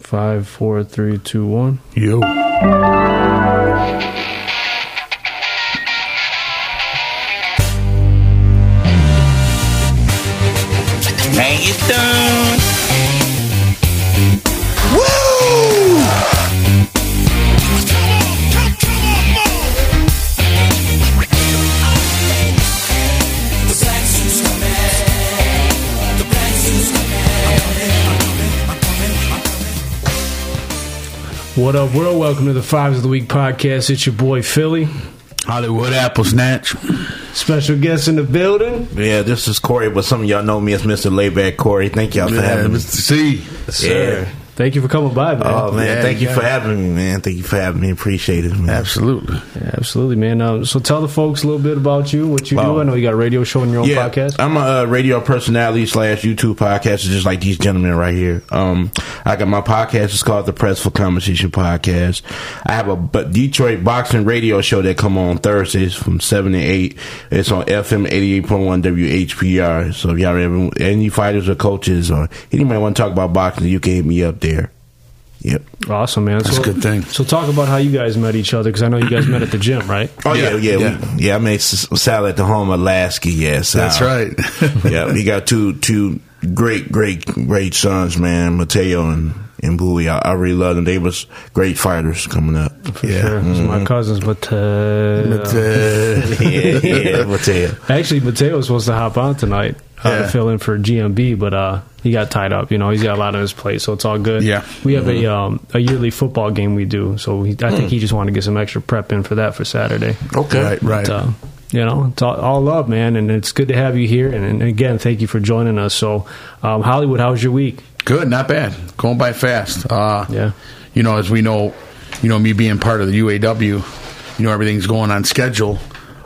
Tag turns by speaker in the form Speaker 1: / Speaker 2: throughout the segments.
Speaker 1: Five, four, three, two, one.
Speaker 2: Yo.
Speaker 3: Hang it down.
Speaker 1: What up, world? Welcome to the Fives of the Week podcast. It's your boy Philly.
Speaker 2: Hollywood Apple Snatch.
Speaker 1: Special guest in the building.
Speaker 4: Yeah, this is Corey, but some of y'all know me as Mr. Layback Corey. Thank y'all for
Speaker 2: Yeah,
Speaker 4: having me.
Speaker 2: Mr. C.
Speaker 4: sir.
Speaker 1: Thank you for coming by, man.
Speaker 4: Oh man,
Speaker 2: Yeah,
Speaker 4: thank you
Speaker 2: yeah.
Speaker 4: for having me, man. Thank you for having me. Appreciate it, man.
Speaker 2: Absolutely.
Speaker 1: Yeah, absolutely, man. Uh, so tell the folks a little bit about you, what you do.
Speaker 4: Wow.
Speaker 1: I know you got a radio show and your own
Speaker 4: Yeah,
Speaker 1: podcast.
Speaker 4: I'm a uh, radio personality slash YouTube podcaster, just like these gentlemen right here. Um, I got my podcast. It's called the Press for Conversation Podcast. I have a bu- Detroit boxing radio show that come on Thursdays from seven to eight. It's on FM eighty eight point one WHPR. So if y'all ever any fighters or coaches or anybody want to talk about boxing, you can hit me up there. Yep.
Speaker 1: awesome, man.
Speaker 2: That's
Speaker 1: so,
Speaker 2: a good thing.
Speaker 1: So talk about how you guys met each other, because I know you guys met at the gym, right?
Speaker 4: Oh yeah, yeah,
Speaker 2: Yeah,
Speaker 4: we-
Speaker 2: yeah.
Speaker 4: yeah. I made s- salad at the home Alaska. Yes,
Speaker 2: That's right.
Speaker 4: yeah, he got two two great, great, great sons, man, Mateo and and Bowie. I, I really love them. They was great fighters coming up.
Speaker 2: yeah.
Speaker 1: Sure. It's my cousins, but, uh,
Speaker 2: But, uh,
Speaker 4: yeah, yeah, Mateo.
Speaker 1: actually, Mateo was supposed to hop on tonight uh,
Speaker 2: Yeah.
Speaker 1: to fill in for GMB, but uh, he got tied up. You know, he's got a lot on his plate, so it's all good.
Speaker 2: Yeah.
Speaker 1: we have a um, a yearly football game we do, so he, I think
Speaker 2: Mm.
Speaker 1: he just wanted to get some extra prep in for that for Saturday.
Speaker 4: Okay.
Speaker 2: right, Oh, right.
Speaker 1: But, uh, you know, it's all, all love, man, and it's good to have you here. And, and again, thank you for joining us. So, um, Hollywood, how was your week?
Speaker 2: Good, not bad. Going by fast. Uh,
Speaker 1: Yeah.
Speaker 2: You know, as we know, you know, me being part of the UAW, you know, everything's going on schedule.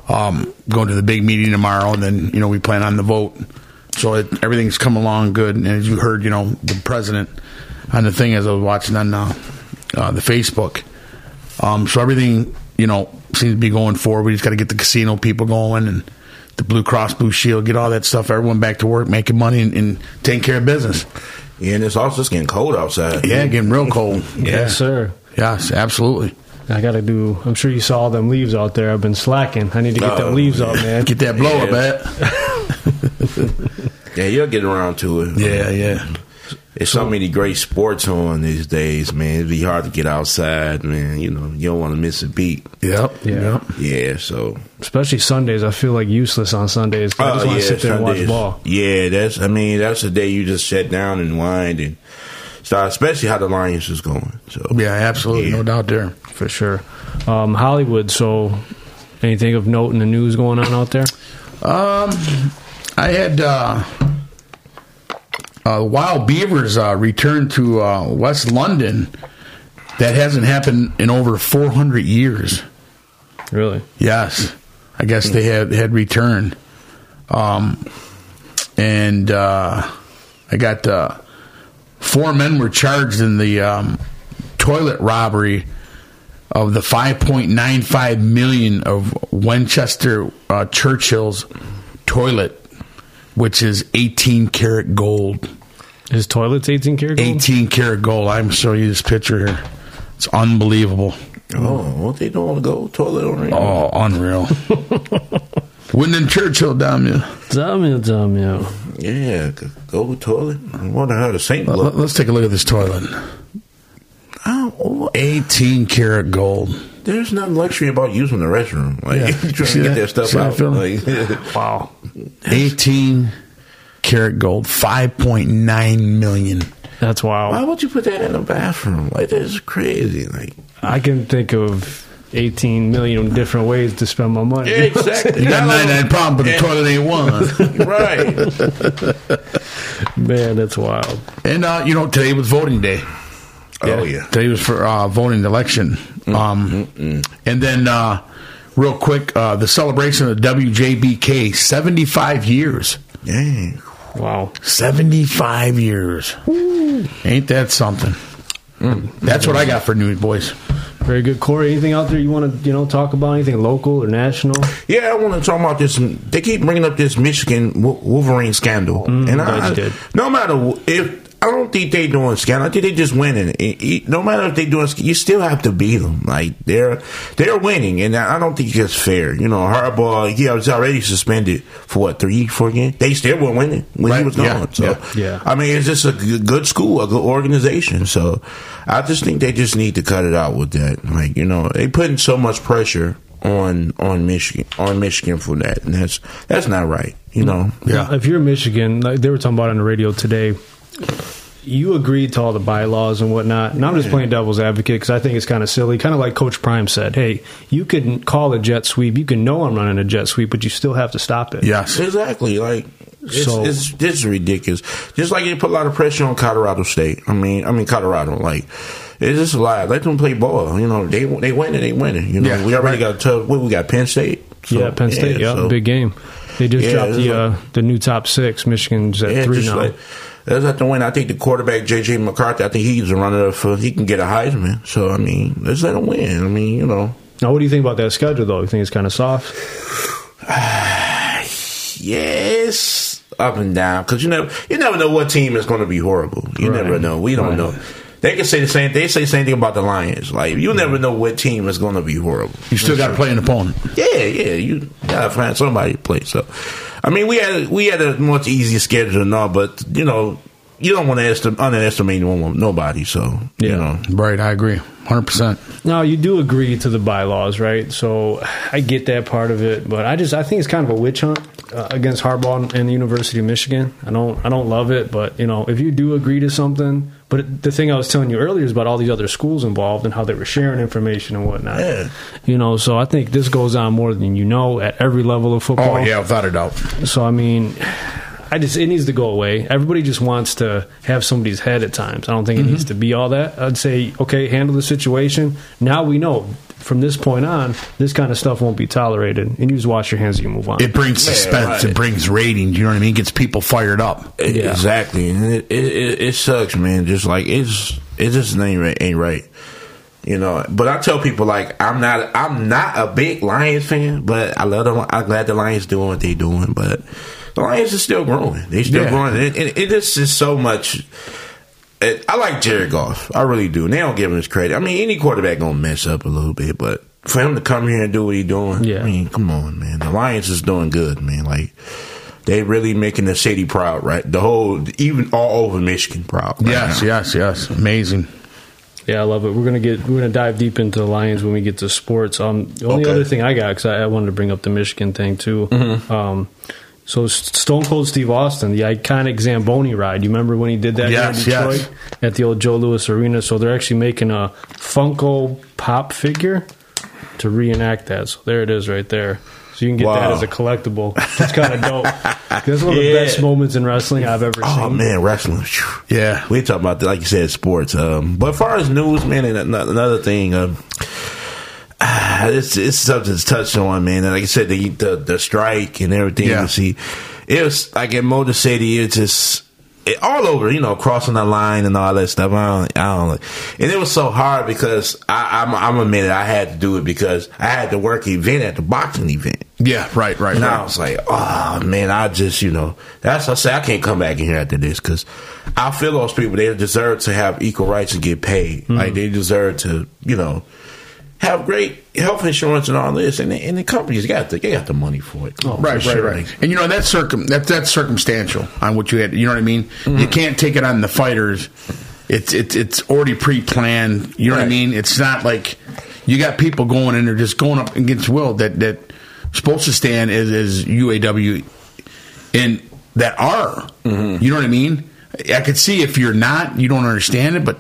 Speaker 2: Um, going to the big meeting tomorrow, and then, you know, we plan on the vote. So it, everything's come along good. And as you heard, you know, the president on the thing as I was watching on uh, uh, the Facebook. Um, so everything, you know, seems to be going forward. We just got to get the casino people going and the Blue Cross Blue Shield, get all that stuff, everyone back to work, making money, and, and taking care of business.
Speaker 4: Yeah, and it's also it's getting cold outside.
Speaker 2: Yeah, getting real cold. yeah.
Speaker 1: Yes, sir.
Speaker 2: Yes, absolutely.
Speaker 1: I got to do. I'm sure you saw all them leaves out there. I've been slacking. I need to get
Speaker 4: Oh,
Speaker 1: them leaves out,
Speaker 4: yeah.
Speaker 1: man.
Speaker 2: Get that blow up, eh?
Speaker 4: yeah, you'll get around to it.
Speaker 2: Yeah, yeah.
Speaker 4: There's so many great sports on these days, man. It'd be hard to get outside, man. You know, you don't want to miss a beat.
Speaker 2: Yep.
Speaker 1: Yeah.
Speaker 2: Yep.
Speaker 4: Yeah, so
Speaker 1: Especially Sundays, I feel like useless on Sundays. I just
Speaker 4: Oh,
Speaker 1: want to
Speaker 4: yeah,
Speaker 1: sit there and watch
Speaker 4: Sundays.
Speaker 1: ball.
Speaker 4: Yeah, that's. I mean, that's the day you just sit down and wind and start, especially how the Lions is going. So
Speaker 2: Yeah, absolutely. No
Speaker 4: Yeah.
Speaker 2: doubt there.
Speaker 1: for sure. Um, Hollywood. So, anything of note in the news going on out there?
Speaker 2: Um, I had uh, uh, Wild Beavers uh, return to uh, West London. That hasn't happened in over 400 years.
Speaker 1: Really?
Speaker 2: Yes, I guess they had had returned, um, and uh, I got uh, four men were charged in the um, toilet robbery of the 5.95 million of Winchester uh, Churchill's toilet, which is 18 karat gold.
Speaker 1: His toilet's 18 karat gold?
Speaker 2: 18 karat gold. I'm showing you this picture here. It's unbelievable.
Speaker 4: Oh, what they don't want to go toilet on there?
Speaker 2: Oh, unreal. Wyndham Churchill down there.
Speaker 1: Dumb you, dumb you.
Speaker 4: Yeah, g- go toilet. I wonder how the Saint
Speaker 2: Let-
Speaker 4: look.
Speaker 2: Let's take a look at this toilet.
Speaker 4: I don't- what-
Speaker 2: 18 karat gold.
Speaker 4: oh, There's nothing luxury about using the restroom. Like
Speaker 2: Yeah.
Speaker 4: you trying
Speaker 2: See
Speaker 4: to get
Speaker 2: that?
Speaker 4: that stuff
Speaker 2: See that
Speaker 4: out.
Speaker 2: feeling?
Speaker 4: Like,
Speaker 1: Wow.
Speaker 2: 18 karat gold. 5.9 million.
Speaker 1: That's
Speaker 4: why
Speaker 1: wild.
Speaker 4: would you put that in the bathroom? Like that's crazy. Like
Speaker 1: I can think of 18 million different ways to spend my money.
Speaker 4: exactly.
Speaker 2: You got 99 problem, but the
Speaker 4: Yeah.
Speaker 2: toilet ain't one.
Speaker 4: right.
Speaker 1: Man, that's wild.
Speaker 2: and, uh, you know, today was voting day.
Speaker 4: Oh yeah.
Speaker 2: Today was for uh, voting election. Um, and then, uh, real quick, uh, the celebration of WJBK, 75 years.
Speaker 4: Dang.
Speaker 1: Wow.
Speaker 2: 75 years. Ain't that something? That's what I got for news, boys.
Speaker 1: Very good. Corey, anything out there you want to, you know, talk about? Anything local or national?
Speaker 4: Yeah, I want to talk about this.
Speaker 2: Mm,
Speaker 4: They keep bringing up this Michigan Wo- Wolverine scandal, and
Speaker 1: glad
Speaker 4: I,
Speaker 1: you did.
Speaker 4: no matter wh- if I don't think they doing scouting. I think they just winning. And e- no matter if they doing, sc- you still have to beat them. Like they're they're winning, and I I don't think it's fair. You know, Harbaugh, he was already suspended for what three, four games. They still were winning when
Speaker 2: Right,
Speaker 4: he was
Speaker 2: yeah,
Speaker 4: gone. So
Speaker 2: yeah.
Speaker 1: Yeah.
Speaker 4: I mean, it's just a g- good school, a good organization. So I just think they just need to cut it out with that. Like you know, they putting so much pressure on on Michigan on Michigan for that, and that's that's not right. You know,
Speaker 2: Yeah.
Speaker 1: If you're Michigan, like they were talking about on the radio today, you agreed to all the bylaws and whatnot. And I'm just playing devil's advocate because I think it's kind of silly. Kind of like Coach Prime said, hey, you can call a jet sweep. You can know I'm running a jet sweep, but you still have to stop it.
Speaker 2: Yes.
Speaker 4: Exactly. Like it's,
Speaker 1: So-
Speaker 4: it's this is ridiculous. Just like they put a lot of pressure on Colorado State. I mean, I mean Colorado. Like it's just a lot. Let them play ball. You know, they they winning. They winning. You know,
Speaker 2: Yeah,
Speaker 4: we already
Speaker 2: right.
Speaker 4: got a tough. What we got? Penn State. So,
Speaker 1: yeah, Penn State. Yeah,
Speaker 4: so-
Speaker 1: big game. They just
Speaker 4: Yeah,
Speaker 1: dropped
Speaker 4: it's
Speaker 1: the
Speaker 4: like-
Speaker 1: uh, the new top six. Michigan's at
Speaker 4: Yeah,
Speaker 1: three oh.
Speaker 4: just
Speaker 1: now.
Speaker 4: like that's not the win. I think the quarterback JJ McCarthy. I think he's a runner up for. He can get a Heisman. So I mean, let's let him win. I mean, you know.
Speaker 1: now, what do you think about that schedule, though? You think it's kind of soft?
Speaker 4: yes, up and down because you never you never know what team is going to be horrible. You
Speaker 1: Right.
Speaker 4: never know. We don't
Speaker 1: Right.
Speaker 4: know. They can say the same. They say the same thing about the Lions. Like you never know what team is going to be horrible.
Speaker 2: You still got to play an opponent.
Speaker 4: Yeah, yeah. You gotta find somebody to play. So, I mean, we had we had a much easier schedule and all, but you know, you don't want to estim- underestimate no one- nobody. So,
Speaker 1: Yeah.
Speaker 4: you know,
Speaker 2: Right. I agree. 100%.
Speaker 1: Now you do agree to the bylaws, right? So I get that part of it, but I just I think it's kind of a witch hunt uh, against Harbaugh and the University of Michigan. I don't I don't love it, but you know if you do agree to something, but it, the thing I was telling you earlier is about all these other schools involved and how they were sharing information and whatnot.
Speaker 4: Yeah.
Speaker 1: You know, so I think this goes on more than you know at every level of football.
Speaker 2: Oh, yeah, without a doubt.
Speaker 1: So I mean, I just it needs to go away. Everybody just wants to have somebody's head at times. I don't think it needs to be all that. I'd say okay, handle the situation. Now we know from this point on, this kind of stuff won't be tolerated, and you just wash your hands and you move on.
Speaker 2: It brings
Speaker 4: Yeah,
Speaker 2: suspense.
Speaker 4: right.
Speaker 2: It brings ratings. You know what I mean? It gets people fired up.
Speaker 1: Yeah.
Speaker 4: Exactly, and it, it, it, it sucks, man. Just like it's it just ain't right, ain't right, you know. But I tell people like I'm not I'm not a big Lions fan, but I love them. I'm glad the Lions doing what they doing, but the Lions are still growing. They still
Speaker 2: Yeah.
Speaker 4: growing, and it, it is just so much. It, I like Jared Goff, I really do. And they don't give him his credit. I mean, any quarterback gonna mess up a little bit, but for him to come here and do what he doing,
Speaker 1: Yeah.
Speaker 4: I mean, come on, man. The Lions is doing good, man. Like they really making the city proud, right? The whole, even all over Michigan proud. right
Speaker 2: Yes,
Speaker 4: now.
Speaker 2: yes, yes. Amazing.
Speaker 1: yeah, I love it. We're gonna get we're gonna dive deep into the Lions when we get to sports. Um, the only
Speaker 4: Okay.
Speaker 1: other thing I got because I, I wanted to bring up the Michigan thing too.
Speaker 4: Mm-hmm.
Speaker 1: Um. So S- Stone Cold Steve Austin, the iconic Zamboni ride. You remember when he did that
Speaker 2: Yes,
Speaker 1: here in
Speaker 2: yes.
Speaker 1: Detroit at the old Joe Louis Arena? So they're actually making a Funko Pop figure to reenact that. So there it is, right there. So you can get that
Speaker 4: Wow.
Speaker 1: as a collectible. It's kind of dope. That's one of the
Speaker 4: Yeah.
Speaker 1: best moments in wrestling I've ever
Speaker 4: Oh
Speaker 1: seen.
Speaker 4: man, wrestling. phew.
Speaker 2: Yeah.
Speaker 4: we talk about that, like you said, sports. Um, but as far as news, man, and ano- another thing, um, ah, it's it's something that's touched on, man. And like I said, the the, the strike and everything.
Speaker 2: Yeah.
Speaker 4: You see, it was like in Motor City. It's just. It, all over, you know, crossing the line and all that stuff. I don't, I don't. And it was so hard because I, I'm, I'm admitted I had to do it because I had to work event at the boxing event.
Speaker 2: Yeah, right, right.
Speaker 4: And I
Speaker 2: right.
Speaker 4: was like, oh man, I just, you know, that's I say I can't come back in here after this because I feel those people they deserve to have equal rights and get paid. Like they deserve to, you know, have great health insurance and all this. And the, and the companies got the, they got the money for it. Oh,
Speaker 2: Right, right, right. And you know that's circum that that's circumstantial on what you had. You know what I mean?
Speaker 4: Mm-hmm.
Speaker 2: You can't take it on the fighters. It's it's it's already pre-planned. You know what I
Speaker 4: Right.
Speaker 2: mean? It's not like you got people going in there just going up against will that that supposed to stand as as UAW and that are.
Speaker 4: Mm-hmm.
Speaker 2: You know what I mean? I could see if you're not, you don't understand it, but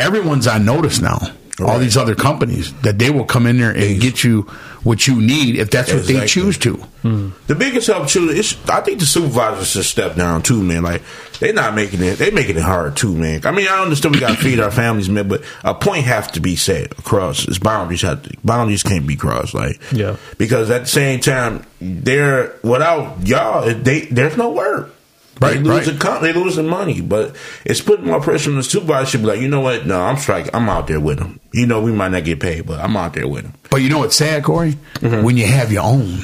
Speaker 2: everyone's on notice now. All
Speaker 4: Right.
Speaker 2: these other companies that they will come in there and get you what you need if that's what they
Speaker 4: Exactly.
Speaker 2: choose to.
Speaker 4: The biggest help too is I think the supervisors should step down too, man. Like they're not making it, they're making it hard too, man. I mean, I understand we got to feed our families, man, but a point have to be set across. It's boundaries have to, boundaries can't be crossed, like
Speaker 1: Yeah.
Speaker 4: Because at the same time, they're without y'all, they there's no work.
Speaker 2: Right,
Speaker 4: they losing
Speaker 2: right.
Speaker 4: com- they losing money, but it's putting more pressure on the supervisor. Should be like, you know what? No, I'm striking. I'm out there with them. You know, we might not get paid, but I'm out there with them.
Speaker 2: But
Speaker 4: Mm-hmm.
Speaker 2: you know what's sad, Corey? When you have your own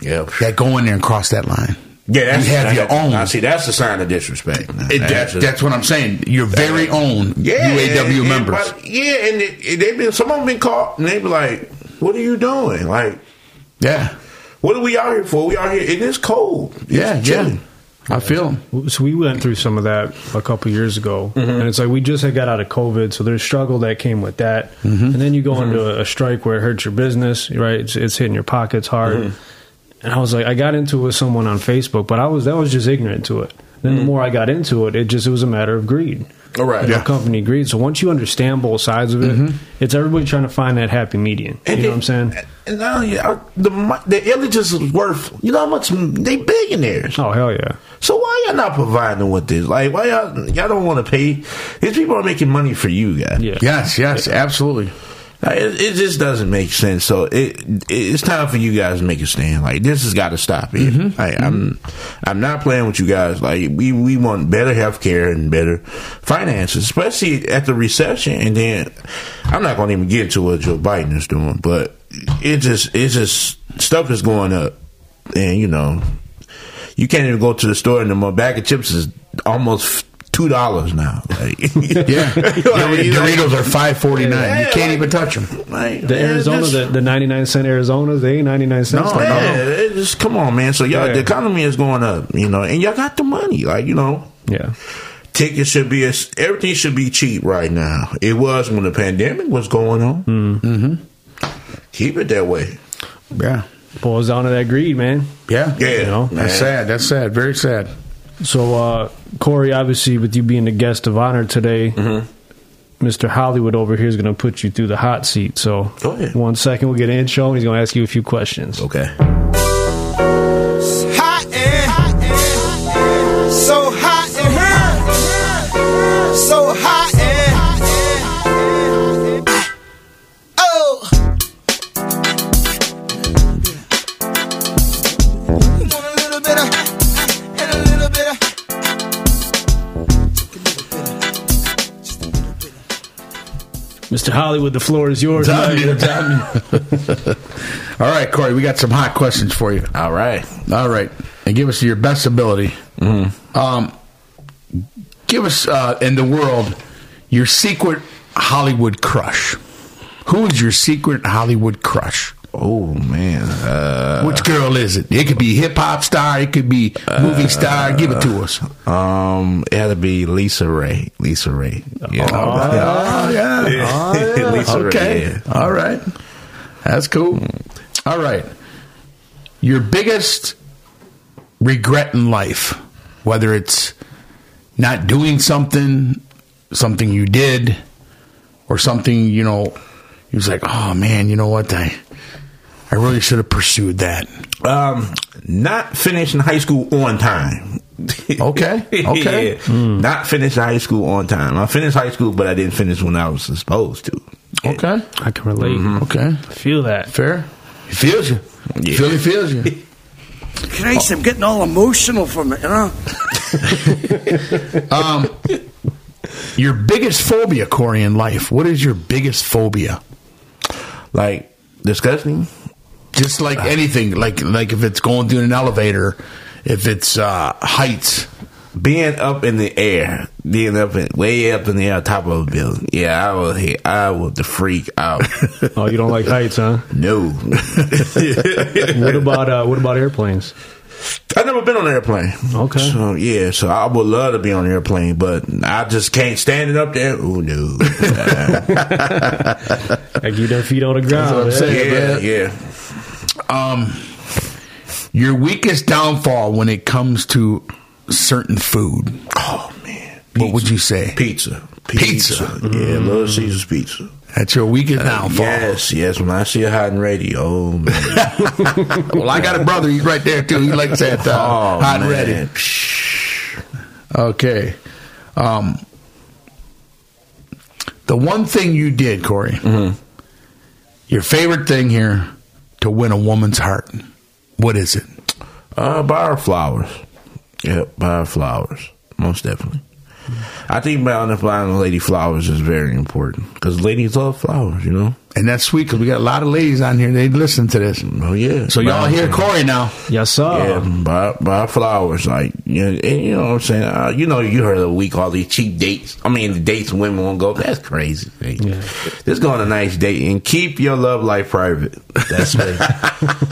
Speaker 4: Yeah,
Speaker 2: that go in there and cross that line.
Speaker 4: Yeah, that's,
Speaker 2: you have your own.
Speaker 4: I see. That's a sign of disrespect. man.
Speaker 2: It- that-
Speaker 4: a-
Speaker 2: that's what I'm saying. Your very own
Speaker 4: yeah, and-
Speaker 2: UAW
Speaker 4: and-
Speaker 2: members.
Speaker 4: but- yeah, and it, it- they've been some of them been caught, and they be like, "What are you doing? Like,
Speaker 2: yeah,
Speaker 4: what are we out here for? We out here. It is cold. It's
Speaker 2: yeah, yeah.
Speaker 4: chilly.
Speaker 2: I feel 'em.
Speaker 1: So we went through some of that a couple years ago, and it's like we just had got out of COVID, so there's struggle that came with that, and then you go into a, a strike where it hurts your business, right? It's, it's hitting your pockets hard. And I was like, I got into it with someone on Facebook, but I was that was just ignorant to it. Then the more I got into it, it just it was a matter of greed.
Speaker 4: All right.
Speaker 1: You know,
Speaker 4: Yeah.
Speaker 1: company greed. So once you understand both sides of it, it's everybody trying to find that happy median. you know what I'm saying?
Speaker 4: And now yeah, I- the mo- the images is worth. You know how much they billionaires.
Speaker 1: Oh hell yeah!
Speaker 4: So why y'all not providing with this? Like why y'all y'all don't want to pay? These people are making money for you guys.
Speaker 1: Yeah.
Speaker 2: Yes, yes, absolutely.
Speaker 4: Like, it, it just doesn't make sense. So it, it it's time for you guys to make a stand. Like this has got to stop. It.
Speaker 1: Mm-hmm.
Speaker 4: Like, I'm I'm not playing with you guys. Like we we want better health care and better finances, especially at the recession. And then I'm not going to even get into what Joe Biden is doing, but it just it's just stuff is going up, and you know you can't even go to the store and A bag of chips is almost. Two dollars now. Like,
Speaker 2: Yeah, Dor- Doritos are five forty nine. You
Speaker 4: Yeah,
Speaker 2: can't
Speaker 4: like-
Speaker 2: even touch them.
Speaker 4: Like,
Speaker 1: The
Speaker 4: man,
Speaker 1: Arizona,
Speaker 4: this-
Speaker 1: the, the 99 cent Arizonas, they ain't 99 cents.
Speaker 2: No,
Speaker 1: like,
Speaker 2: no.
Speaker 1: that.
Speaker 4: Yeah, it's just come on, man. So y'all,
Speaker 1: Oh, Yeah.
Speaker 4: the economy is going up, you know, and y'all got the money, like you know,
Speaker 1: Yeah.
Speaker 4: tickets should be everything should be cheap right now. It was when the pandemic was going on. Mm-hmm. Keep it that way.
Speaker 2: Yeah,
Speaker 1: Boils down to that greed, man.
Speaker 2: yeah,
Speaker 4: Yeah,
Speaker 1: You know,
Speaker 4: man.
Speaker 2: That's sad. That's sad. Very sad.
Speaker 1: So, uh, Corey, obviously, with you being the guest of honor today,
Speaker 4: Mm-hmm.
Speaker 1: Mr. Hollywood over here is going to put you through the hot seat. So,
Speaker 4: Go ahead.
Speaker 1: one second, we'll get an intro, and he's going to ask you a few questions.
Speaker 4: Okay.
Speaker 5: hot and so hot and so hot and oh. You want a little bit of and a little bit of.
Speaker 1: Mr. Hollywood, the floor is yours.
Speaker 2: All right, Corey, we got some hot questions for you.
Speaker 4: All right.
Speaker 2: All right, and give us your best ability.
Speaker 4: Mm-hmm.
Speaker 2: Um, give us uh, in the world your secret Hollywood crush. Who is your secret Hollywood crush?
Speaker 4: Oh man. Uh,
Speaker 2: Which girl is it? It could be hip hop star. It could be movie star. Give it to
Speaker 4: Uh,
Speaker 2: us.
Speaker 4: um, it had to be Lisa Ray. Lisa Ray. Yeah.
Speaker 2: Oh yeah.
Speaker 4: Yeah. Lisa Ray,
Speaker 2: Uh, okay.
Speaker 4: yeah.
Speaker 2: All right. That's cool. All right. Your biggest regret in life, whether it's not doing something, something you did, or something, you know, you was like, oh man, you know what? I I really should have pursued that.
Speaker 4: Um, not finishing high school on time.
Speaker 2: Okay, okay. Hmm.
Speaker 4: Yeah. Not finishing high school on time. I finished high school, but I didn't finish when I was supposed to.
Speaker 2: Okay.
Speaker 1: I can relate.
Speaker 4: Mm-hmm.
Speaker 2: Okay.
Speaker 1: Feel that.
Speaker 2: Fair. It feels you.
Speaker 4: Yeah.
Speaker 2: Philly feels you.
Speaker 6: Christ, I'm getting all emotional from it, you know?
Speaker 2: Um, your biggest phobia, Corey, in life. What is your biggest phobia?
Speaker 4: Like disgusting.
Speaker 2: Just
Speaker 4: Ah.
Speaker 2: like anything, like like if it's going through an elevator, if it's uh, heights.
Speaker 4: Being up in the air, being up in, way up in the air, top of a building. Yeah, I will hit. I will the freak out.
Speaker 1: Oh, you don't like heights, huh?
Speaker 4: no,
Speaker 1: What about uh, what about airplanes?
Speaker 4: I've never been on an airplane.
Speaker 1: Okay.
Speaker 4: so yeah, so I would love to be on an airplane, but I just can't stand it up there. Oh no,
Speaker 1: Like you their feet on the ground.
Speaker 2: what I'm
Speaker 1: man.
Speaker 2: saying.
Speaker 4: yeah,
Speaker 2: man.
Speaker 4: yeah.
Speaker 2: Um, your weakest downfall when it comes to certain food.
Speaker 4: Oh man,
Speaker 2: What would you say?
Speaker 4: Pizza,
Speaker 2: Pizza. Mm.
Speaker 4: Yeah, Little Caesar's pizza.
Speaker 2: That's your
Speaker 4: Uh,
Speaker 2: weakest downfall.
Speaker 4: Yes, yes. When I see it hot and ready, oh man,
Speaker 2: Well, I got a brother. He's right there too. He likes that uh,
Speaker 4: oh
Speaker 2: hot
Speaker 4: man.
Speaker 2: and ready. Okay. Um, the one thing you did, Corey,
Speaker 4: Mm-hmm.
Speaker 2: your favorite thing here to win a woman's heart. What is it?
Speaker 4: Uh, buy her flowers. Yep, buy her flowers. Most definitely. I think Bound and Flying Lady Flowers is very important because ladies love flowers, you know.
Speaker 2: And that's sweet because we got a lot of ladies on here. They listen to this.
Speaker 4: Oh yeah.
Speaker 2: So y'all
Speaker 4: Brown
Speaker 2: hear
Speaker 4: sugar.
Speaker 2: Corey now.
Speaker 1: Yes, sir.
Speaker 4: Yeah, buy, buy flowers, like yeah, and you know what I'm saying. Uh, you know, you heard of the week all these cheap dates. I mean, the dates women won't go. That's crazy. man.
Speaker 1: Yeah.
Speaker 4: Just go on a nice date and keep your love life private. That's it.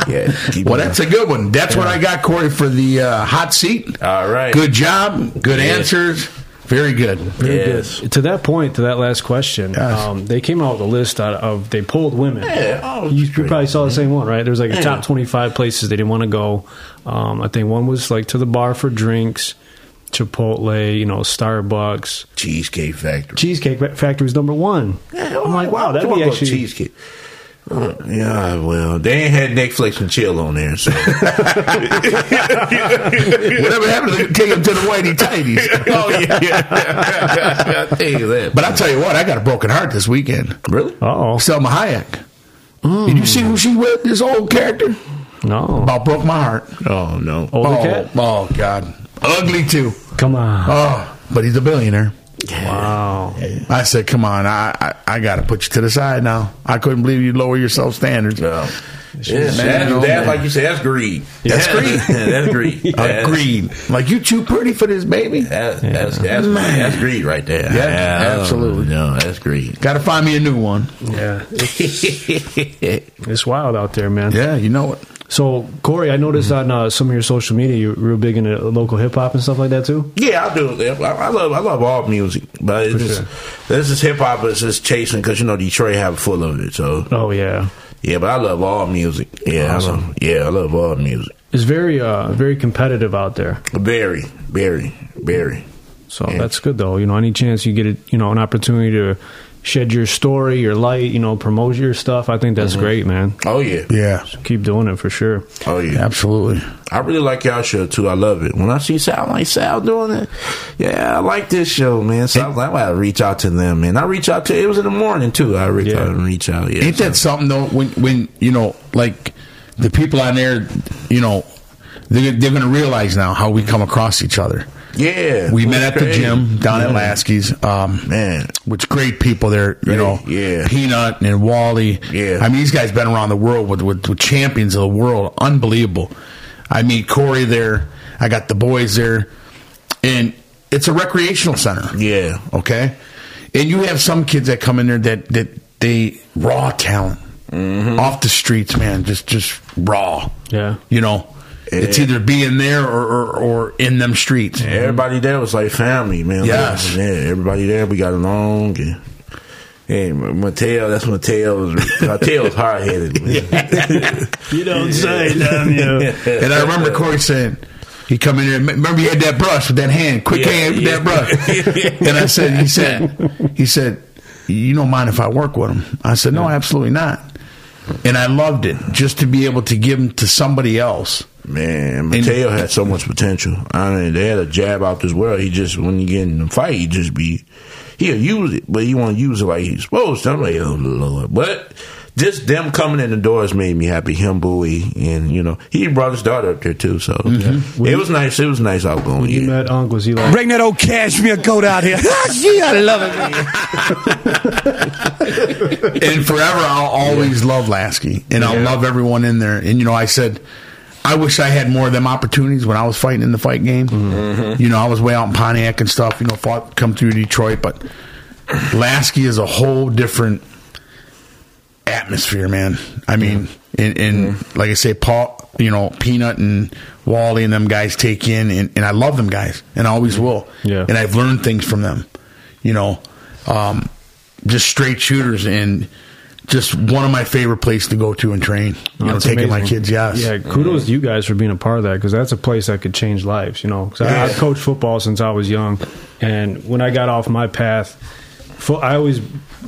Speaker 4: yeah. keep
Speaker 2: Well,
Speaker 4: it-
Speaker 2: that's a good one. That's what I got, Corey, for the uh, hot seat.
Speaker 4: all right.
Speaker 2: Good job. Good
Speaker 4: Yeah.
Speaker 2: answers. Very good.
Speaker 1: Very good.
Speaker 4: Yes.
Speaker 1: To that point, to that last question,
Speaker 2: Yes.
Speaker 1: um, they came out with a list out of they pulled women.
Speaker 4: Yeah, oh,
Speaker 1: you, you
Speaker 4: great.
Speaker 1: probably saw the same one, right? There was like a top twenty-five places they didn't want to go. Um, I think one was like to the bar for drinks, Chipotle, you know, Starbucks,
Speaker 4: Cheesecake Factory.
Speaker 1: Cheesecake Fa- Factory was number one. I'm like, wow, that'd be actually
Speaker 4: cheesecake. Uh, yeah, well, they ain't had Netflix and chill on there, so
Speaker 2: Whatever happened to take him to the whitey tighties?
Speaker 4: oh yeah, yeah. I tell you that.
Speaker 2: But I tell you what, I got a broken heart this weekend.
Speaker 4: really, Mm.
Speaker 1: Oh
Speaker 2: Selma Hayek. Did you see who she with? This old character
Speaker 1: no!
Speaker 2: about broke my heart.
Speaker 4: oh no,
Speaker 1: Older
Speaker 2: oh,
Speaker 1: cat?
Speaker 2: oh God, ugly too.
Speaker 1: Come on!
Speaker 2: Oh, but he's a billionaire.
Speaker 1: wow!
Speaker 2: I said, come on, I I, I got to put you to the side now. I couldn't believe you lower your self standards.
Speaker 4: no. Yeah,
Speaker 2: She's
Speaker 4: man,
Speaker 2: an
Speaker 4: that,
Speaker 2: old
Speaker 4: that,
Speaker 2: man.
Speaker 4: like you said, that's greed.
Speaker 2: That's
Speaker 4: Yeah.
Speaker 2: greed.
Speaker 4: Yeah, that's greed. That's-
Speaker 2: Agreed. Like you too pretty for this baby.
Speaker 4: That, that's that's, that's greed right there.
Speaker 2: Yeah,
Speaker 4: Oh,
Speaker 2: absolutely.
Speaker 4: No, that's greed.
Speaker 2: Got to find me a new one.
Speaker 1: Yeah, it's wild out there, man.
Speaker 2: Yeah, you know it.
Speaker 1: So Corey, I noticed on uh, some of your social media you're real big into local hip hop and stuff like that too.
Speaker 4: Yeah, I do. I, I love I love all music, but it's just,
Speaker 1: sure.
Speaker 4: this is hip hop. It's just chasing because you know Detroit have full of it. So
Speaker 1: Oh yeah.
Speaker 4: yeah, but I love all music. Yeah, I love, yeah, I love all music.
Speaker 1: It's very uh very competitive out there.
Speaker 4: Very, very, very.
Speaker 1: So that's good though. You know, any chance you get a, you know an opportunity to shed your story, your light, you know, promote your stuff, I think that's great, man.
Speaker 4: Oh yeah,
Speaker 2: Yeah,
Speaker 1: Keep doing it for sure.
Speaker 4: oh yeah.
Speaker 2: absolutely.
Speaker 4: I really like y'all show too. I love it. When I see Sal, I'm like Sal doing it. Yeah, I like this show, man. So I was like, I reach out to them, man. I reach out to. It was in the morning too. I reach
Speaker 1: Yeah.
Speaker 4: out and reach out. Yeah,
Speaker 2: Ain't that something though? When when you know, like the people on there, you know, they're, they're going to realize now how we come across each other.
Speaker 4: yeah.
Speaker 2: We met at the
Speaker 4: Crazy.
Speaker 2: gym down at
Speaker 4: Yeah.
Speaker 2: Lasky's. Um,
Speaker 4: Man,
Speaker 2: which great people there, you
Speaker 4: Great,
Speaker 2: know,
Speaker 4: yeah.
Speaker 2: Peanut and Wally.
Speaker 4: Yeah.
Speaker 2: I mean, these guys been around the world with, with, with champions of the world. Unbelievable. I meet Corey there. I got the boys there. And it's a recreational center.
Speaker 4: yeah.
Speaker 2: Okay. And you have some kids that come in there that, that they raw talent
Speaker 4: Mm-hmm.
Speaker 2: off the streets, man. Just, just raw.
Speaker 1: Yeah.
Speaker 2: You know, it's
Speaker 4: Yeah.
Speaker 2: either being there or, or, or in them streets.
Speaker 4: Everybody there was like family, man.
Speaker 2: Yes.
Speaker 4: Like, yeah, everybody there. We got along. And, hey, Mateo, that's Mateo's. Mateo's hard headed.
Speaker 1: You don't
Speaker 4: say,
Speaker 1: damn you.
Speaker 2: And I remember Corey saying, he come in there. Remember, he had that brush with that hand, quick
Speaker 4: Yeah,
Speaker 2: hand with
Speaker 4: yeah.
Speaker 2: that brush. and I said, he said, he said, you don't mind if I work with him? I said, no, absolutely not. And I loved it just to be able to give him to somebody else.
Speaker 4: Man, Mateo had so much potential. I mean, they had a jab out this world. He just when he get in a fight, he just be he'll use it, but he won't use it like he's supposed to. I'm like, oh lord. But just them coming in the doors made me happy. Him, Bowie, and you know he brought his daughter up there too. So it was nice. It was nice
Speaker 1: Mm-hmm.
Speaker 4: outgoing.
Speaker 1: You
Speaker 4: Yeah.
Speaker 1: met Unc, was he like
Speaker 6: Bring that old cashmere coat out here.
Speaker 2: Gee, I love it. and forever, I'll always love Lasky, and I'll love everyone in there. And you know, I said, I wish I had more of them opportunities when I was fighting in the fight game. You know, I was way out in Pontiac and stuff. You know, fought come through Detroit, but Lasky is a whole different atmosphere, man. I mean, and, and like I say, Paul, you know, Peanut and Wally and them guys take you in, and, and I love them guys, and I always will.
Speaker 1: Yeah.
Speaker 2: And I've learned things from them, you know, um, just straight shooters and just one of my favorite places to go to and train. You know,
Speaker 1: That's
Speaker 2: taking my
Speaker 1: amazing.
Speaker 2: kids, yes.
Speaker 1: Yeah, kudos to you guys for being a part of that because that's a place that could change lives, you know. 'Cause I, I've coached football since I was young, and when I got off my path, fo- I always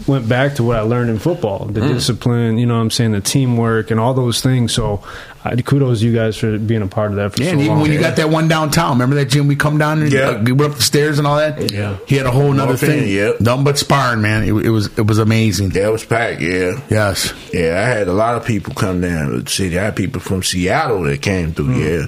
Speaker 1: went back to what I learned in football the
Speaker 2: Mm.
Speaker 1: discipline, you know what I'm saying, the teamwork, and all those things. So I, kudos to you guys for being a part of that for
Speaker 2: Yeah,
Speaker 1: so
Speaker 2: and even
Speaker 1: long.
Speaker 2: when you got that one downtown, remember that gym we come down and
Speaker 4: Yeah.
Speaker 2: uh, we went up the stairs and all that.
Speaker 1: Yeah.
Speaker 2: he had a whole another
Speaker 4: Walked in,
Speaker 2: thing.
Speaker 4: yep.
Speaker 2: nothing but sparring, man. It, it was it was amazing.
Speaker 4: Yeah, it was packed. Yeah,
Speaker 2: Yes,
Speaker 4: Yeah, I had a lot of people come down to the city. I had people from Seattle that came through. Yeah,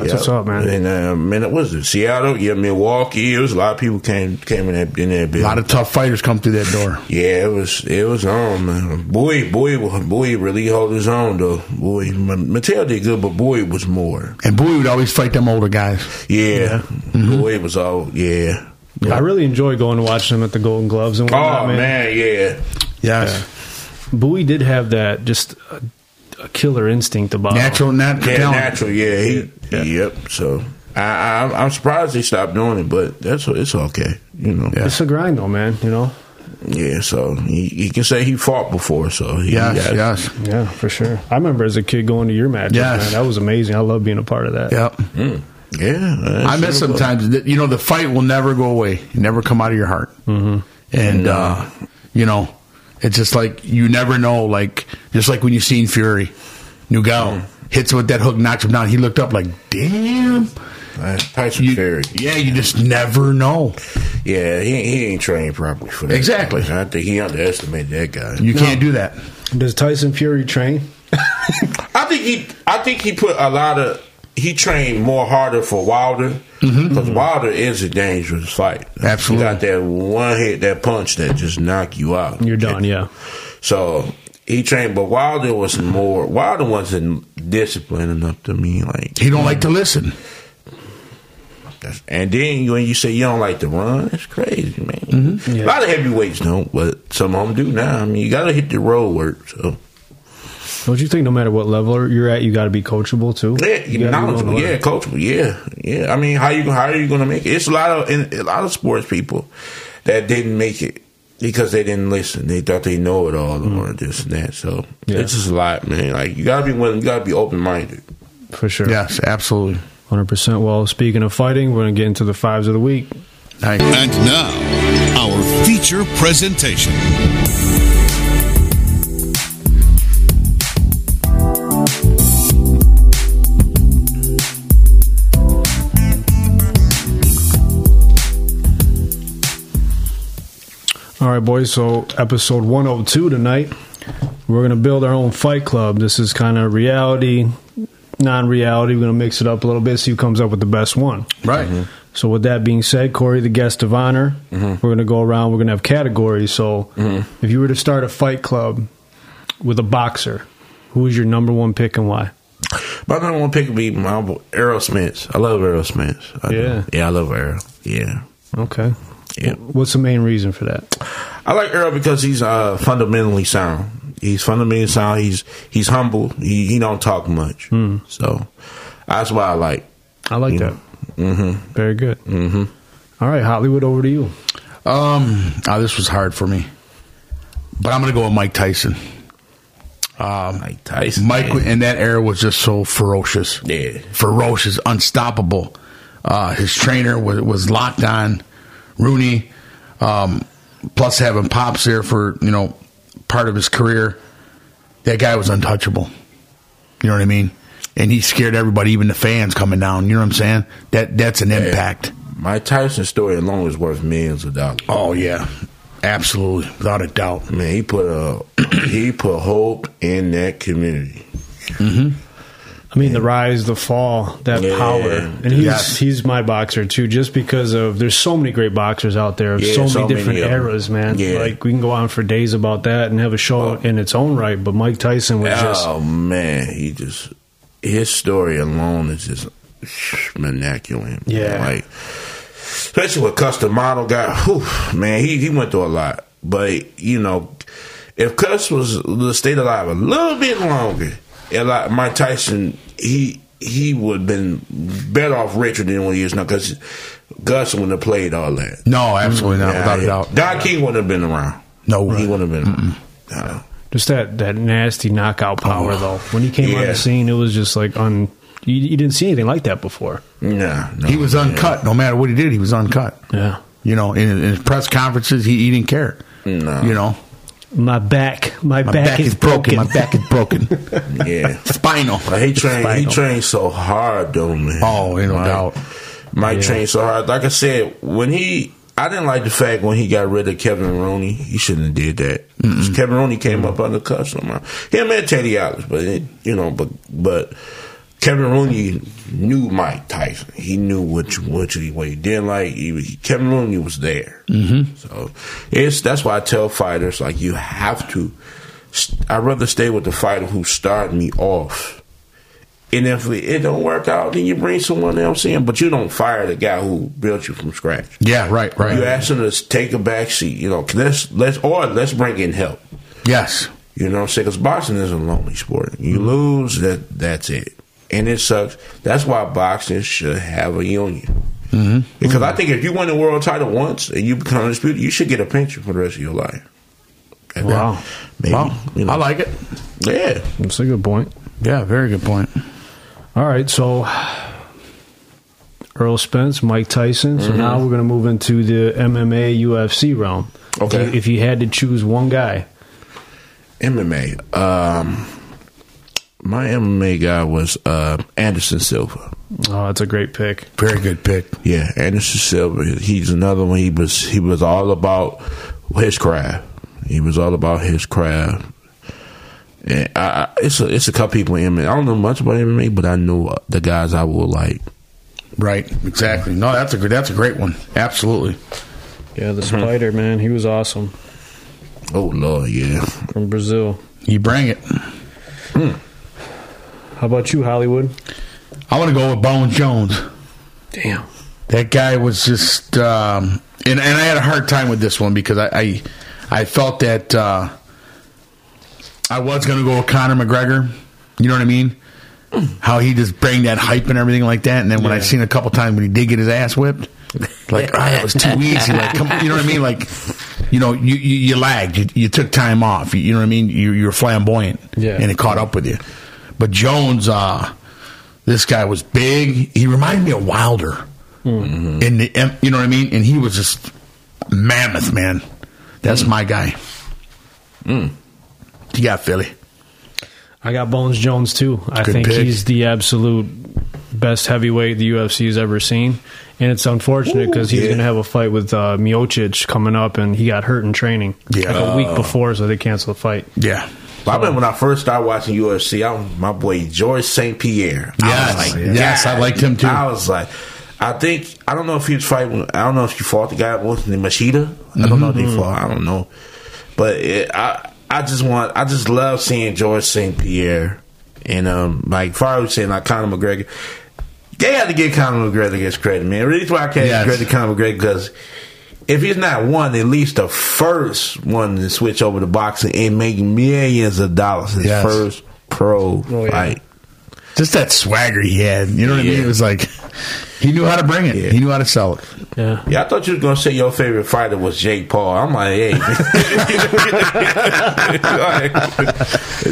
Speaker 1: That's what's up, man.
Speaker 4: And uh, man, it was it Seattle, yeah, Milwaukee. It was a lot of people came came in that in that
Speaker 2: A
Speaker 4: building.
Speaker 2: lot of tough fighters come through that door.
Speaker 4: Yeah, it was it was on man. Boy, boy, boy really hold his own though. Boy, M- Mattel did good, but boy was more.
Speaker 2: And Bowie would always fight them older guys.
Speaker 4: Yeah, boy was all yeah.
Speaker 1: I really enjoy going to watch them at the Golden Gloves and whatnot,
Speaker 4: Oh man. yeah. Uh-huh.
Speaker 2: Yes.
Speaker 1: Bowie did have that just a, a killer instinct about him.
Speaker 2: Natural, natural
Speaker 4: Yeah,
Speaker 2: talent.
Speaker 4: natural. Yeah, he. Yep. So I, I, I'm- I'm surprised they stopped doing it, but that's it's okay. You know.
Speaker 1: It's a grind, though, man. You know.
Speaker 4: Yeah. So he, he can say he fought before. So he,
Speaker 2: Yes,
Speaker 4: yeah.
Speaker 2: yes.
Speaker 1: Yeah, for sure. I remember as a kid going to your match.
Speaker 2: Yes.
Speaker 1: man. that was amazing. I love being a part of that.
Speaker 2: Yep.
Speaker 4: Hmm. Yeah.
Speaker 2: I miss sometimes. that, You know, the fight will never go away. It never come out of your heart. Mm-hmm. And uh, you know, it's just like you never know. Like just like when you seen Fury, Nugel
Speaker 4: Mm-hmm.
Speaker 2: hits him with that hook, knocks him down. He looked up like, damn.
Speaker 4: That's Tyson
Speaker 2: You,
Speaker 4: Fury.
Speaker 2: yeah, you just never know.
Speaker 4: Yeah. He he ain't trained properly for that.
Speaker 2: Exactly.
Speaker 4: I think he underestimated that guy.
Speaker 2: You can't do that.
Speaker 1: Does Tyson Fury train?
Speaker 4: I think he I think he put a lot of he trained more harder for Wilder because Wilder is a dangerous fight.
Speaker 2: Mm-hmm. Absolutely.
Speaker 4: you got that one hit, that punch that just knock you out.
Speaker 1: You're done. Yeah.
Speaker 4: So he trained, but Wilder was more. Wilder wasn't disciplined enough to me. Like,
Speaker 2: He don't like
Speaker 4: Mm-hmm.
Speaker 2: to listen.
Speaker 4: that's- and then when you say you don't like to run, that's crazy, man.
Speaker 1: Mm-hmm.
Speaker 4: A lot of heavyweights don't, but some of them do now. I mean, you got to hit the road work. So
Speaker 1: Don't you think no matter what level you're at, you got to be coachable too?
Speaker 4: yeah,
Speaker 1: You gotta be
Speaker 4: knowledgeable,
Speaker 1: willing to
Speaker 4: yeah,
Speaker 1: learn.
Speaker 4: coachable, yeah, yeah. I mean, how you how are you going to make it? It's a lot of in, a lot of sports people that didn't make it. Because they didn't listen, they thought they know it all or this and that. So
Speaker 1: Mm-hmm. Yeah.
Speaker 4: it's just a lot, man. Like you gotta be willing, you gotta be open minded.
Speaker 1: for sure.
Speaker 2: Yes, absolutely.
Speaker 1: hundred percent. Well, speaking of fighting, we're gonna get into the fives of the week.
Speaker 4: Mm-hmm.
Speaker 2: Nice.
Speaker 7: And now, our feature presentation.
Speaker 1: All right, boys. So episode one hundred two tonight, we're gonna build our own fight club. This is kind of reality, non-reality. We're gonna mix it up a little bit. See who comes up with the best one.
Speaker 2: Right.
Speaker 1: So with that being said, Corey, the guest of honor,
Speaker 4: Mm-hmm.
Speaker 1: we're going to go around. We're going to have categories. So if you were to start a fight club with a boxer, who is your number one pick and why?
Speaker 4: My number one pick would be my boy, Errol Spence. I love Errol Spence. I do.
Speaker 1: Yeah.
Speaker 4: yeah, I love Errol. Yeah,
Speaker 1: Okay.
Speaker 4: yeah.
Speaker 1: What's the main reason for that?
Speaker 4: I like Errol because he's uh, fundamentally sound. He's fundamentally sound. He's he's humble. He he don't talk much. So that's why I like.
Speaker 1: Hmm. I like that. Mm-hmm. Very good. Mm-hmm. right, Hollywood, over to you.
Speaker 2: Um, oh, this was hard for me, but I'm gonna go with Mike Tyson.
Speaker 4: Mike Tyson.
Speaker 2: Mike
Speaker 4: Yeah.
Speaker 2: in that era was just so ferocious.
Speaker 4: Yeah.
Speaker 2: Ferocious, unstoppable. Uh, his trainer was, was locked on Rooney. Um, plus having pops there for, you know, part of his career. That guy was untouchable. You know what I mean? And he scared everybody, even the fans coming down. You know what I'm saying? That that's an impact.
Speaker 4: Mike Tyson's story alone is worth millions of dollars.
Speaker 2: Oh yeah. Absolutely. Without a doubt.
Speaker 4: Man, he put a he put hope in that community.
Speaker 1: I mean, the rise, the fall, that
Speaker 4: Yeah.
Speaker 1: power, and he's
Speaker 2: Yes.
Speaker 1: he's my boxer too. Just because of there's so many great boxers out there, of
Speaker 4: Yeah,
Speaker 1: so many
Speaker 4: so many
Speaker 1: different
Speaker 4: of 'em.
Speaker 1: eras, man.
Speaker 4: Yeah.
Speaker 1: Like we can go on for days about that and have a show in its own right. But Mike Tyson was just
Speaker 4: oh man, he just his story alone is just monocular.
Speaker 1: Yeah.
Speaker 4: like especially with Custom Model guy. Whew, man, he he went through a lot, but you know, if Cuss was stayed alive a little bit longer, and like Mike Tyson, he. He would have been better off richer than what he is now because Gus wouldn't have played all that.
Speaker 2: No, absolutely not. without a
Speaker 4: Yeah.
Speaker 2: doubt.
Speaker 4: Don King wouldn't have been around.
Speaker 2: No.
Speaker 4: he wouldn't have been. around. No.
Speaker 1: Just that, that nasty knockout power, though. When he came on
Speaker 4: Yeah.
Speaker 1: the scene, it was just like on. You, you didn't see anything like that before.
Speaker 4: Nah, no,
Speaker 2: He was
Speaker 4: yeah.
Speaker 2: uncut. No matter what he did, he was uncut.
Speaker 1: Yeah.
Speaker 2: You know, in, in his press conferences, he, he didn't care.
Speaker 4: No.
Speaker 2: You know,
Speaker 1: My back, my,
Speaker 2: my
Speaker 1: back, is, broken.
Speaker 2: My back is broken.
Speaker 4: Yeah.
Speaker 2: Spinal.
Speaker 4: But he trained. He
Speaker 1: Final.
Speaker 4: trained so hard, though, man.
Speaker 2: Oh, ain't no
Speaker 4: Mike-
Speaker 2: doubt.
Speaker 4: Mike trained so hard. Like I said, when he, I didn't like the fact when he got rid of Kevin Rooney. He shouldn't have did that. 'Cause Kevin Rooney came up under customer. Him and Teddy Atlas, but it, you know, but but Kevin Rooney knew Mike Tyson. He knew which which he what he didn't like. He, he- Kevin Rooney was there. Mm-hmm. So it's that's why I tell fighters like you have to. st- I'd rather stay with the fighter who started me off. And if it it don't work out, then you bring someone else in. But you don't fire the guy who built you from scratch.
Speaker 2: Yeah, right, right.
Speaker 4: You ask them to take a back seat. You know, 'cause let's let's or let's bring in help.
Speaker 2: Yes.
Speaker 4: You know what I'm saying? Because boxing is a lonely sport. You
Speaker 2: Mm-hmm.
Speaker 4: lose, that that's it. And it sucks. That's why boxing should have a union. Mm-hmm. Because I think if you win the world title once and you become undisputed, you should get a pension for the rest of your life. And
Speaker 1: Wow.
Speaker 4: that- maybe,
Speaker 2: Wow.
Speaker 4: you know.
Speaker 2: I like it.
Speaker 4: Yeah.
Speaker 1: That's a good point.
Speaker 2: Yeah, very good point.
Speaker 1: All right, so Earl Spence, Mike Tyson. So now we're going to move into the MMA UFC realm.
Speaker 4: Okay.
Speaker 1: If you had to choose one guy,
Speaker 4: MMA. Um, my MMA guy was uh, Anderson Silva.
Speaker 1: oh, that's a great pick.
Speaker 2: Very good pick.
Speaker 4: Yeah, Anderson Silva. He's another one. He was he was all about his craft. He was all about his craft. And I, I, it's a it's a couple people in MMA. I don't know much about MMA, but I know the guys I will like.
Speaker 2: Right. Exactly. No, that's a good that's a great one. Absolutely.
Speaker 1: Yeah, the Spider Man. He was awesome
Speaker 4: Oh Lord, yeah.
Speaker 1: from Brazil.
Speaker 2: You bring it.
Speaker 1: How about you, Hollywood?
Speaker 2: I want to go with Bone Jones.
Speaker 1: Damn.
Speaker 2: That guy was just, um, and and I had a hard time with this one because I I, I felt that uh, I was going to go with Conor McGregor. You know what I mean? How he just bring that hype and everything like that, and then when I seen a couple times when he did get his ass whipped, like oh, that was too easy. Like, come, you know what I mean? Like, you know, you you, you lagged, you, you took time off. You, you know what I mean? You you were flamboyant,
Speaker 1: Yeah.
Speaker 2: and it caught up with you. But Jones, uh, this guy was big. He reminded me of Wilder. In the, em- you know what I mean? And he was just mammoth, man. That's my guy. You got Philly.
Speaker 1: I got Bones Jones too. I
Speaker 2: Good
Speaker 1: think
Speaker 2: pick.
Speaker 1: he's the absolute best heavyweight the UFC has ever seen, and it's unfortunate because he's
Speaker 4: yeah.
Speaker 1: going to have a fight with uh, Miocic coming up, and he got hurt in training
Speaker 2: Yeah. Oh.
Speaker 1: like a week before, so they canceled the fight.
Speaker 2: Yeah.
Speaker 4: I remember when I first started watching UFC. I, my boy George St. Pierre.
Speaker 2: Yes.
Speaker 4: I was
Speaker 2: Yes,
Speaker 4: God.
Speaker 2: I liked him, too.
Speaker 4: I was like, I think I don't know if he was fighting. I don't know if you fought the guy with the Machida. I don't know if
Speaker 2: Mm-hmm.
Speaker 4: they fought. I don't know, but it, I I just want I just love seeing George St. Pierre and um like Farley was saying like Conor McGregor. They had to give Conor McGregor his credit, man. Really, that's why I can't
Speaker 2: Yes.
Speaker 4: give credit to Conor McGregor because if he's not one, at least the first one to switch over to boxing and make millions of dollars. His
Speaker 2: Yes.
Speaker 4: first pro
Speaker 1: Oh, yeah.
Speaker 4: fight.
Speaker 2: Just that swagger he had. You know what I mean?
Speaker 4: Yeah.
Speaker 2: It was like he knew how to bring it.
Speaker 4: Yeah.
Speaker 2: He knew how to sell it.
Speaker 1: Yeah,
Speaker 4: Yeah, I thought you was gonna say your favorite fighter was Jake Paul. I'm like, hey,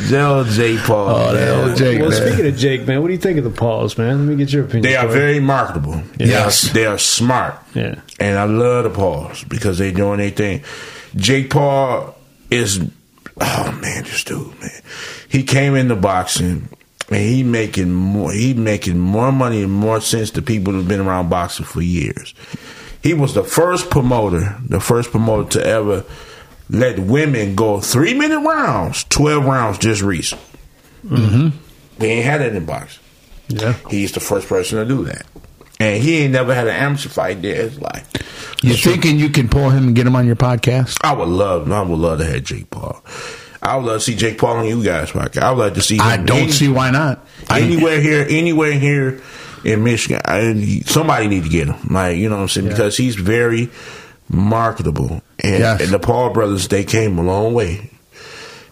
Speaker 4: Joe Jake Paul.
Speaker 2: Oh, that
Speaker 4: man.
Speaker 2: old Jake,
Speaker 1: Well,
Speaker 2: man.
Speaker 1: speaking of Jake, man, what do you think of the Pauls, man? Let me get your opinion.
Speaker 4: They are
Speaker 1: Corey.
Speaker 4: very marketable.
Speaker 2: Yes.
Speaker 4: they are smart.
Speaker 1: Yeah.
Speaker 4: and I love the Pauls because they doing their thing. Jake Paul is, oh man, this dude, man. He came into boxing. And he making more. He making more money and more sense to people who've been around boxing for years. He was the first promoter, the first promoter to ever let women go three minute rounds, twelve rounds just recent.
Speaker 1: Mm-hmm.
Speaker 4: We ain't had that in boxing.
Speaker 1: Yeah.
Speaker 4: He's the first person to do that. And he ain't never had an amateur fight there in his life.
Speaker 2: You thinking you can pull him and get him on your podcast?
Speaker 4: I would love, I would love to have Jake Paul. I would love to see Jake Paul on you guys' podcast. I would like to see. Him
Speaker 2: I don't
Speaker 4: any-
Speaker 2: see why not. I,
Speaker 4: anywhere here, anywhere here in Michigan. I, somebody need to get him. Like you know what I'm saying because he's very marketable. And,
Speaker 2: Yes.
Speaker 4: and the Paul brothers, they came a long way.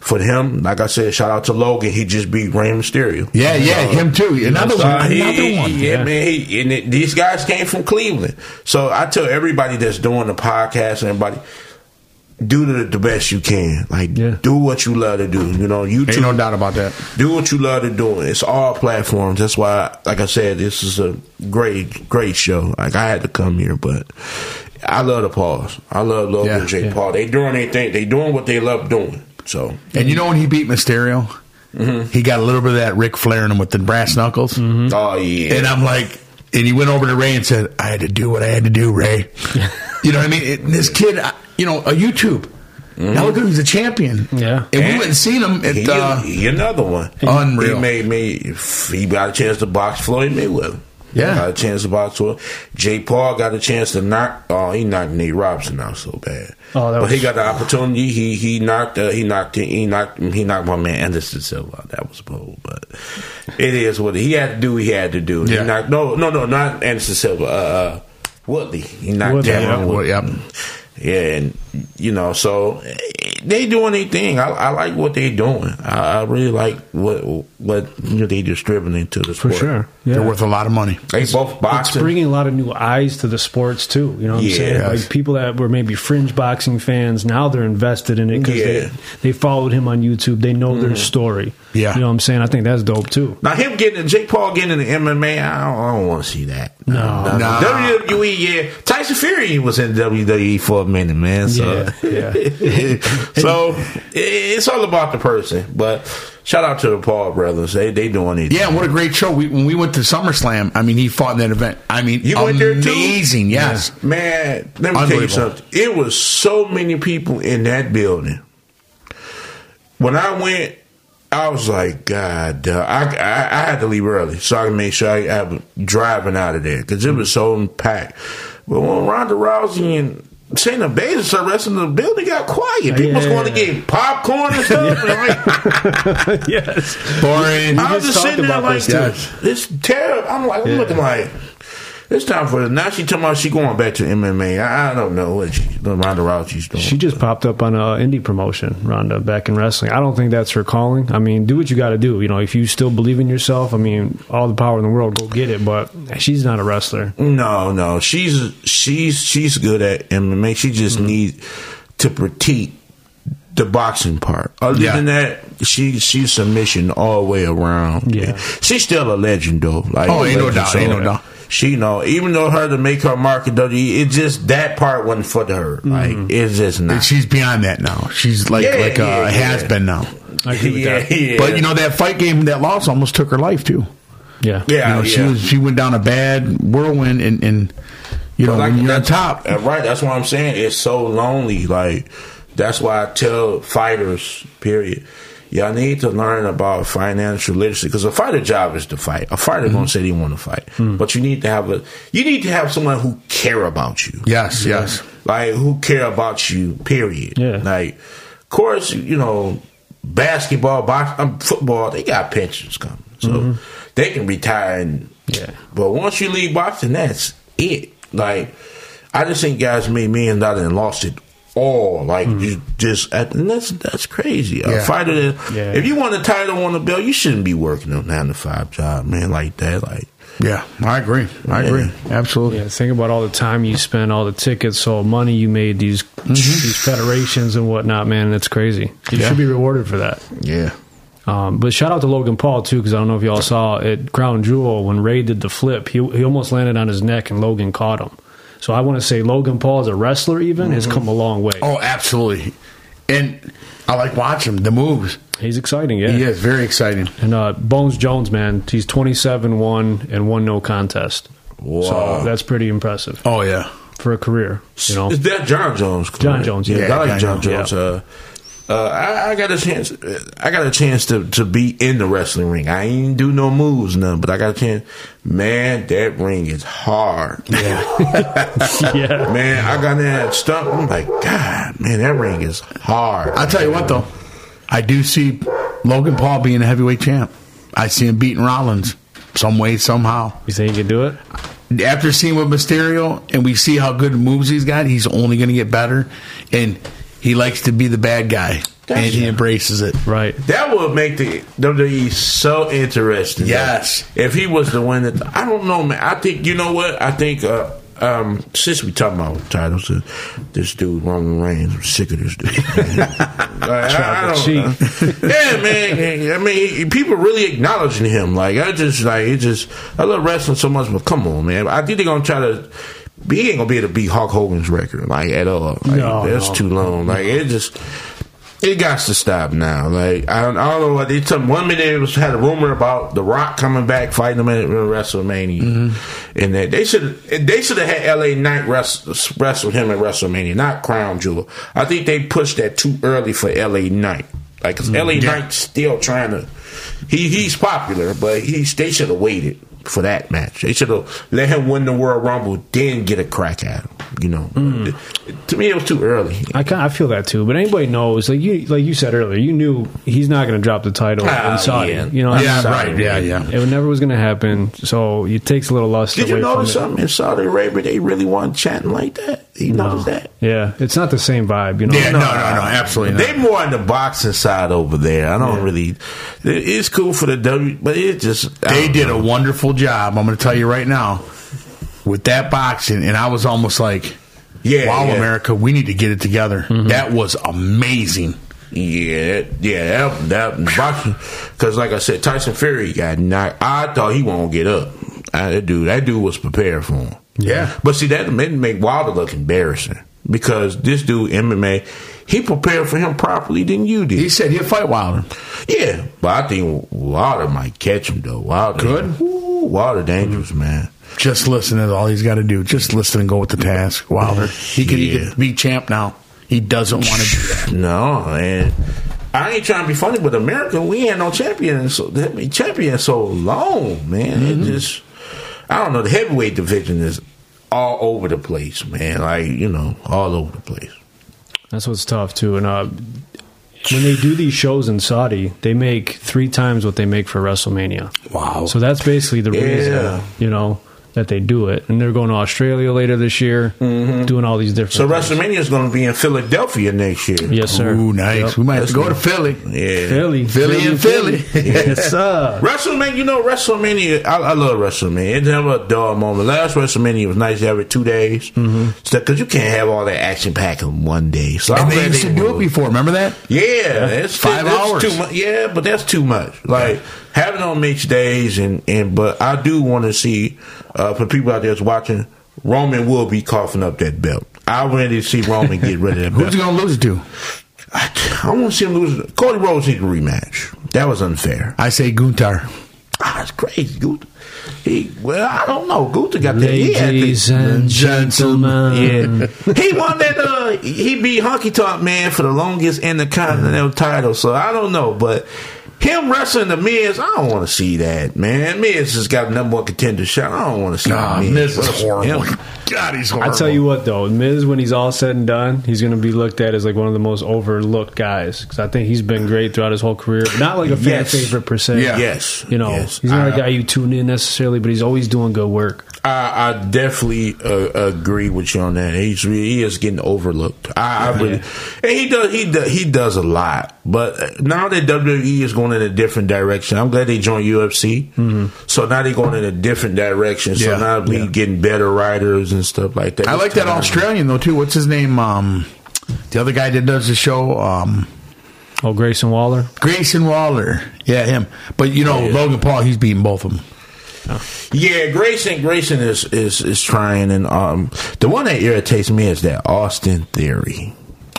Speaker 4: For him, like I said, shout out to Logan. He just beat Rey Mysterio.
Speaker 2: yeah, yeah, him too. Another one.
Speaker 4: Uh, he-
Speaker 2: Another
Speaker 4: he-
Speaker 2: one.
Speaker 4: Yeah, man. He, and it, these guys came from Cleveland, so I tell everybody that's doing the podcast and everybody, do the, the best you can. Like,
Speaker 1: Yeah.
Speaker 4: do what you love to do. You know, you
Speaker 2: Ain't no doubt about that.
Speaker 4: do what you love to do. It's all platforms. That's why, like I said, this is a great, great show. Like I had to come here, but I love the pause. I love Logan
Speaker 2: Yeah.
Speaker 4: and Jake Paul. They doing their thing. They doing what they love doing. So
Speaker 2: And you know when he beat Mysterio,
Speaker 4: Mm-hmm.
Speaker 2: he got a little bit of that Ric Flair in him with the brass knuckles.
Speaker 4: oh yeah,
Speaker 2: Mm-hmm. And I'm like, and he went over to Ray and said, I had to do what I had to do, Ray. you know what I mean? It, this kid, I- you know, a YouTube. Now look at him, he's a champion.
Speaker 1: Yeah.
Speaker 2: If we wouldn't seen him at
Speaker 4: Mm-hmm. He,
Speaker 2: uh,
Speaker 4: he another one.
Speaker 2: Unreal.
Speaker 4: He made me. He got a chance to box Floyd Mayweather.
Speaker 2: Yeah.
Speaker 4: got a chance to box Floyd. Jay Paul got a chance to knock. Oh, he knocked Nate Robson out so bad.
Speaker 1: Oh, that
Speaker 4: but he
Speaker 1: was-
Speaker 4: got the opportunity. He he knocked. Uh, he knocked. He knocked. He knocked my man Anderson Silva. out. That was bold, but it is what he had to do. He had to do.
Speaker 2: Yeah.
Speaker 4: He knocked, no, no, no, not Anderson Silva. Uh, uh, Woodley. He knocked
Speaker 1: Woodley,
Speaker 4: down
Speaker 1: yeah.
Speaker 4: Woodley.
Speaker 2: well, yep.
Speaker 4: Yeah, and you know, so eh, they doing their thing. I, I like what they doing. I, I really like what what you know they distributing to the
Speaker 1: for
Speaker 4: sport.
Speaker 1: sure. Yeah.
Speaker 2: They're worth a lot of money.
Speaker 4: They both
Speaker 1: it's
Speaker 4: boxing.
Speaker 1: bringing a lot of new eyes to the sports too. You know what I'm saying?
Speaker 4: Yes.
Speaker 1: Like people that were maybe fringe boxing fans, now they're invested in it because
Speaker 4: Yeah.
Speaker 1: they, they followed him on YouTube. They know their story.
Speaker 2: Yeah.
Speaker 1: you know what I'm saying? I think that's dope too.
Speaker 4: now him getting Jake Paul getting into MMA, I don't, I don't want to see that.
Speaker 1: No.
Speaker 2: Nah.
Speaker 4: WWE, E, yeah. Tyson Fury was in WWE for a minute, man. So,
Speaker 1: Yeah,
Speaker 4: so it, it's all about the person. But shout out to the Paul brothers. They they doing it.
Speaker 2: Yeah, and what a great show. We, when we went to SummerSlam, I mean, he fought in that event. I mean,
Speaker 4: You went there too?
Speaker 2: amazing. Yes.
Speaker 4: Man, let me tell you
Speaker 2: Unbelievable.
Speaker 4: something. It was so many people in that building. When I went, I was like, God, uh, I, I I had to leave early so I can make sure I, I was driving out of there because it was so packed. But when Ronda Rousey and Shayna Baszler started wrestling, the building got quiet. People was
Speaker 1: Yeah.
Speaker 4: going to get popcorn and stuff. and like,
Speaker 1: yes.
Speaker 2: Boring.
Speaker 4: I was
Speaker 1: just
Speaker 4: just sitting
Speaker 1: talked
Speaker 4: there
Speaker 1: about
Speaker 4: like
Speaker 1: this, too.
Speaker 4: this. This terrible. I'm like, I'm
Speaker 1: Yeah.
Speaker 4: looking like it's time for now. She talking about she going back to MMA. I, I don't know what she, the Ronda Rousey's doing.
Speaker 1: She just popped up on a indie promotion, Rhonda, back in wrestling. I don't think that's her calling. I mean, do what you got to do. You know, if you still believe in yourself, I mean, all the power in the world, go get it. But she's not a wrestler.
Speaker 4: no, no, she's she's she's good at MMA. She just
Speaker 2: Mm-hmm.
Speaker 4: needs to critique the boxing part. Other
Speaker 2: Yeah.
Speaker 4: than that, she she's submission all the way around.
Speaker 1: Yeah.
Speaker 4: she's still a legend though. Like
Speaker 2: Oh, ain't no
Speaker 4: legend,
Speaker 2: doubt, ain't no doubt.
Speaker 4: She know, even though her to make her mark in WWE, it just that part wasn't for her. Like
Speaker 2: Mm-hmm.
Speaker 4: it's just not.
Speaker 2: Uh, She's beyond that now. She's like
Speaker 4: Yeah,
Speaker 2: like uh,
Speaker 4: yeah, yeah.
Speaker 2: has been now.
Speaker 1: I agree with
Speaker 4: yeah,
Speaker 1: that.
Speaker 4: yeah.
Speaker 2: But you know that fight game, that loss almost took her life too.
Speaker 1: Yeah.
Speaker 4: yeah,
Speaker 2: you
Speaker 4: yeah.
Speaker 2: know, she was she went down a bad whirlwind, and and you know
Speaker 4: Like,
Speaker 2: when you're on
Speaker 4: that's-
Speaker 2: top,
Speaker 4: uh, right? That's what I'm saying. It's so lonely. Like that's why I tell fighters, period. Y'all need to learn about financial literacy because a fighter job is to fight. A fighter
Speaker 2: Mm-hmm.
Speaker 4: gonna say they want to fight,
Speaker 2: Mm.
Speaker 4: but you need to have a you need to have someone who care about you.
Speaker 2: yes, yes,
Speaker 4: Like who care about you? Period.
Speaker 1: Yeah.
Speaker 4: Like, of course, you know, basketball, box, um, football, they got pensions coming, so they can retire. And,
Speaker 1: Mm-hmm. Yeah.
Speaker 4: But once you leave boxing, that's it. Like, I just think guys made million dollars and lost it all. Like,
Speaker 1: Mm-hmm.
Speaker 4: you just at, and that's that's crazy.
Speaker 2: Yeah.
Speaker 4: A fighter, that,
Speaker 1: Yeah.
Speaker 4: if you want a title on the belt, you shouldn't be working a nine to five job, man, like that. Like,
Speaker 2: yeah. I agree. I
Speaker 4: Yeah.
Speaker 2: agree. Absolutely.
Speaker 1: Yeah, think about all the time you spent, all the tickets, all the money you made these these federations and whatnot, man. It's crazy. You
Speaker 2: Mm-hmm. Yeah.
Speaker 1: should be rewarded for that.
Speaker 2: Yeah.
Speaker 1: Um, but shout out to Logan Paul too, because I don't know if y'all saw at Crown Jewel when Ray did the flip, he he almost landed on his neck and Logan caught him. So I want to say Logan Paul as a wrestler even has come a long way.
Speaker 2: Oh, absolutely. And I like watching him. The moves.
Speaker 1: He's exciting, yeah.
Speaker 2: He is very exciting.
Speaker 1: And uh, Bones Jones, man, he's twenty seven one and one no contest. So that's pretty impressive
Speaker 2: Oh yeah.
Speaker 1: for a career. You know,
Speaker 4: Is that John Jones? correct?
Speaker 1: John Jones, yeah.
Speaker 4: I like John
Speaker 2: John
Speaker 4: Jones.
Speaker 1: Jones,
Speaker 4: Uh, uh, I, I got a chance. I got a chance to, to be in the wrestling ring. I ain't do no moves, none, but I got a chance. Man, that ring is hard.
Speaker 1: yeah.
Speaker 4: man, I got in that stump. I'm like, God, man, that ring is hard.
Speaker 2: I'll tell you what though, I do see Logan Paul being a heavyweight champ. I see him beating Rollins some way somehow.
Speaker 1: You think he can do it?
Speaker 2: after seeing what Mysterio and we see how good moves he's got, he's only going to get better, and he likes to be the bad guy, and he embraces it.
Speaker 1: Right.
Speaker 4: That would make the WWE so interesting. though.
Speaker 2: Yes.
Speaker 4: if he was the one that I don't know, man. I think you know what I think. Uh, um, since we talking about titles, uh, this dude Roman Reigns, I'm sick of this dude. man. like, I, I don't, know. yeah, man. I mean, he- people really acknowledging him. Like I just like it. Just I love wrestling so much, but come on, man. I think they're gonna try to. He ain't gonna be able to beat Hulk Hogan's record, like at all. Like,
Speaker 1: No,
Speaker 4: that's
Speaker 1: no.
Speaker 4: too long. Like it just It got to stop now. Like I don't, I don't know what they took. One minute it was had a rumor about The Rock coming back fighting him at WrestleMania, and that they should they should have had LA Knight wrestle, wrestle him at WrestleMania, not Crown Jewel. I think they pushed that too early for LA Knight. Like 'cause LA Knight's still trying to, he he's popular, but he's they should have waited for that match. They should have let him win the World Rumble, then get a crack at him. You know,
Speaker 2: Hmm.
Speaker 4: to me it was too early.
Speaker 1: I kind I feel that too, but anybody knows like you like you said earlier, you knew he's not going to drop the title
Speaker 4: Ah,
Speaker 1: in Saudi.
Speaker 4: yeah.
Speaker 1: You know, what I
Speaker 2: Yeah,
Speaker 1: mean?
Speaker 2: right. Yeah, yeah.
Speaker 1: It never was going to happen, so it takes a little luster.
Speaker 4: Did you
Speaker 1: away
Speaker 4: notice
Speaker 1: from it.
Speaker 4: something in Saudi Arabia? They really want chanting like that. You notice that?
Speaker 1: Yeah, it's not the same vibe. You know,
Speaker 2: Yeah, no, no, no, absolutely not.
Speaker 4: They more on the boxing side over there. I don't really. It's cool for the W, but it just I
Speaker 2: They
Speaker 4: don't
Speaker 2: did
Speaker 4: know.
Speaker 2: a wonderful job. I'm going to tell you right now with that boxing, and I was almost like,
Speaker 4: Yeah,
Speaker 2: "Wow,
Speaker 4: yeah. Mm-hmm.
Speaker 2: America, we need to get it together." That was amazing.
Speaker 4: Yeah, that- yeah, that, that boxing. Because like I said, Tyson Fury got knocked. I thought he won't get up. I, that dude, that dude was prepared for him.
Speaker 2: Yeah.
Speaker 4: but see that made make Wilder look embarrassing because this dude MMA, he prepared for him properly than you did.
Speaker 2: He said he'll fight Wilder.
Speaker 4: Yeah, but I think Wilder might catch him though. Wilder
Speaker 2: Could.
Speaker 4: Ooh, Wilder dangerous man.
Speaker 2: Just listen is all he's got to do. Just listen and go with the task. Wilder, he could, he
Speaker 4: Yeah.
Speaker 2: could be champ now. He doesn't want to do that.
Speaker 4: No man, I ain't trying to be funny, but America we ain't no champion. So that been champion so long, man.
Speaker 2: Mm-hmm.
Speaker 4: It just I don't know. The heavyweight division is all over the place, man. Like you know, all over the place.
Speaker 1: That's what's tough too. And uh, when they do these shows in Saudi, they make three times what they make for WrestleMania.
Speaker 2: Wow.
Speaker 1: So that's basically the
Speaker 4: Yeah.
Speaker 1: reason, you know, that they do it. And they're going to Australia later this year, doing all these different.
Speaker 4: Mm-hmm. So
Speaker 1: things.
Speaker 4: WrestleMania is going to be in Philadelphia next year.
Speaker 1: yes, sir.
Speaker 2: Ooh, nice. We might have to go to
Speaker 4: good.
Speaker 2: Philly.
Speaker 4: Yeah.
Speaker 1: Philly,
Speaker 2: Philly and Philly.
Speaker 1: yes, sir.
Speaker 4: WrestleMania, you know, WrestleMania, I, I love WrestleMania. It's never a dull moment. Last WrestleMania was nice every two days. mm Because you can't have all that action pack in one day. So I'm
Speaker 2: Mm-hmm. And they
Speaker 4: glad
Speaker 2: used to do it
Speaker 4: moved.
Speaker 2: before. Remember that?
Speaker 4: Yeah, it's
Speaker 2: Five
Speaker 4: that's
Speaker 2: hours.
Speaker 4: Too much. Yeah, but that's too much. Like having on mixed days and and but I do want to see uh, for people out there that's watching, Roman will be coughing up that belt. I want to see Roman get rid of that belt.
Speaker 2: Who's going to lose it to?
Speaker 4: I, want to see him lose. Cody Rhodes needs a rematch. That was unfair.
Speaker 2: I say Guntar.
Speaker 4: Ah, that's crazy. Gunther. He well, I don't know. Gunther got that. He had
Speaker 1: Ladies
Speaker 4: the,
Speaker 1: and gentlemen.
Speaker 4: yeah, he won that. Uh, he beat Honky Tonk Man for the longest intercontinental title. So I don't know, but him wrestling the Miz, I don't want to see that man. Miz has got a number one contender shot. I don't want to see
Speaker 2: Ah,
Speaker 4: Miz.
Speaker 2: Miz is
Speaker 4: wrestle
Speaker 2: horrible.
Speaker 4: him.
Speaker 2: God, he's
Speaker 1: I
Speaker 2: horrible.
Speaker 1: tell you what, though, Miz, when he's all said and done, he's going to be looked at as like one of the most overlooked guys because I think he's been great throughout his whole career. Not like a fan
Speaker 4: Yes.
Speaker 1: favorite per se.
Speaker 2: Yeah.
Speaker 4: Yes,
Speaker 1: You know,
Speaker 4: yes. Uh-huh.
Speaker 1: he's not
Speaker 4: I-
Speaker 1: a guy you tune in necessarily, but he's always doing good work.
Speaker 4: I, I definitely uh, agree with you on that. He's re- he is getting overlooked. I, I really, and he does he does, he does a lot. But now that WWE is going in a different direction, I'm glad they joined UFC. So now they're going in a different direction. So
Speaker 2: Mm-hmm. Yeah,
Speaker 4: now we
Speaker 2: yeah.
Speaker 4: getting better writers and stuff like that.
Speaker 2: I like that Australian though too. What's his name? Um, the other guy that does the show, um,
Speaker 1: Oh, Grayson Waller.
Speaker 2: Grayson Waller. Yeah, him. But you know,
Speaker 4: Yeah.
Speaker 2: Logan Paul, he's beating both of them.
Speaker 4: Yeah, Grayson Grayson is is is trying, and um, the one that irritates me is that Austin Theory.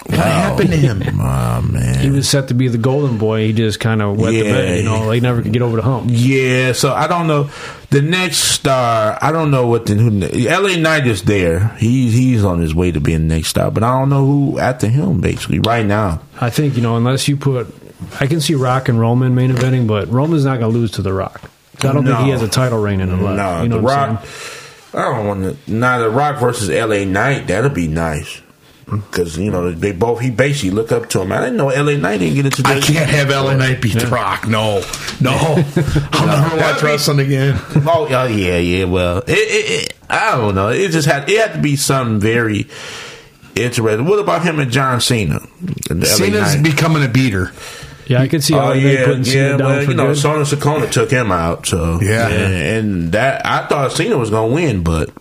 Speaker 2: What happened to him?
Speaker 4: Oh man,
Speaker 1: He was set to be the golden boy. He just kind of wet the
Speaker 4: Yeah.
Speaker 1: bed. You know, like never could get over the hump.
Speaker 4: Yeah, so I don't know. The next star, I don't know what the who, LA Knight is there. He's he's on his way to being the next star, but I don't know who after him basically right now.
Speaker 1: I think you know, unless you put, I can see Rock and Roman main eventing, but Roman's not going to lose to the Rock. I don't
Speaker 4: No.
Speaker 1: think he has a title reign in him left.
Speaker 4: No,
Speaker 1: you know
Speaker 4: the
Speaker 1: what I'm
Speaker 4: Rock. I don't want to. Now the Rock versus LA Knight. That'll be nice. Because you know they both he basically look up to him. I didn't know LA Knight didn't get into.
Speaker 2: I
Speaker 4: the-
Speaker 2: can't have LA Knight beat The Rock. No, no, I'll never watch wrestling again.
Speaker 4: Oh, oh yeah, yeah. Well, it, it, it, I don't know. It just had it had to be something very interesting. What about him and John Cena? And the LA
Speaker 2: Cena's
Speaker 4: Knight?
Speaker 2: becoming a beater.
Speaker 1: Yeah, I can see. how they putting Cena down
Speaker 4: Oh, well,
Speaker 1: for
Speaker 4: you know,
Speaker 1: good.
Speaker 4: Sona Sakona took him out, so
Speaker 2: Yeah.
Speaker 4: and that I thought Cena was gonna win, but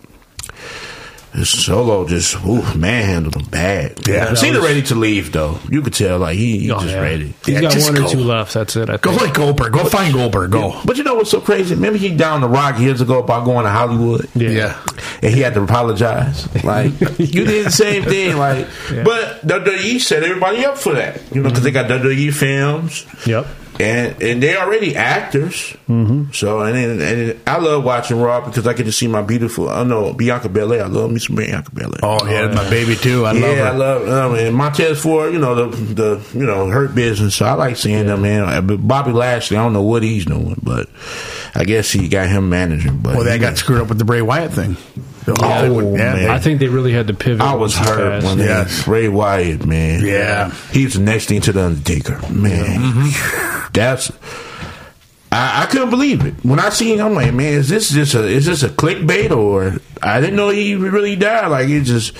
Speaker 4: His solo just ooh, manhandled him bad.
Speaker 2: Yeah,
Speaker 4: Yeah,
Speaker 2: that
Speaker 4: Cena
Speaker 1: was-
Speaker 4: ready to leave though. You could tell like he, he
Speaker 1: Oh,
Speaker 4: just
Speaker 1: yeah.
Speaker 4: ready.
Speaker 1: He's
Speaker 2: Yeah,
Speaker 1: got
Speaker 2: just
Speaker 1: one or
Speaker 2: go.
Speaker 1: two left. That's it. I
Speaker 2: Go
Speaker 1: think.
Speaker 2: like Goldberg. Go find Goldberg. Go.
Speaker 4: But you know what's so crazy? Remember he down the rock years ago about going to Hollywood.
Speaker 1: Yeah.
Speaker 2: Yeah.
Speaker 4: and he had to apologize. Like you did the same thing. Like,
Speaker 1: Yeah.
Speaker 4: but WWE set everybody up for that. You know, because they got WWE films.
Speaker 1: Yep.
Speaker 4: And and they already actors. Mm-hmm. So and, and and I love watching Raw because I get to see my beautiful. I know Bianca Belair. I love me some Bianca Belair.
Speaker 2: Oh yeah, my baby too. I
Speaker 4: yeah,
Speaker 2: love her.
Speaker 4: I love um, and Montez Ford. You know the the you know hurt business. So I like seeing them. Man, Uh, But Bobby Lashley. I don't know what he's doing, but I guess he got him managing. But
Speaker 2: well,
Speaker 4: he
Speaker 2: that got
Speaker 4: was-
Speaker 2: screwed up with the Bray Wyatt thing. The whole
Speaker 4: Oh,
Speaker 2: thing with- yeah,
Speaker 4: man.
Speaker 1: I think they really had to pivot.
Speaker 4: I was
Speaker 1: too
Speaker 4: hurt
Speaker 1: fast.
Speaker 4: when
Speaker 2: Yes.
Speaker 4: yes. Ray Wyatt, man.
Speaker 2: Yeah.
Speaker 4: He's the next thing to the Undertaker. Man.
Speaker 2: Mm-hmm.
Speaker 4: That's I, I couldn't believe it. When I seen him, I'm like, man, is this just a is this a clickbait or I didn't know he really died. Like it just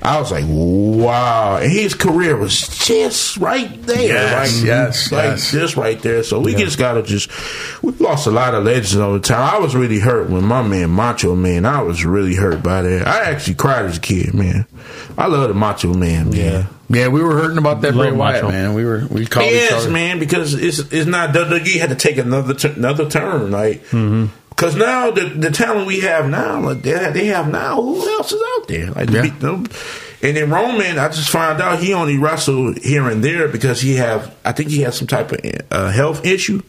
Speaker 4: I was like, wow. And his career was just right there.
Speaker 2: Yes,
Speaker 4: like,
Speaker 2: yes,
Speaker 4: like
Speaker 2: yes.
Speaker 4: this right there. So we just gotta just we lost a lot of legends over time. I was really hurt when my man Macho Man. I was really hurt by that. I actually cried as a kid, man. I love the Macho Man, man.
Speaker 2: yeah. We were hurting about that
Speaker 1: Love
Speaker 2: Bray Wyatt
Speaker 1: Macho.
Speaker 2: man. We were we called each
Speaker 4: Yes,
Speaker 2: other.
Speaker 4: man, because it's it's not WWE had to take another tu- another turn, like
Speaker 1: Mm-hmm.
Speaker 4: because now the the talent we have now, like they they have now, who else is out there? Like
Speaker 2: Yeah.
Speaker 4: beat them. And then Roman, I just found out he only wrestled here and there because he have I think he had some type of uh, health issue,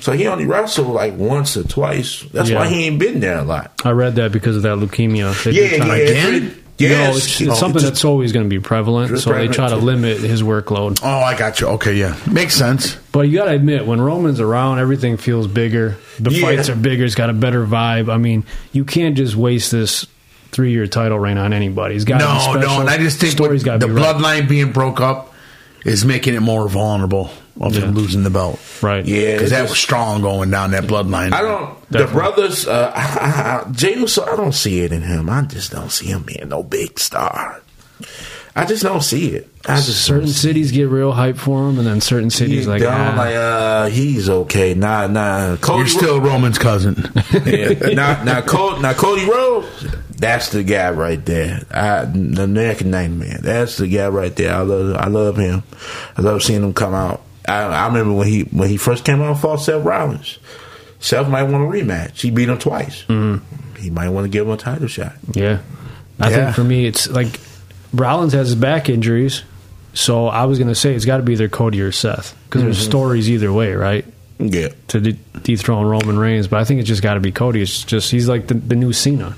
Speaker 4: so he only wrestled like once or twice. That's why
Speaker 1: Mm-hmm. Yeah.
Speaker 4: he ain't been there a lot.
Speaker 1: I read that because of that leukemia. They
Speaker 4: Yeah,
Speaker 1: did try-
Speaker 4: he had-
Speaker 2: again?
Speaker 1: No,
Speaker 4: Yes,
Speaker 1: it's,
Speaker 4: Oh,
Speaker 1: it's something
Speaker 4: just-
Speaker 1: that's always going to be prevalent.
Speaker 4: Just
Speaker 1: So they try to
Speaker 4: prevalent.
Speaker 1: limit his workload.
Speaker 2: Oh, I got you. Okay, yeah, makes sense.
Speaker 1: But you got to admit, when Roman's around, everything feels bigger. The
Speaker 4: Yeah.
Speaker 1: fights are bigger. It's got a better vibe. I mean, you can't just waste this three-year title reign on anybody. It's got
Speaker 2: No, no, and I just think what,
Speaker 1: story's got
Speaker 2: the
Speaker 1: to be right.
Speaker 2: bloodline being broke up is making it more vulnerable of him
Speaker 1: Yeah.
Speaker 2: losing the belt.
Speaker 1: right.
Speaker 4: Yeah,
Speaker 2: because
Speaker 4: it's
Speaker 2: that
Speaker 4: just-
Speaker 2: was strong going down that bloodline.
Speaker 4: I don't. The
Speaker 1: Definitely.
Speaker 4: brothers, uh, I, I, Jey Uso, I don't see it in him. I just don't see him being no big star. I just don't see it. I just
Speaker 1: Certain
Speaker 4: don't see
Speaker 1: cities get real hype for him, and then certain
Speaker 4: it.
Speaker 1: cities like,
Speaker 4: down,
Speaker 1: ah.
Speaker 4: like uh, he's okay. Nah, nah. Cody
Speaker 2: You're still Roman's cousin.
Speaker 4: yeah. now, now, Cody, now Cody Rhodes. That's the guy right there. I, the American Nightmare. That's the guy right there. I love. I love him. I love seeing him come out. I, I remember when he when he first came out and fought Seth Rollins. Seth might want a rematch. He beat him twice. He might want to give him a title shot.
Speaker 1: Yeah. I
Speaker 2: Yeah.
Speaker 1: think for me, it's like Rollins has back injuries. So I was going to say it's got to be either Cody or Seth because there's
Speaker 2: Mm-hmm.
Speaker 1: stories either way, right?
Speaker 4: Yeah.
Speaker 1: To de- dethrone Roman Reigns. But I think it's just got to be Cody. It's just, he's like the, the new Cena.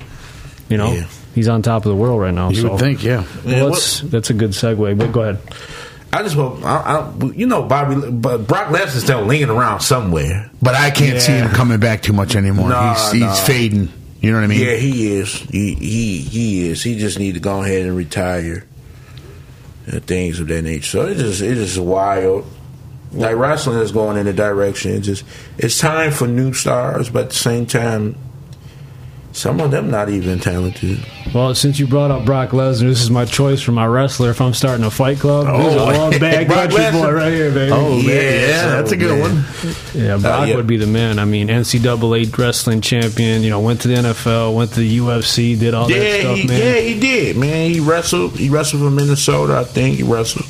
Speaker 1: You know?
Speaker 4: Yeah.
Speaker 1: He's on top of the world right now.
Speaker 2: you
Speaker 1: so
Speaker 2: would think, yeah.
Speaker 4: Yeah,
Speaker 1: Well, let's- that's a good segue, but go ahead.
Speaker 4: I just hope I, I, you know Bobby, but Brock Lesnar's still lingering around somewhere.
Speaker 2: But I can't see
Speaker 1: Yeah.
Speaker 2: him coming back too much anymore.
Speaker 4: Nah,
Speaker 2: he's he's
Speaker 4: nah.
Speaker 2: fading. You know what I mean?
Speaker 4: Yeah, he is. He he he is. He just need to go ahead and retire. And things of that nature. So it's just it's just wild. Like wrestling is going in a direction. It's just it's time for new stars, but at the same time, some of them not even talented.
Speaker 1: Well, since you brought up Brock Lesnar, this is my choice for my wrestler. If I'm starting a fight club, this is
Speaker 2: Oh,
Speaker 1: a long bad
Speaker 4: Brock
Speaker 1: country
Speaker 4: Lesnar.
Speaker 1: boy right here, baby.
Speaker 2: Oh man, yeah,
Speaker 4: Yeah, so,
Speaker 2: that's a good
Speaker 4: man.
Speaker 2: one.
Speaker 1: Yeah, Brock
Speaker 4: Uh, yeah.
Speaker 1: would be the man. I mean, NCAA wrestling champion. You know, went to the NFL, went to the UFC, did all
Speaker 4: Yeah,
Speaker 1: that stuff,
Speaker 4: he,
Speaker 1: man.
Speaker 4: yeah, he did, man. He wrestled. He wrestled for Minnesota, I think. He wrestled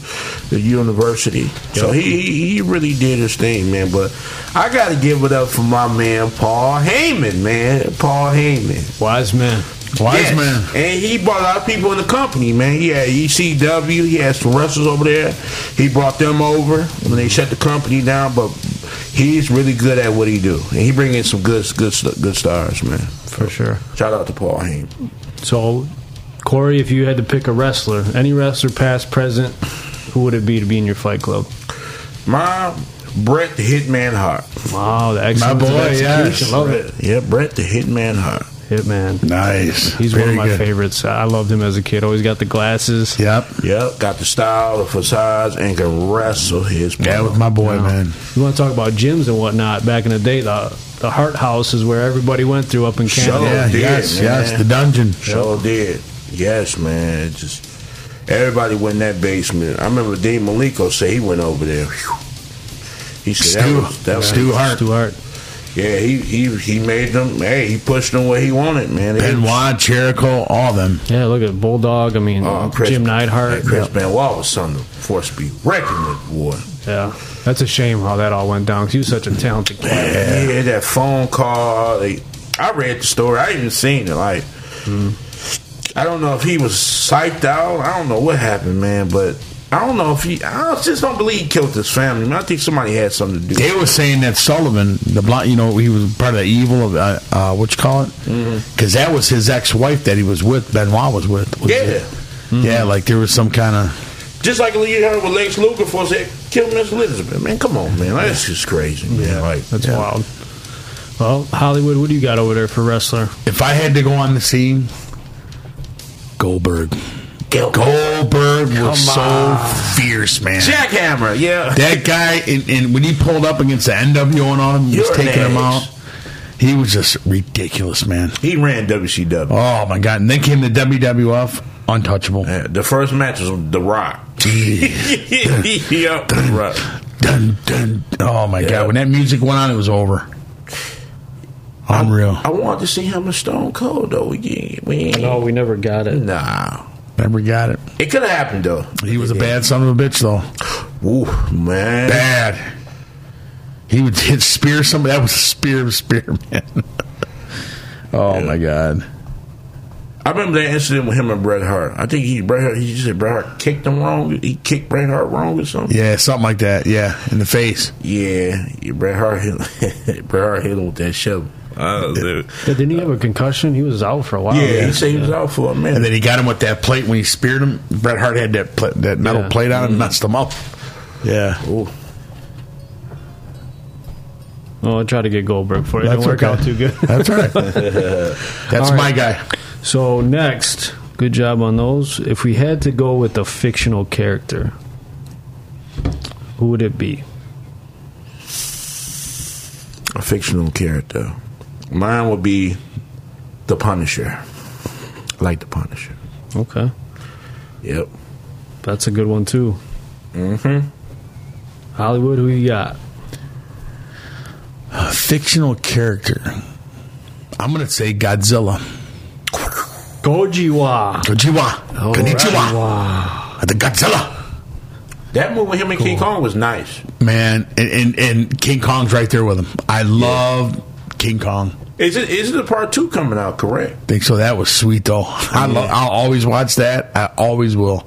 Speaker 4: the university. So he, he he really did his thing, man. But I got to give it up for my man Paul Heyman, man. Paul Heyman.
Speaker 1: Wise man.
Speaker 2: Wise
Speaker 4: Yes.
Speaker 2: man.
Speaker 4: And he brought a lot of people in the company, man. He had ECW, he had some wrestlers over there. He brought them over when they shut the company down, but he's really good at what he do. And he bring in some good good good stars, man.
Speaker 1: For sure.
Speaker 4: Shout out to Paul Heyman.
Speaker 1: So, Corey, if you had to pick a wrestler, any wrestler, past, present, who would it be to be in your fight club?
Speaker 4: My Brett the Hitman Hart.
Speaker 1: Wow, the excellence of
Speaker 2: boy,
Speaker 1: execution.
Speaker 2: yes.
Speaker 1: Oh, Love it.
Speaker 4: Yeah, Brett the Hitman Hart.
Speaker 1: Hitman.
Speaker 2: Nice.
Speaker 1: He's one
Speaker 2: Very
Speaker 1: of my
Speaker 2: good.
Speaker 1: favorites. I loved him as a kid. Always got the glasses.
Speaker 2: Yep.
Speaker 4: Yep, got the style, the facades, and can wrestle his.
Speaker 2: Yeah, with my boy, man.
Speaker 1: You want to talk about gyms and whatnot? Back in the day, the the Hart House is where everybody went through up in Canada.
Speaker 4: Sure.
Speaker 2: yeah,
Speaker 4: did,
Speaker 2: yes,
Speaker 4: man.
Speaker 2: yes, the dungeon.
Speaker 4: Sure did. Yes, man. It Just everybody went in that basement. I remember Dean Malenko said he went over there. Whew. He said
Speaker 2: Stu-
Speaker 4: that was that was
Speaker 2: Stu Hart.
Speaker 1: Stu Hart.
Speaker 4: Yeah, he he he made them. Hey, he pushed them where he wanted, man. They-
Speaker 2: Benoit, Jericho, all them.
Speaker 1: Yeah, look at Bulldog. I mean,
Speaker 4: Uh, Chris-
Speaker 1: Jim Neidhart.
Speaker 4: Hey, Chris Benoit was something to force to be reckoned with, boy.
Speaker 1: Yeah, that's a shame how that all went down. 'cause he was such a talented kid.
Speaker 4: Yeah, he had that phone call. They, I read the story. I even seen it. Like, I don't know if he was psyched out. I don't know what happened, man. But I don't know if he. I just don't believe he killed his family. Man, I think somebody had something to do.
Speaker 2: They were saying that Sullivan, the blind, you know, he was part of the evil of uh, uh, what you call it, because that was his ex-wife that he was with. Benoit was with. was
Speaker 4: Yeah.
Speaker 2: it? yeah, like there was some kind of
Speaker 4: Just like you heard with Lex Luger for said, kill Miss Elizabeth. Man, come on, man. That's just crazy, man. Like,
Speaker 1: That's wild. Well, Hollywood, what do you got over there for wrestler?
Speaker 2: If I had to go on the scene, Goldberg. Goldberg was so fierce, man.
Speaker 4: Jackhammer, yeah.
Speaker 2: That guy, and, and when he pulled up against the NWO and all them, he was
Speaker 4: You're
Speaker 2: taking him
Speaker 4: next.
Speaker 2: out. He was just ridiculous, man.
Speaker 4: He ran WCW.
Speaker 2: Oh my god! And then came the WWF, untouchable.
Speaker 4: Yeah, the first match was with The Rock.
Speaker 2: Gee.
Speaker 4: yep, The Rock.
Speaker 2: Dun, dun. Oh my
Speaker 4: Yeah.
Speaker 2: god! When that music went on, it was over. Unreal.
Speaker 4: I wanted to see him in Stone Cold though. We ain't- we ain't-
Speaker 1: No, we never got it.
Speaker 4: nah.
Speaker 2: Never got it.
Speaker 4: It could have happened though.
Speaker 2: He was a bad son of a bitch, though.
Speaker 4: Ooh, man.
Speaker 2: Bad. He would hit spear somebody. That was a spear of spear, man. oh my god.
Speaker 4: I remember that incident with him and Bret Hart. I think he Bret Hart, he said Bret Hart kicked him wrong. He kicked Bret Hart wrong or something.
Speaker 2: Yeah, something like that. Yeah, in the face.
Speaker 4: Yeah, yeah Bret Hart hit Bret Hart hit him with that shovel. Uh, dude.
Speaker 1: Yeah, didn't he have a concussion? He was out for a while.
Speaker 4: yeah, he said he was out for a minute.
Speaker 2: Oh, And then he got him with that plate when he speared him. Bret Hart had that pla- that metal
Speaker 1: Yeah. Mm-hmm.
Speaker 2: plate on him, messed him up. Yeah.
Speaker 4: Ooh.
Speaker 1: Well, I tried to get Goldberg for it. It didn't work
Speaker 2: okay.
Speaker 1: out too good.
Speaker 2: That's all right. That's
Speaker 1: All
Speaker 2: my
Speaker 1: right.
Speaker 2: guy.
Speaker 1: So next, good job on those. If we had to go with a fictional character, who would it be?
Speaker 4: A fictional character. Mine would be the Punisher. I like the Punisher.
Speaker 1: Okay,
Speaker 4: Yep.
Speaker 1: that's a good one too. Mm-hmm. Hollywood, who you got?
Speaker 2: A fictional character. I'm gonna say Godzilla.
Speaker 1: Gojiwa.
Speaker 2: Konnichiwa. Konnichiwa.
Speaker 1: Wow.
Speaker 2: The Godzilla.
Speaker 4: That movie with him and King Kong was nice.
Speaker 2: Man, and, and, and King Kong's right there with him. I love King Kong.
Speaker 4: Is it is it the part two coming out? Correct.
Speaker 2: Think so? That was sweet though. I lo- I'll always watch that. I always will.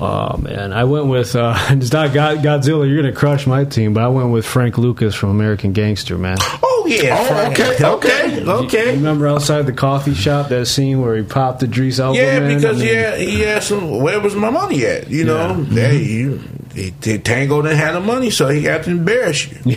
Speaker 1: Oh man, I went with uh, it's not God, Godzilla. You're gonna crush my team, but I went with Frank Lucas from American Gangster. Man,
Speaker 4: Oh yeah.
Speaker 2: Oh, okay, okay,
Speaker 1: You remember outside the coffee shop that scene where he popped Idris Elba?
Speaker 4: Yeah,
Speaker 1: man?
Speaker 4: because
Speaker 1: I mean, mm-hmm.
Speaker 4: yeah, he asked him where was my money at. You know, hey, you, he, he Tango didn't have the money, so he had to embarrass you.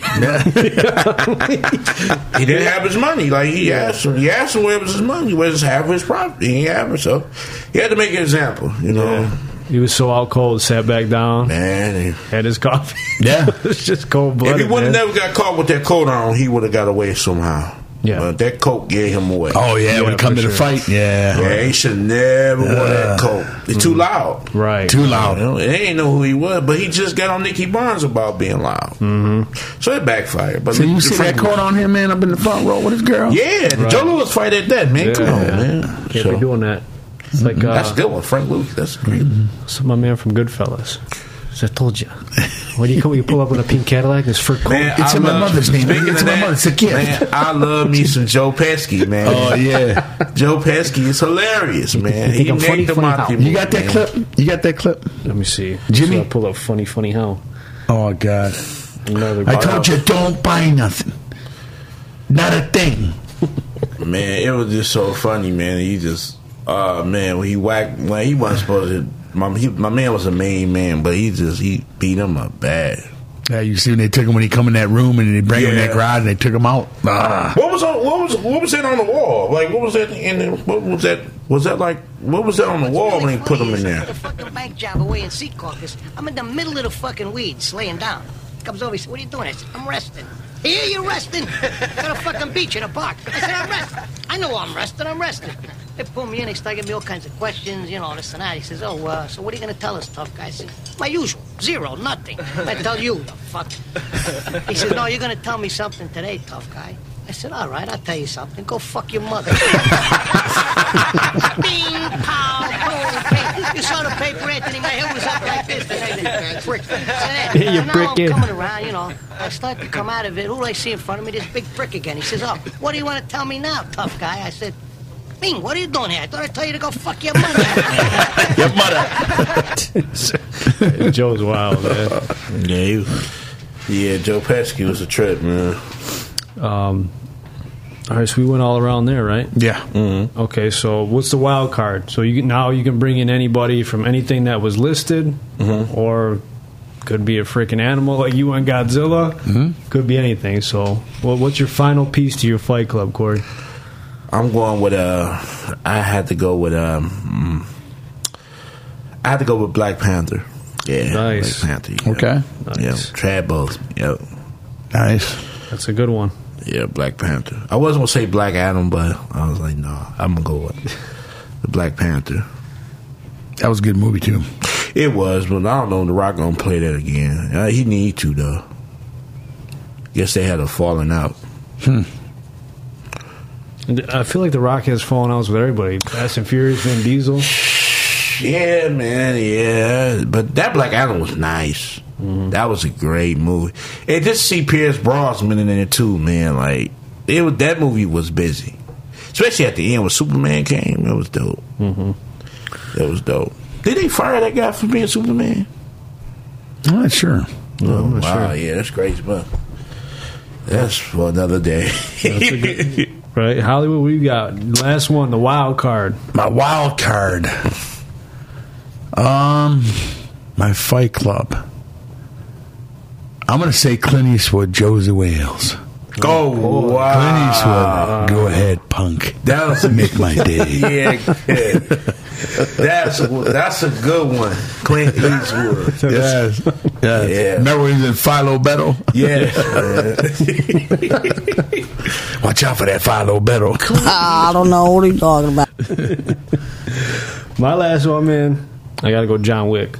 Speaker 4: he didn't have his money. Like he asked him, he asked him where was his money. Where's half of his property? He didn't have it, so he had to make an example. You know,
Speaker 1: he was so out cold, sat back down,
Speaker 4: man. and-
Speaker 1: had his coffee.
Speaker 2: Yeah.
Speaker 1: it's just cold blooded.
Speaker 4: If he would
Speaker 1: man.
Speaker 4: have never got caught with that coat on, he would have got away somehow.
Speaker 1: Yeah.
Speaker 4: But that coat gave him away.
Speaker 2: Oh yeah, when
Speaker 1: Yeah,
Speaker 2: it comes
Speaker 1: for
Speaker 2: to the
Speaker 1: sure.
Speaker 2: fight, yeah. Mm-hmm.
Speaker 4: Yeah, he should never wore that coat. It's too loud.
Speaker 1: Right.
Speaker 2: Too
Speaker 4: You
Speaker 2: loud.
Speaker 4: know, they ain't know who he was, but he just got on Nicky Barnes about being loud. Mm-hmm. So it backfired. But
Speaker 2: So you see that coat on him, man, up in the front row with his girl.
Speaker 4: Yeah, the Joe Louis fight at that, man.
Speaker 1: Yeah.
Speaker 4: Come on,
Speaker 1: Yeah.
Speaker 4: man.
Speaker 1: Can't
Speaker 4: So, Mm-hmm.
Speaker 1: be doing that. It's like
Speaker 4: that's a
Speaker 1: uh,
Speaker 4: good one, Frank Lucas. That's great.
Speaker 2: Mm-hmm.
Speaker 1: that's my man from Goodfellas. As I told you, when you come, you pull up in a pink Cadillac. It's fur coat.
Speaker 2: It's in my mother's name.
Speaker 4: speaking
Speaker 2: It's
Speaker 4: of
Speaker 2: in my mother's- it's a gift.
Speaker 4: Man, I love me some Joe Pesky, man.
Speaker 2: Oh yeah.
Speaker 4: Joe Pesky is hilarious, man.
Speaker 1: you think
Speaker 4: he
Speaker 1: I'm
Speaker 4: made
Speaker 1: funny,
Speaker 4: the
Speaker 1: funny how?
Speaker 4: Monty
Speaker 2: You got that
Speaker 4: man.
Speaker 2: clip? You got that clip?
Speaker 1: Let me see.
Speaker 2: Jimmy?
Speaker 1: So I pull up funny, funny how.
Speaker 2: Oh god.
Speaker 1: Another
Speaker 2: I told you don't buy nothing. Not a thing.
Speaker 4: Man, it was just so funny, man. He just, uh, man, when he whacked, when he wasn't supposed to. My he, my man was a main man, but he just he beat him up bad.
Speaker 2: Yeah, you see when they took him when he come in that room and they bring him in that
Speaker 4: Yeah.
Speaker 2: garage and they took him out. Ah.
Speaker 4: What was on? What was what was that on the wall? Like what was that in? The, what was that? Was that like what was that on the wall when he put him in
Speaker 8: I
Speaker 4: there?
Speaker 8: did a fucking bank job away in Sea Caucus. I'm in the middle of the fucking weeds, laying down. Comes over, he says, what are you doing? I said, I'm resting. Here you're resting. Got a fucking beach in a park. I said, I'm resting. I know I'm resting. I'm resting. They pulled me in, they started giving me all kinds of questions, you know, this and that. He says, oh, uh, so what are you going to tell us, tough guy? I said, my usual, zero, nothing. I tell you, the fuck. He says, no, you're going to tell me something today, tough guy. I said, all right, I'll tell you something. Go fuck your mother. Bing, pow, boom, bing. You saw the paper, Anthony. My head was up like this. today. Prick. So then,
Speaker 1: You
Speaker 8: now
Speaker 1: prick,
Speaker 8: I'm
Speaker 1: yeah.
Speaker 8: coming around, you know. I start to come out of it. Who do I see in front of me? This big prick again. He says, oh, what do you want to tell me now, tough guy? I said, Bing, what are you doing here? I thought I told you to go fuck your mother.
Speaker 2: Ah.
Speaker 9: Your mother.
Speaker 1: Joe's wild, man.
Speaker 4: Yeah, you, yeah. Joe Pesky was a trip, man.
Speaker 1: All right, so we went all around there, right?
Speaker 2: Yeah.
Speaker 1: Mm. Okay, so what's the wild card? So you can, now you can bring in anybody from anything that was listed, or could be a freaking animal like you and Godzilla.
Speaker 4: Mm-hmm.
Speaker 1: Could be anything. So, well, what's your final piece to your Fight Club, Corey?
Speaker 4: I'm going with uh, I had to go with um, I had to go with Black Panther. Yeah,
Speaker 1: Nice.
Speaker 4: Black Panther. Yeah.
Speaker 2: Okay.
Speaker 4: Yeah,
Speaker 1: Nice.
Speaker 4: Chad Bowles. Yep.
Speaker 2: Nice.
Speaker 1: That's a good one.
Speaker 4: Yeah, Black Panther. I wasn't gonna say Black Adam, but I was like, no, I'm gonna go with the Black Panther.
Speaker 2: That was a good movie too.
Speaker 4: It was, but I don't know. if The Rock gonna play that again. Uh, he need to though. Guess they had a falling out.
Speaker 1: And I feel like The Rock has fallen out with everybody. Fast and Furious, Vin Diesel.
Speaker 4: Yeah, man, yeah. But that Black Adam was nice. That was a great movie. And just see Pierce Brosnan in it too, man. Like it was, that movie was busy, especially at the end when Superman came. It was dope. Mm-hmm. That was dope. Did they fire that guy for being Superman?
Speaker 2: I'm not sure.
Speaker 4: Oh, wow, yeah, that's crazy, but that's for another day.
Speaker 1: Right, Hollywood. What do you got? Last one, the wild card.
Speaker 2: My wild card. Um, my Fight Club. I'm gonna say Clint Eastwood, Josie Wales.
Speaker 4: oh wow,
Speaker 2: Clint Eastwood, go ahead, punk.
Speaker 4: that was a
Speaker 2: Make my day.
Speaker 4: yeah, yeah. That's a, that's a good one, Clint Eastwood.
Speaker 2: yes. yes.
Speaker 4: Yeah.
Speaker 2: Remember when he was in Philo Battle?
Speaker 4: Yeah,
Speaker 2: Watch out for that Philo Battle.
Speaker 10: I don't know what he's talking about.
Speaker 1: My last one, man. I gotta go. John Wick.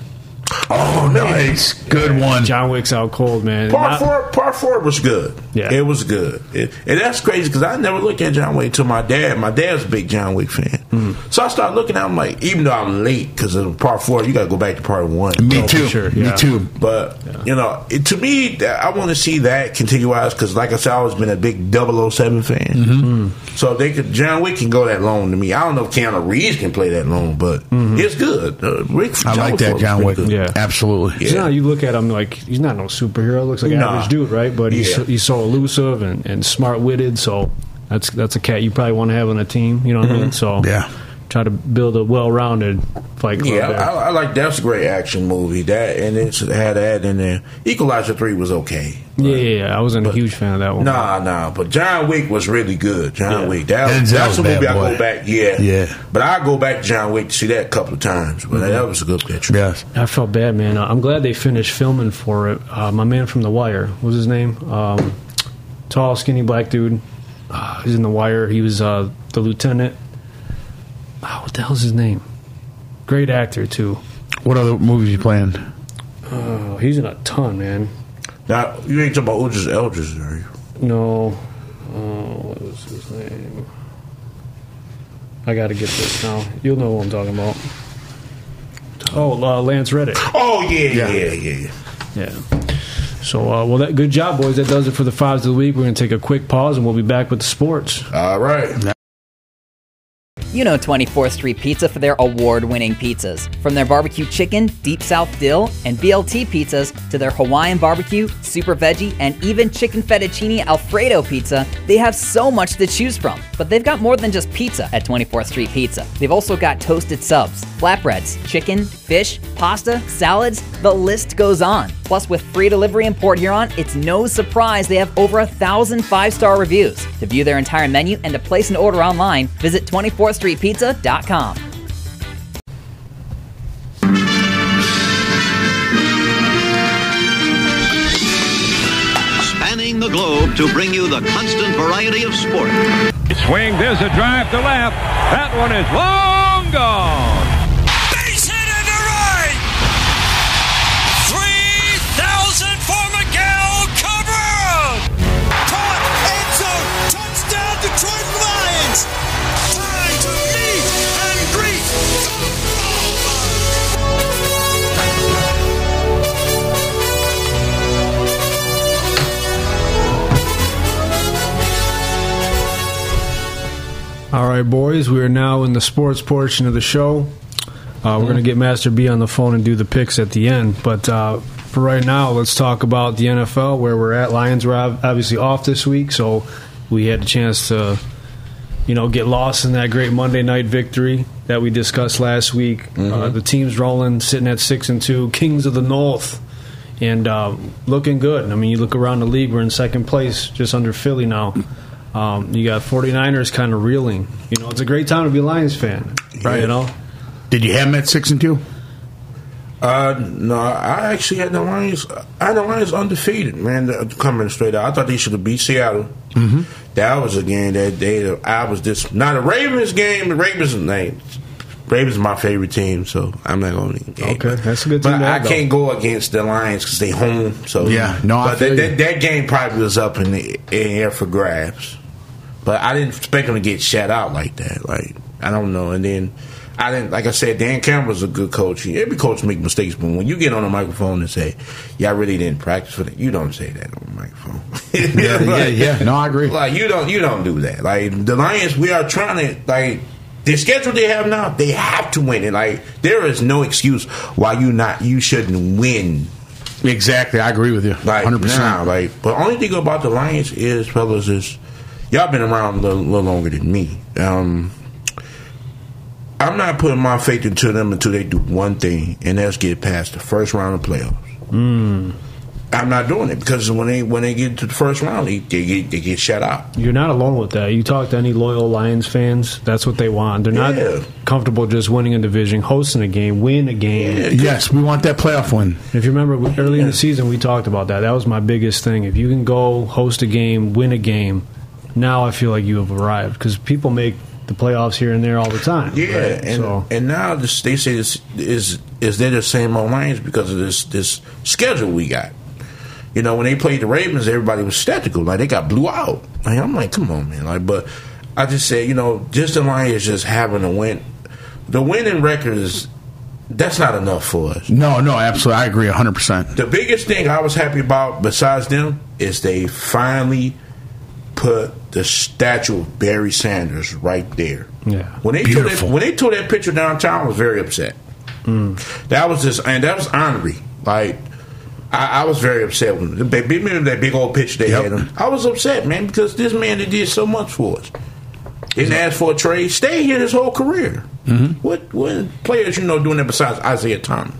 Speaker 2: Oh, nice. Good one.
Speaker 1: John Wick's out cold, man.
Speaker 4: part
Speaker 1: Not-
Speaker 4: four, part four was good.
Speaker 1: Yeah.
Speaker 4: it was good, It- and that's crazy because I never looked at John Wick until my dad. My dad's a big John Wick fan, so I started looking. at him like, even though I'm late because of part four, you got to go back to part one.
Speaker 2: Me
Speaker 4: Oh,
Speaker 2: too.
Speaker 1: sure,
Speaker 2: Me
Speaker 1: yeah.
Speaker 2: too.
Speaker 4: But you know, it, to me, th- I want to see that continuous because, like I said, I've always been a big 007 fan.
Speaker 1: Mm-hmm.
Speaker 4: Mm-hmm. So if they could, John Wick can go that long to me. I don't know if Keanu Reeves can play that long, but it's good. Uh, Rick,
Speaker 2: I like that, John Wick.
Speaker 1: Mm-hmm. Yeah.
Speaker 2: Absolutely.
Speaker 1: So now you look at him like he's not no superhero. Looks like an
Speaker 4: Nah.
Speaker 1: average dude, right? But he's
Speaker 4: Yeah.
Speaker 1: so, he's so elusive and, and smart witted. So that's that's a cat you probably want to have on a team. You know what I
Speaker 4: Mm-hmm.
Speaker 1: mean? So
Speaker 2: Yeah.
Speaker 1: try to build a well rounded fight club.
Speaker 4: Yeah,
Speaker 1: there.
Speaker 4: I, I like that's a great action movie. That and it's had that in there. Equalizer three was okay.
Speaker 1: yeah, yeah, yeah. I wasn't a huge fan of that one.
Speaker 4: Nah, nah, but John Wick was really good. John Wick, that,
Speaker 2: Denzel's
Speaker 4: that's a
Speaker 2: bad
Speaker 4: movie I
Speaker 2: boy.
Speaker 4: go back. Yeah,
Speaker 2: Yeah. Mm-hmm.
Speaker 4: But I go back to John Wick to see that a couple of times. But that was a good picture.
Speaker 2: Yes.
Speaker 1: I felt bad, man. Uh, I'm glad they finished filming for it. Uh, my man from The Wire, what was his name? Um, tall, skinny black dude. Uh, he's in The Wire. He was uh, the lieutenant. Ah, what the hell's his name? Great actor too.
Speaker 2: What other movies you playing?
Speaker 1: Oh, he's in a ton, man.
Speaker 4: Now you ain't talking about Udris Elders, are you?
Speaker 1: No. Oh, what was his name? I got to get this now. You'll know what I'm talking about. Oh, uh, Lance Reddick.
Speaker 4: Oh yeah, yeah, yeah,
Speaker 2: Yeah.
Speaker 4: yeah.
Speaker 1: Yeah. So, uh, well, that good job, boys. That does it for the fives of the week. We're going to take a quick pause, and we'll be back with the sports.
Speaker 4: All right.
Speaker 10: You know 24th Street Pizza for their award winning pizzas. From their barbecue chicken, deep south dill, and BLT pizzas to their Hawaiian barbecue, super veggie, and even chicken fettuccine Alfredo pizza, they have so much to choose from. But they've got more than just pizza at 24th Street Pizza. They've also got toasted subs, flatbreads, chicken, fish, pasta, salads, the list goes on. Plus, with free delivery in Port Huron, it's no surprise they have over a thousand five star reviews. To view their entire menu and to place an order online, visit 24thstreetpizza.com.
Speaker 7: Spanning the globe to bring you the constant variety of sport.
Speaker 11: Swing. There's a drive to left. That one is long gone.
Speaker 7: Base hit into right. 3,000 for Miguel Cabrera. Caught. End zone. Touchdown, Detroit Lions. Time to meet and greet.
Speaker 1: All right, boys, we are now in the sports portion of the show. Uh, we're going to get Master B on the phone and do the picks at the end. But uh, for right now, let's talk about the NFL, where we're at. Lions were ob- obviously off this week, so we had a chance to, you know, get lost in that great Monday night victory that we discussed last week. Uh, the team's rolling, sitting at six and two, Kings of the North, and uh, looking good. I mean, you look around the league, we're in second place, just under Philly now. Um, you got 49ers kind of reeling. You know, it's a great time to be a Lions fan, right? You know,
Speaker 2: Did you have him at six and two?
Speaker 4: Uh, no, I actually had the Lions. I had the Lions undefeated, man. uh, Coming straight out, I thought they should have beat Seattle. Mm-hmm. That was a game that day. that I was just not a Ravens game. The Ravens, name. Ravens, my favorite team, so I'm not going to.
Speaker 1: Okay, that's a good team
Speaker 4: But
Speaker 1: to
Speaker 4: I
Speaker 1: have, though.
Speaker 4: can't go against the Lions because they home. So
Speaker 2: Yeah, no, I
Speaker 4: but that,
Speaker 2: feel you.
Speaker 4: that, that game probably was up in the air for grabs. But I didn't expect them to get shut out like that. Like I don't know. And then I didn't. Like I said, Dan Campbell's a good coach. Every coach make mistakes, but when you get on the microphone and say, "Yeah, I really didn't practice for that," you don't say that on the microphone.
Speaker 2: Yeah, yeah, yeah. No, I agree.
Speaker 4: Like you don't, you don't do that. Like the Lions, we are trying to like the schedule they have now. They have to win it. Like there is no excuse why you not, you shouldn't win.
Speaker 2: Exactly, I agree with you.
Speaker 4: Like
Speaker 2: 100%.
Speaker 4: now, like but only thing about the Lions is, fellas, is y'all been around a little, little longer than me. Um, I'm not putting my faith into them until they do one thing, and that's get past the first round of playoffs. I'm not doing it because when they when they get to the first round, they, they get they get shut out.
Speaker 1: You're not alone with that. You talk to any loyal Lions fans, that's what they want. They're not
Speaker 4: Yeah.
Speaker 1: comfortable just winning a division, hosting a game, win a game.
Speaker 2: Yes, we want that playoff win.
Speaker 1: If you remember we- early in the season, we talked about that. That was my biggest thing. If you can go host a game, win a game, now I feel like you have arrived because people make the playoffs here and there all the time.
Speaker 4: Yeah,
Speaker 1: right?
Speaker 4: and
Speaker 1: so
Speaker 4: and now this, they say this is is they're the same old Lions because of this this schedule we got. You know, when they played the Ravens, everybody was skeptical. Like they got blew out. Like I'm like, come on, man. Like, but I just say, you know, just the Lions just having a win. The winning record is that's not enough for us.
Speaker 2: No, no, absolutely. I agree 100%.
Speaker 4: The biggest thing I was happy about, besides them, is they finally put the statue of Barry Sanders right there.
Speaker 1: yeah,
Speaker 4: When they tore that,
Speaker 2: Beautiful.
Speaker 4: when they tore that picture downtown, I was very upset. That was just and that was angry. Like I, I was very upset when the big remember that big old picture they
Speaker 2: Yep.
Speaker 4: had. Him. I was upset, man, because this man that did so much for us didn't ask for a trade, stayed here his whole career.
Speaker 2: Mm-hmm.
Speaker 4: What what players you know doing that besides Isaiah Thomas?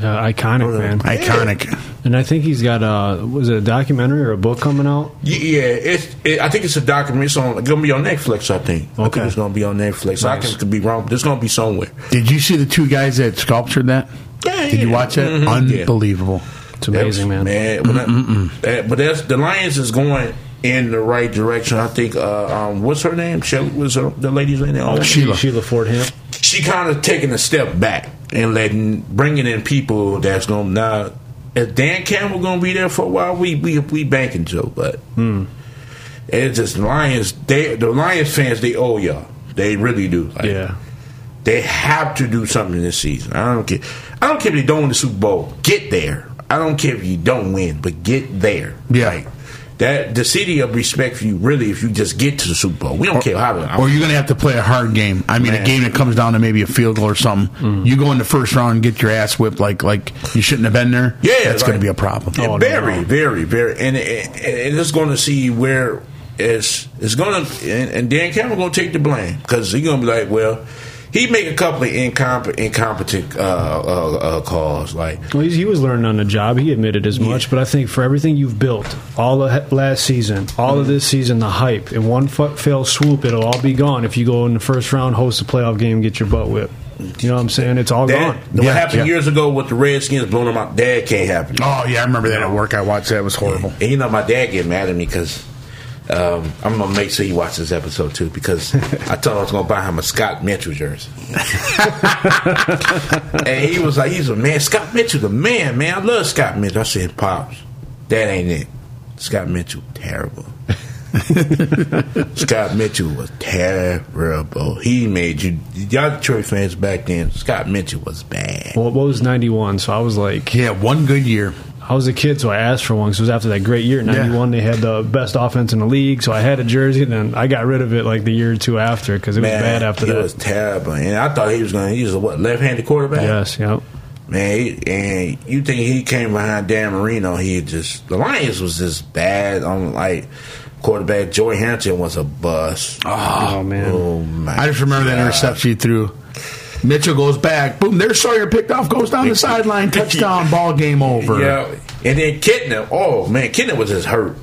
Speaker 1: yeah, uh, iconic man.
Speaker 2: Iconic.
Speaker 1: And I think he's got a was it a documentary or a book coming out?
Speaker 4: Y- Yeah, it's. It, I think it's a documentary. It's on. It's gonna be on Netflix. I think. I
Speaker 1: Okay.
Speaker 4: think it's gonna be on Netflix. I
Speaker 1: Nice.
Speaker 4: can could be wrong. It's gonna be somewhere.
Speaker 2: Did you see the two guys that sculptured that?
Speaker 4: Yeah,
Speaker 2: Did you
Speaker 4: yeah.
Speaker 2: watch it?
Speaker 4: Mhm. Yeah.
Speaker 2: Unbelievable.
Speaker 1: It's amazing, man.
Speaker 4: when I- that- but that's the Lions is going in the right direction. I think. Uh, um, what's her name? Shelly was her, the lady's name. Oh, she
Speaker 2: Sheila.
Speaker 1: Sheila Fordham.
Speaker 4: she kind of taking a step back and letting bringing in people that's gonna now. If Dan Campbell gonna be there for a while, we we we banking Joe, but it's just Lions. They the Lions fans they owe y'all. They really do. Like,
Speaker 1: Yeah.
Speaker 4: They have to do something this season. I don't care. I don't care if they don't win the Super Bowl. Get there. I don't care if you don't win, but get there.
Speaker 2: Yeah.
Speaker 4: Like, that the city of respect for you really if you just get to the Super Bowl. We don't care how. to-
Speaker 2: Or you're going to have to play a hard game. I mean, a
Speaker 4: Man. Mm-hmm.
Speaker 2: game that comes down to maybe a field goal or something. You go in the first round and get your ass whipped like like you shouldn't have been there.
Speaker 4: Yeah,
Speaker 2: that's
Speaker 4: like-
Speaker 2: going to be a problem.
Speaker 4: Yeah, very, very, very, and, and, and it's going to see where it's it's going to, and, and Dan Campbell going to take the blame because he's going to be like, well, he make a couple of incomp- incompetent uh, uh, uh, calls, like
Speaker 1: Well, he's, he was learning on the job. He admitted as much. But I think for everything you've built, all of he- last season, all of this season, the hype, in one fu- fell swoop, it'll all be gone if you go in the first round, host a playoff game, get your butt whipped. You know what I'm saying? It's all
Speaker 4: that.
Speaker 1: gone.
Speaker 4: What
Speaker 2: Yeah,
Speaker 4: happened
Speaker 2: yeah.
Speaker 4: years ago with the Redskins blowing them out, that can't happen.
Speaker 2: Oh yeah, I remember that at work. I watched that. It was horrible.
Speaker 4: And you know, my dad get mad at me because Um, I'm gonna make sure he watches this episode too because I told him I was gonna buy him a Scott Mitchell jersey, and he was like, "He's a man, Scott Mitchell, the man, man. I love Scott Mitchell." I said, "Pops, that ain't it. Scott Mitchell, terrible." Scott Mitchell was terrible. He made you, y'all Detroit fans back then. Scott Mitchell was bad.
Speaker 1: Well, what was 91? So I was like.
Speaker 2: Yeah, one good year.
Speaker 1: I was a kid, so I asked for one 'cause it was after that great year. 91, they had the best offense in the league, so I had a jersey, and then I got rid of it like the year or two after because it was bad after
Speaker 4: he
Speaker 1: that.
Speaker 4: was terrible, and I thought he was going. to He was a what left-handed quarterback.
Speaker 1: Yes, yep.
Speaker 4: Man, he, and you think he came behind Dan Marino? He just the Lions was just bad on like quarterback. Joy Harrington was a bust.
Speaker 2: Oh,
Speaker 1: man,
Speaker 2: I just remember that interception he threw. Mitchell goes back. Boom, there's Sawyer picked off, goes down the sideline, touchdown, ball game over.
Speaker 4: Yeah, and then Kitna. Oh man, Kitna was just hurt.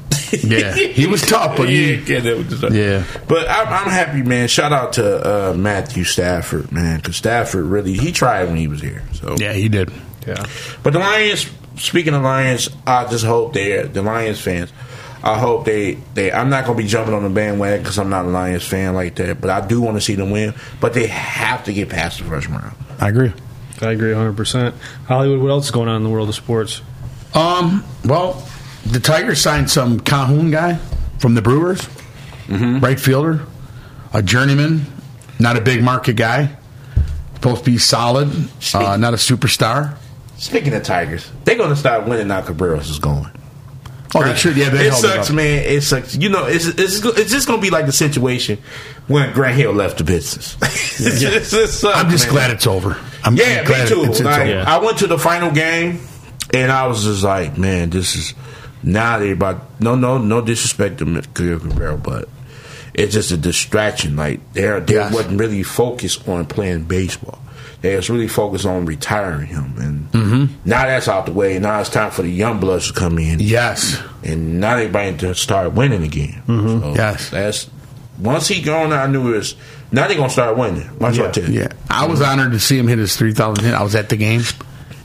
Speaker 2: Yeah, he was tough, but he-
Speaker 4: yeah, Kitna was just hurt.
Speaker 2: Yeah.
Speaker 4: But I'm, I'm happy, man. Shout out to uh, Matthew Stafford, man, because Stafford really he tried when he was here. So
Speaker 2: Yeah, he did.
Speaker 1: Yeah.
Speaker 4: But the Lions. Speaking of Lions, I just hope they the Lions fans. I hope they they. I'm not gonna be jumping on the bandwagon because I'm not a Lions fan like that. But I do want to see them win. But they have to get past the first round.
Speaker 2: I agree.
Speaker 1: I agree 100%. Hollywood, what else is going on in the world of sports?
Speaker 2: Um, well, the Tigers signed some Calhoun guy from the Brewers,
Speaker 4: Mm-hmm.
Speaker 2: right fielder, a journeyman, not a big market guy, supposed to be solid, uh, not a superstar.
Speaker 4: Speaking of Tigers, they're gonna start winning now. Cabreros is going.
Speaker 2: Oh, they should, yeah, they
Speaker 4: it
Speaker 2: held it
Speaker 4: sucks,
Speaker 2: up.
Speaker 4: man. It sucks. You know, it's it's it's just gonna be like the situation when Grant Hill left the business. It's just- it sucks,
Speaker 2: I'm just
Speaker 4: man.
Speaker 2: glad it's over. I'm,
Speaker 4: yeah,
Speaker 2: I'm glad
Speaker 4: me too.
Speaker 2: it's- it's
Speaker 4: Like,
Speaker 2: over.
Speaker 4: I went to the final game, and I was just like, man, this is now they about no, no, no disrespect to Miguel Cabrera, but it's just a distraction. Like they're they
Speaker 2: Yes.
Speaker 4: wasn't really focused on playing baseball. They was really focused on retiring him, and
Speaker 2: Mm-hmm.
Speaker 4: now that's out the way. Now it's time for the young bloods to come in.
Speaker 2: Yes.
Speaker 4: and now they're about to start winning again. So
Speaker 2: Mm-hmm. Yes.
Speaker 4: that's once he gone. I knew it was now they're gonna start winning. Watch what I tell you.
Speaker 2: Yeah, I was honored to see him hit his 3,000 hit. I was at the game,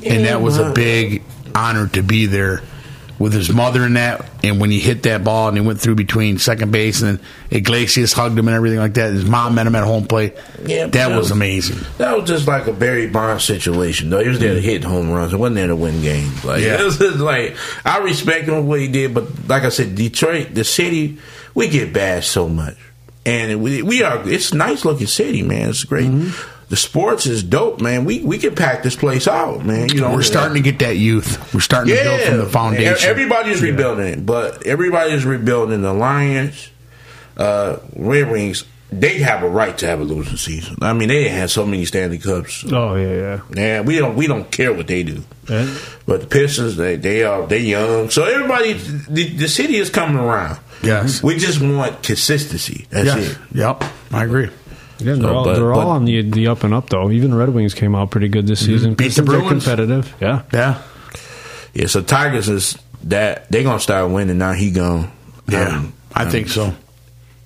Speaker 2: and that was a big honor to be there with his mother and that. And when he hit that ball and he went through between second base and Iglesias hugged him and everything like that, his mom met him at home plate.
Speaker 4: Yeah,
Speaker 2: that
Speaker 4: but-
Speaker 2: was amazing.
Speaker 4: That was just like a Barry Bonds situation, though. He was there to hit home runs. It wasn't there to win games. Like,
Speaker 2: Mm-hmm. Yeah.
Speaker 4: it was just like I respect him for what he did, but like I said, Detroit, the city, we get bashed so much, and we we are. It's a nice looking city, man. It's great.
Speaker 2: Mm-hmm.
Speaker 4: The sports is dope, man. We we can pack this place out, man. You know,
Speaker 2: We're starting to get that youth. We're starting to build from the foundation.
Speaker 4: E- Everybody's rebuilding it, but everybody's rebuilding the Lions, uh, Red Wings. They have a right to have a losing season. I mean, they had so many Stanley Cups.
Speaker 1: Oh, yeah, yeah.
Speaker 4: Yeah, we don't we don't care what they do.
Speaker 1: Yeah.
Speaker 4: But the Pistons, they they are they young. So everybody, the, the city is coming around.
Speaker 2: Yes.
Speaker 4: we just want consistency. That's
Speaker 2: Yes.
Speaker 4: it.
Speaker 2: Yep, I agree.
Speaker 1: Yeah, they're
Speaker 4: So,
Speaker 1: all,
Speaker 4: but-
Speaker 1: they're all
Speaker 4: but-
Speaker 1: on the, the up and up, though. Even the Red Wings came out pretty good this season.
Speaker 2: Mm-hmm. Beat the
Speaker 1: Pistons are
Speaker 2: Bruins.
Speaker 1: competitive. Yeah.
Speaker 2: Yeah.
Speaker 4: Yeah. So Tigers is that they gonna start winning now. He gone.
Speaker 2: Yeah.
Speaker 4: Um,
Speaker 2: I think so.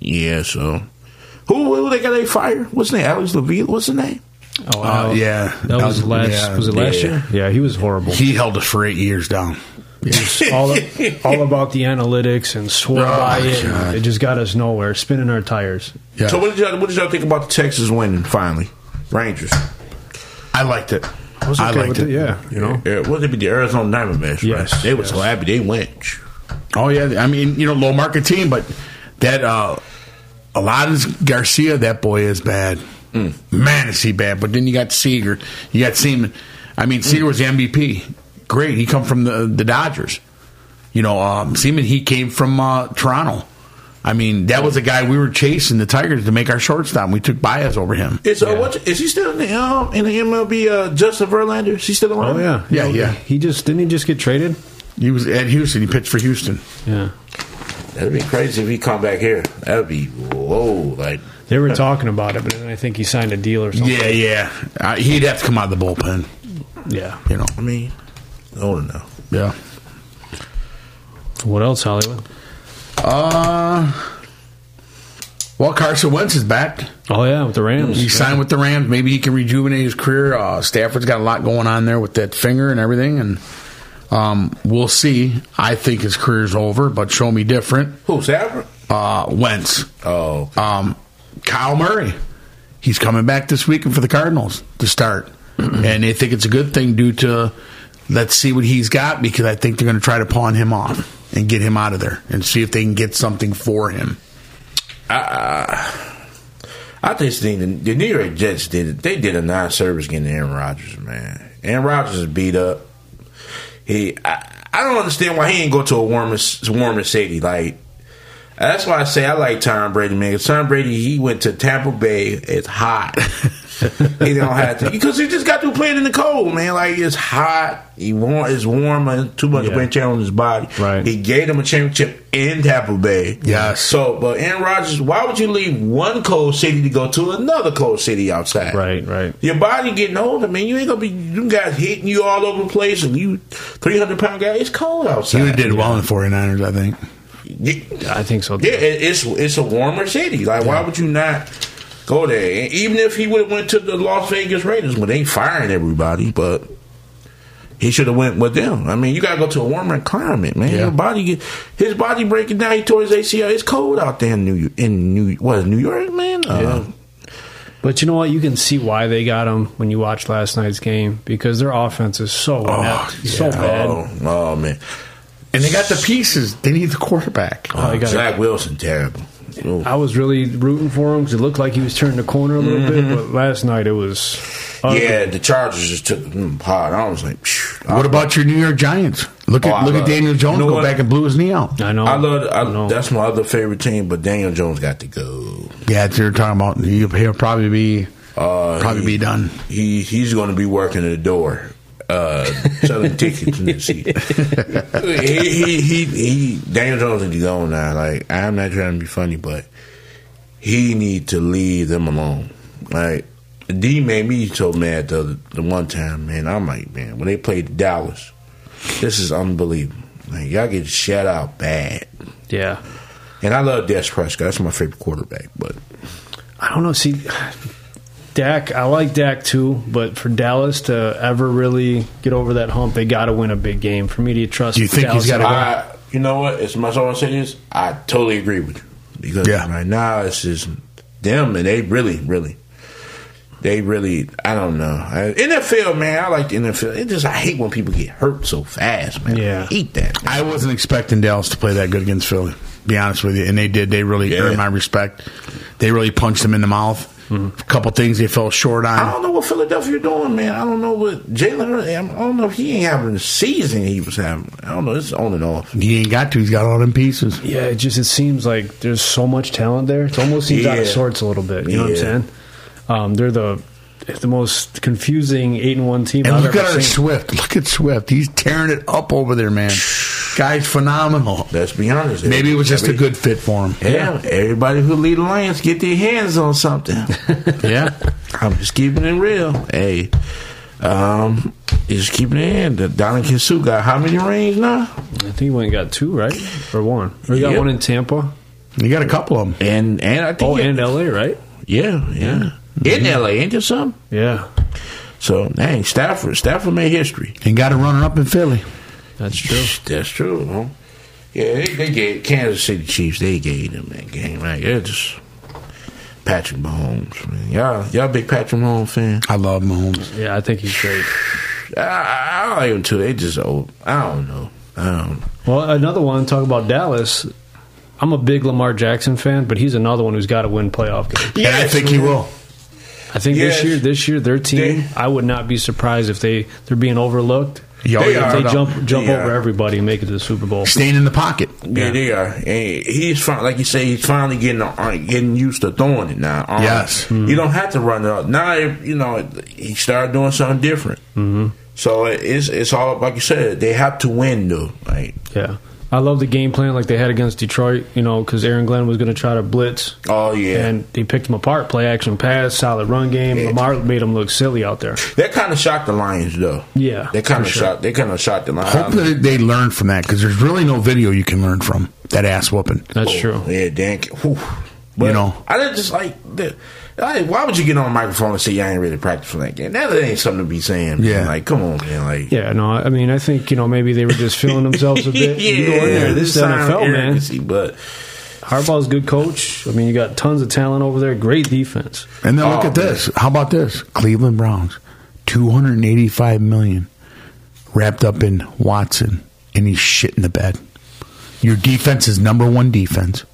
Speaker 4: yeah. So who who they got? They fire. What's his name? Alex Levine. What's his name?
Speaker 1: Oh,
Speaker 2: Uh, yeah.
Speaker 1: That was last.
Speaker 2: yeah,
Speaker 1: was it last
Speaker 2: yeah.
Speaker 1: year? Yeah, he was horrible.
Speaker 2: He held us for eight years down.
Speaker 1: all, all about the analytics and swore
Speaker 2: Oh,
Speaker 1: by it. and
Speaker 2: God.
Speaker 1: It just got us nowhere, spinning our tires.
Speaker 2: Yeah.
Speaker 4: So what did y'all what did y'all think about the Texas winning finally? Rangers.
Speaker 2: I liked it. I,
Speaker 1: was okay
Speaker 2: liked
Speaker 1: with
Speaker 2: it.
Speaker 1: it, yeah.
Speaker 4: You know, what did it be the Arizona Diamondbacks?
Speaker 1: Yes,
Speaker 4: right? they were
Speaker 1: yes.
Speaker 4: so happy they went.
Speaker 2: Oh yeah, I mean you know low market team, but that uh, Aladdin's Garcia, that boy is bad. Man, is he bad? But then you got Seager, you got Seaman. I mean Seager was the MVP. Great, he come from the the Dodgers. You know um, Seaman, he came from uh, Toronto. I mean that was a guy we were chasing the Tigers to make our shortstop. We took Baez over him.
Speaker 4: Is uh, what is he still in the um, in the MLB? Uh, Justin Verlander, is he still around?
Speaker 1: Oh yeah,
Speaker 2: Yeah,
Speaker 1: You know,
Speaker 2: yeah.
Speaker 1: He just didn't he just get traded?
Speaker 2: He was at Houston. He pitched for Houston.
Speaker 1: Yeah,
Speaker 4: that'd be crazy if he come back here. That'd be whoa, like
Speaker 1: they were talking about it, but then I think he signed a deal or something.
Speaker 2: Yeah, yeah. Uh, he'd have to come out of the bullpen.
Speaker 1: yeah.
Speaker 2: You know.
Speaker 4: I mean, I don't know.
Speaker 2: Yeah.
Speaker 1: What else, Hollywood?
Speaker 2: Uh, well, Carson Wentz is back.
Speaker 1: Oh yeah, with the Rams.
Speaker 2: He signed with the Rams. Maybe he can rejuvenate his career. Uh, Stafford's got a lot going on there with that finger and everything, and um, we'll see. I think his career's over, but show me different.
Speaker 4: Who's Stafford?
Speaker 2: uh, Wentz. Oh, um, Kyle Murray. He's coming back this weekend for the Cardinals to start, and they think it's a good thing due to let's see what he's got because I think they're going to try to pawn him off and get him out of there and see if they can get something for him.
Speaker 4: I just think the, the New York Jets did it. They did a non-service getting Aaron Rodgers, man. Aaron Rodgers is beat up. He, I, I don't understand why he ain't go to a warmer, warmer city. Like that's why I say I like Tom Brady, man. 'Cause Tom Brady, he went to Tampa Bay. It's hot. he don't have to because he just got through playing in the cold, man. Like it's hot. He warm, it's warm and too much
Speaker 12: Yeah.
Speaker 4: wind chill on his body. Right. He gave them a championship in Tampa Bay.
Speaker 2: Yes.
Speaker 4: So, but Aaron Rodgers, why would you leave one cold city to go to another cold city outside? Right.
Speaker 1: Right.
Speaker 4: Your body getting older, man. You ain't gonna be you guys hitting you all over the place, and you three hundred pound guy. It's cold outside.
Speaker 2: He would have did well in the 49ers, I think.
Speaker 1: I think so.
Speaker 4: Yeah, it, it's it's a warmer city. Like, why would you not go there? And even if he would have went to the Las Vegas Raiders, well, they firing everybody, but he should have went with them. I mean, you gotta go to a warmer climate, man. Your body get his body breaking down. He tore his ACL. It's cold out there in New in New what New York, man. Uh,
Speaker 1: But you know what? You can see why they got him when you watch last night's game because their offense is so inept, so bad.
Speaker 4: Oh, oh, man,
Speaker 2: and they got the pieces. They need the quarterback.
Speaker 1: Oh, they got-
Speaker 4: Uh, Zach Wilson terrible. Ooh.
Speaker 1: I was really rooting for him because it looked like he was turning the corner a little bit. But last night it was. ugly.
Speaker 4: Mm-hmm. Yeah, the Chargers just took them hard. I was like,
Speaker 2: What about your New York Giants? Look
Speaker 4: Oh, I
Speaker 2: at look
Speaker 4: love-
Speaker 2: at Daniel
Speaker 4: you
Speaker 2: Jones
Speaker 4: know
Speaker 2: go
Speaker 4: what?
Speaker 2: back and blew his knee out.
Speaker 1: I know.
Speaker 4: I love. I, That's my other favorite team, but Daniel Jones got to go.
Speaker 2: Yeah, that's what you're talking about. He'll, he'll probably be
Speaker 4: Uh,
Speaker 2: probably
Speaker 4: he-
Speaker 2: be done.
Speaker 4: He he's going to be working at the door, uh, selling tickets in the seat. he, he he he. Daniel Jones need to go now. Like I'm not trying to be funny, but he need to leave them alone. Like D made me so mad the other- the one time, man. I'm like, man, when they played Dallas, this is unbelievable. Like y'all get shut out bad.
Speaker 1: Yeah.
Speaker 4: And I love Des Prescott. That's my favorite quarterback, but.
Speaker 1: I don't know. See, Dak, I like Dak too, but for Dallas to ever really get over that hump, they got to win a big game. For me to trust,
Speaker 2: Do you think
Speaker 1: Dallas
Speaker 2: he's gotta
Speaker 1: at all.
Speaker 4: I, you know what? As much as I want to say this, I totally agree with you because
Speaker 2: Yeah.
Speaker 4: right now it's just them and they really, really, they really. I don't know. I, NFL man, I like the NFL. It just I hate when people get hurt so fast, man.
Speaker 1: Yeah.
Speaker 4: I hate that.
Speaker 2: I wasn't expecting Dallas to play that good against Philly. Be honest with you, and they did. They really
Speaker 4: Yeah.
Speaker 2: earned my respect. They really punched him in the mouth. A couple things they fell short
Speaker 4: I
Speaker 2: on.
Speaker 4: don't know what Philadelphia doing, man. I don't know what Jalen. Hurts- I don't know if he ain't having the season he was having. I don't know. It's on and off.
Speaker 2: He ain't got to. He's got all them pieces.
Speaker 1: Yeah, it just it seems like there's so much talent there. It almost seems out of
Speaker 4: Yeah.
Speaker 1: sorts a little bit. You know what I'm
Speaker 4: Yeah.
Speaker 1: saying? Um, they're the the most confusing eight and one team.
Speaker 2: And
Speaker 1: I've
Speaker 2: look at
Speaker 1: ever
Speaker 2: our
Speaker 1: seen.
Speaker 2: Swift. Look at Swift. He's tearing it up over there, man. Guy's phenomenal.
Speaker 4: Let's be honest.
Speaker 2: Maybe it was just a
Speaker 4: Every-
Speaker 2: good fit for him.
Speaker 4: Yeah, everybody who lead the Lions get their hands on something.
Speaker 2: Yeah.
Speaker 4: I'm just keeping it real. Hey, um, just keeping it in. The Donna Kinsu got how many rings now?
Speaker 1: I think he went and got two, right? Or one. Or he got
Speaker 4: Yep.
Speaker 1: one in Tampa.
Speaker 2: You got a couple of them.
Speaker 4: And and I think
Speaker 1: Oh, and LA, right?
Speaker 4: yeah, yeah, in L.A. ain't there some?
Speaker 1: Yeah.
Speaker 4: So dang, Stafford, Stafford made history.
Speaker 2: And got a runner up in Philly.
Speaker 1: That's true.
Speaker 4: That's true. Huh? Yeah, they, they gave Kansas City Chiefs. They gave them that game. Like it's just Patrick Mahomes. Man. Y'all, y'all big Patrick Mahomes fan.
Speaker 2: I love Mahomes.
Speaker 1: Yeah, I think he's great.
Speaker 4: I, I, I like him too. They just old. I don't know. I don't.
Speaker 1: Well, another one. Talk about Dallas. I'm a big Lamar Jackson fan, but he's another one who's got to win playoff games.
Speaker 2: and I
Speaker 4: Yes,
Speaker 2: think he
Speaker 4: man.
Speaker 2: will.
Speaker 1: I think
Speaker 4: Yes.
Speaker 1: this year, this year, their team.
Speaker 4: They-
Speaker 1: I would not be surprised if they they're being overlooked.
Speaker 2: Yo,
Speaker 4: They
Speaker 2: yo,
Speaker 4: are.
Speaker 1: If they
Speaker 2: yo.
Speaker 1: jump jump
Speaker 4: Yeah.
Speaker 1: over everybody and make it to the Super Bowl.
Speaker 2: Staying in the pocket.
Speaker 4: Yeah, they are. And he's fin- like you say, he's finally getting uh, getting used to throwing it now. Um,
Speaker 2: Yes.
Speaker 1: Mm-hmm.
Speaker 4: you don't have to run it up now. If, you know he started doing something different. Mm-hmm. So it- it's it's all like you said. They have to win though. Like
Speaker 1: Yeah. I love the game plan like they had against Detroit, you know, because Aaron Glenn was going to try to blitz,
Speaker 4: oh yeah,
Speaker 1: and they picked him apart. Play action pass, solid run game. Lamar made him look silly out there.
Speaker 4: that kind of shocked the Lions though.
Speaker 1: Yeah,
Speaker 4: they kind of
Speaker 1: for sure.
Speaker 4: shocked. They kind of shocked the Lions.
Speaker 2: Hopefully they learn from that because there's really no video you can learn from that ass whooping.
Speaker 1: That's true.
Speaker 4: Oh, Yeah, Dan. Whew. But
Speaker 2: You know.
Speaker 4: I didn't just like. The, I, why would you get on the microphone and say you ain't really practiced for that game? That ain't something to be saying. man.
Speaker 2: Yeah.
Speaker 4: like come on, man. Like
Speaker 1: Yeah, no, I mean, I think you know maybe they were just feeling themselves a bit. you go in there, this is
Speaker 4: sound
Speaker 1: NFL man.
Speaker 4: arrogancy, But
Speaker 1: Harbaugh's a good coach. I mean, you got tons of talent over there. Great defense.
Speaker 2: And then look at this. Oh, How about this? Cleveland Browns, two hundred and eighty-five million, wrapped up in Watson, and he's shit in the bed. Your defense is number one defense.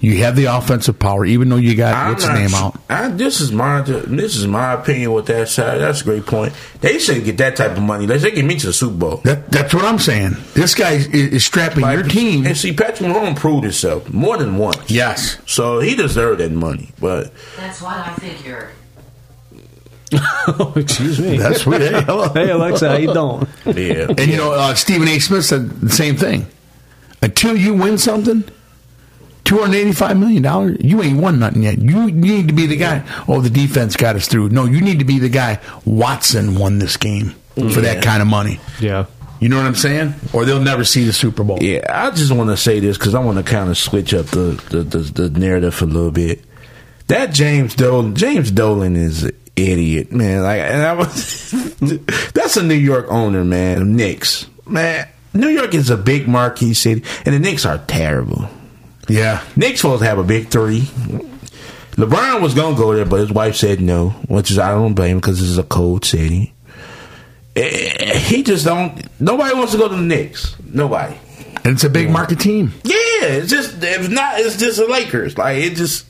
Speaker 2: You have the offensive power, even though you got what's his
Speaker 4: not
Speaker 2: name
Speaker 4: su-
Speaker 2: out.
Speaker 4: I, this is my this is my opinion with that side. That's a great point. They shouldn't get that type of money. They should get me to the Super Bowl.
Speaker 2: That, that's what I'm saying. This guy is, is strapping your team.
Speaker 4: And see, Patrick Mahomes proved himself more than once.
Speaker 2: Yes,
Speaker 4: so he deserved that money. But
Speaker 13: That's what I figured.
Speaker 1: Excuse me.
Speaker 2: That's what. Hey,
Speaker 1: Hey, Alexa, how you doing?
Speaker 4: Yeah.
Speaker 2: And you know, uh, Stephen A. Smith said the same thing. Until you win something, two hundred eighty-five million dollars, you ain't won nothing yet. You need to be the guy. Oh, the defense got us through. No, you need to be the guy. Watson won this game for
Speaker 4: Yeah.
Speaker 2: that kind of money.
Speaker 1: Yeah.
Speaker 2: You know what I'm saying? Or they'll never see the Super Bowl.
Speaker 4: Yeah, I just want to say this because I want to kind of switch up the, the, the, the narrative a little bit. That James Dolan, James Dolan is an idiot, man. Like, and I was, that's a New York owner, man. Knicks, man. New York is a big marquee city, and the Knicks are terrible.
Speaker 2: Yeah,
Speaker 4: Knicks supposed to have a big three. LeBron was gonna go there, but his wife said no, which is I don't blame him because this is a cold city. Eh, He just don't. Nobody wants to go to the Knicks. Nobody.
Speaker 2: And it's a big market team.
Speaker 4: Yeah, it's just if not, it's just the Lakers. Like it just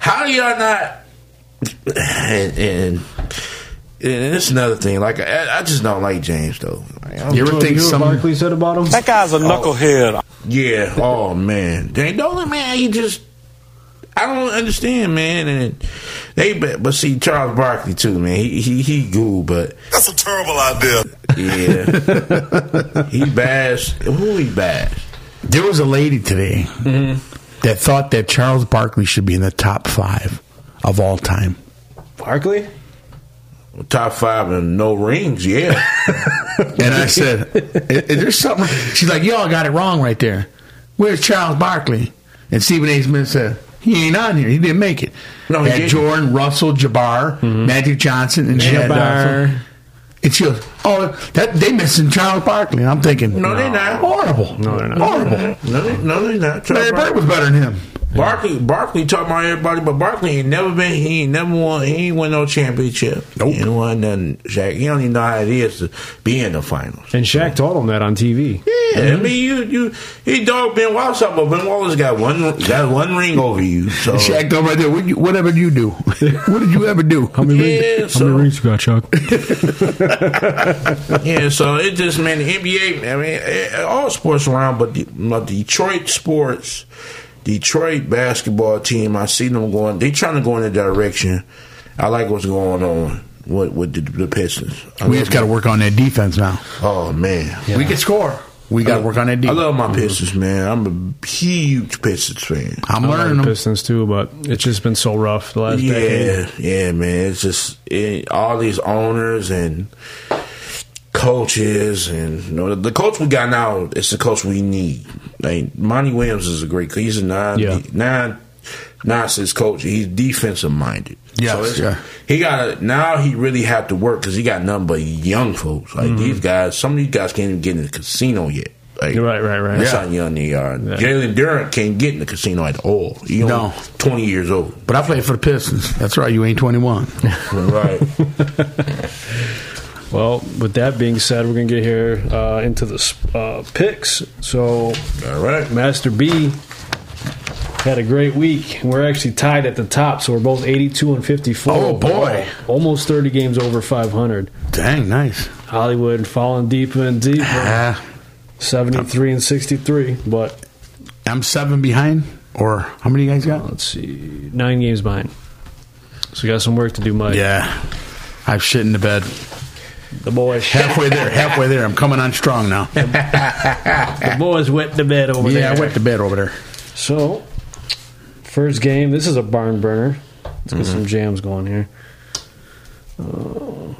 Speaker 4: how y'all not and and, and it's another thing. Like I, I just don't like James though. Like, I don't-
Speaker 2: You ever think some-
Speaker 1: Barkley said about him? That
Speaker 4: guy's
Speaker 6: Oh.
Speaker 4: a knucklehead. Yeah. Oh man, James Dolan, man, he just I don't understand, man. And they but, but see Charles Barkley too, man. He he he goo, but
Speaker 5: That's a terrible idea.
Speaker 4: yeah, he bashed. Who he bashed?
Speaker 2: There was a lady today
Speaker 4: Mm-hmm.
Speaker 2: that thought that Charles Barkley should be in the top five of all time.
Speaker 1: Barkley?
Speaker 4: Top five and no rings, yeah.
Speaker 2: And I said, "Is there's something?" She's like, "Y'all got it wrong right there. Where's Charles Barkley?" And Stephen A. Smith said, "He ain't on here. He didn't make it."
Speaker 4: No, he
Speaker 2: had
Speaker 4: didn't. Mm-hmm.
Speaker 2: Jordan, Russell, Jabbar, Magic Johnson, and Jabbar.
Speaker 1: Jabbar.
Speaker 2: and she goes, "Oh, that they missing Charles Barkley." And I'm thinking,
Speaker 4: No, they're not. Mm-hmm.
Speaker 2: Horrible.
Speaker 1: No, they're not.
Speaker 2: Horrible.
Speaker 4: Oh, No, they- no, they're not.
Speaker 2: Larry Bird was better than him.
Speaker 4: Barkley, Barkley talking about everybody, but Barkley ain't never been. He ain't never won. He ain't won no championship. Nope. He ain't won nothing. Shaq. He don't even know how it is to be in the finals. Mm-hmm.
Speaker 1: And Shaq told him that on TV.
Speaker 4: Yeah, I mean, you, you, he dog Ben Wallace up, but Ben Wallace got one, got one ring over you. So
Speaker 2: Shaq done right there. What you, whatever you do, what did you ever do?
Speaker 1: How many,
Speaker 4: Yeah,
Speaker 1: rings, how
Speaker 4: so-
Speaker 1: many rings you got, Chuck?
Speaker 4: yeah, so it just man, the NBA. I mean, eh, all sports around, but the my Detroit sports, Detroit basketball team. I see them going. They trying to go in a direction. I like what's going on with with the, the Pistons. I
Speaker 2: We
Speaker 4: love
Speaker 2: just got to work on that defense now.
Speaker 4: Oh man,
Speaker 2: We can score. We got to work on that Mm-hmm.
Speaker 4: I
Speaker 2: defense.
Speaker 4: love my Pistons, man. I'm a huge Pistons fan.
Speaker 2: I'm
Speaker 1: I like
Speaker 2: learning
Speaker 1: the
Speaker 2: them.
Speaker 1: Pistons too, but it's just been so rough the last decade.
Speaker 4: Yeah, yeah, man. It's just it, all these owners and coaches, and you know, the, the coach we got now is the coach we need. Like Monty Williams is a great. He's a nine,
Speaker 1: Yeah.
Speaker 4: nine, nonsense coach. He's defensive minded. it's-
Speaker 2: Yes, yeah.
Speaker 4: He got now. He really have to work because he got nothing but young folks. Like
Speaker 1: Mm-hmm.
Speaker 4: these guys, some of these guys can't even get in the casino yet. Like,
Speaker 1: Right, right, right.
Speaker 4: That's
Speaker 1: Yeah.
Speaker 4: how young they are. Jalen Durant can't get in the casino at all. He only
Speaker 2: No.
Speaker 4: twenty years old.
Speaker 2: But I played for the Pistons. That's right. You ain't 21.
Speaker 4: Right.
Speaker 1: Well, with that being said, we're going to get here uh, into the s- uh, picks. So,
Speaker 4: all right.
Speaker 1: Master B had a great week. We're actually tied at the top, so we're both 82 and 54.
Speaker 2: Oh, boy.
Speaker 1: Almost 30 games over 500.
Speaker 2: Dang, nice.
Speaker 1: Hollywood falling deeper and deeper.
Speaker 2: Ah,
Speaker 1: 73 and 63, but
Speaker 2: I'm seven behind, or how many you guys got?
Speaker 1: let's see, nine games behind. So we got some work to do, Mike.
Speaker 2: Yeah. I've shit in the bed.
Speaker 1: The boys,
Speaker 2: Halfway there, halfway there. I'm coming on strong now.
Speaker 1: the boys wet the bed over there.
Speaker 2: yeah, I went to bed over there.
Speaker 1: So, first game. This is a barn burner. Let's get some jams going here. Uh,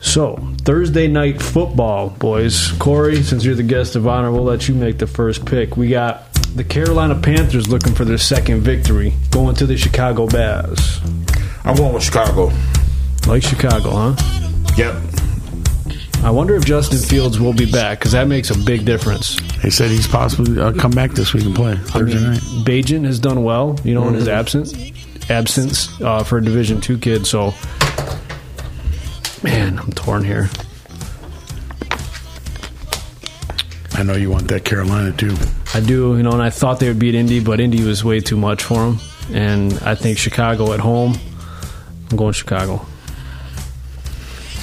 Speaker 1: so, Thursday night football, boys. Corey, since you're the guest of honor, we'll let you make the first pick. We got the Carolina Panthers looking for their second victory, going to the Chicago Bears.
Speaker 4: I'm going with Chicago.
Speaker 1: Like Chicago, huh?
Speaker 4: Yep.
Speaker 1: All I wonder if Justin Fields will be back because that makes a big difference.
Speaker 2: They said he's possibly uh, come back this week and play Thursday night.
Speaker 1: Bajan has done well, you know, in his absence absence uh, for a Division two kid. So, man, I'm torn here.
Speaker 2: I know you want that Carolina too.
Speaker 1: I do, you know, and I thought they would beat Indy, but Indy was way too much for them. And I think Chicago at home. I'm going Chicago.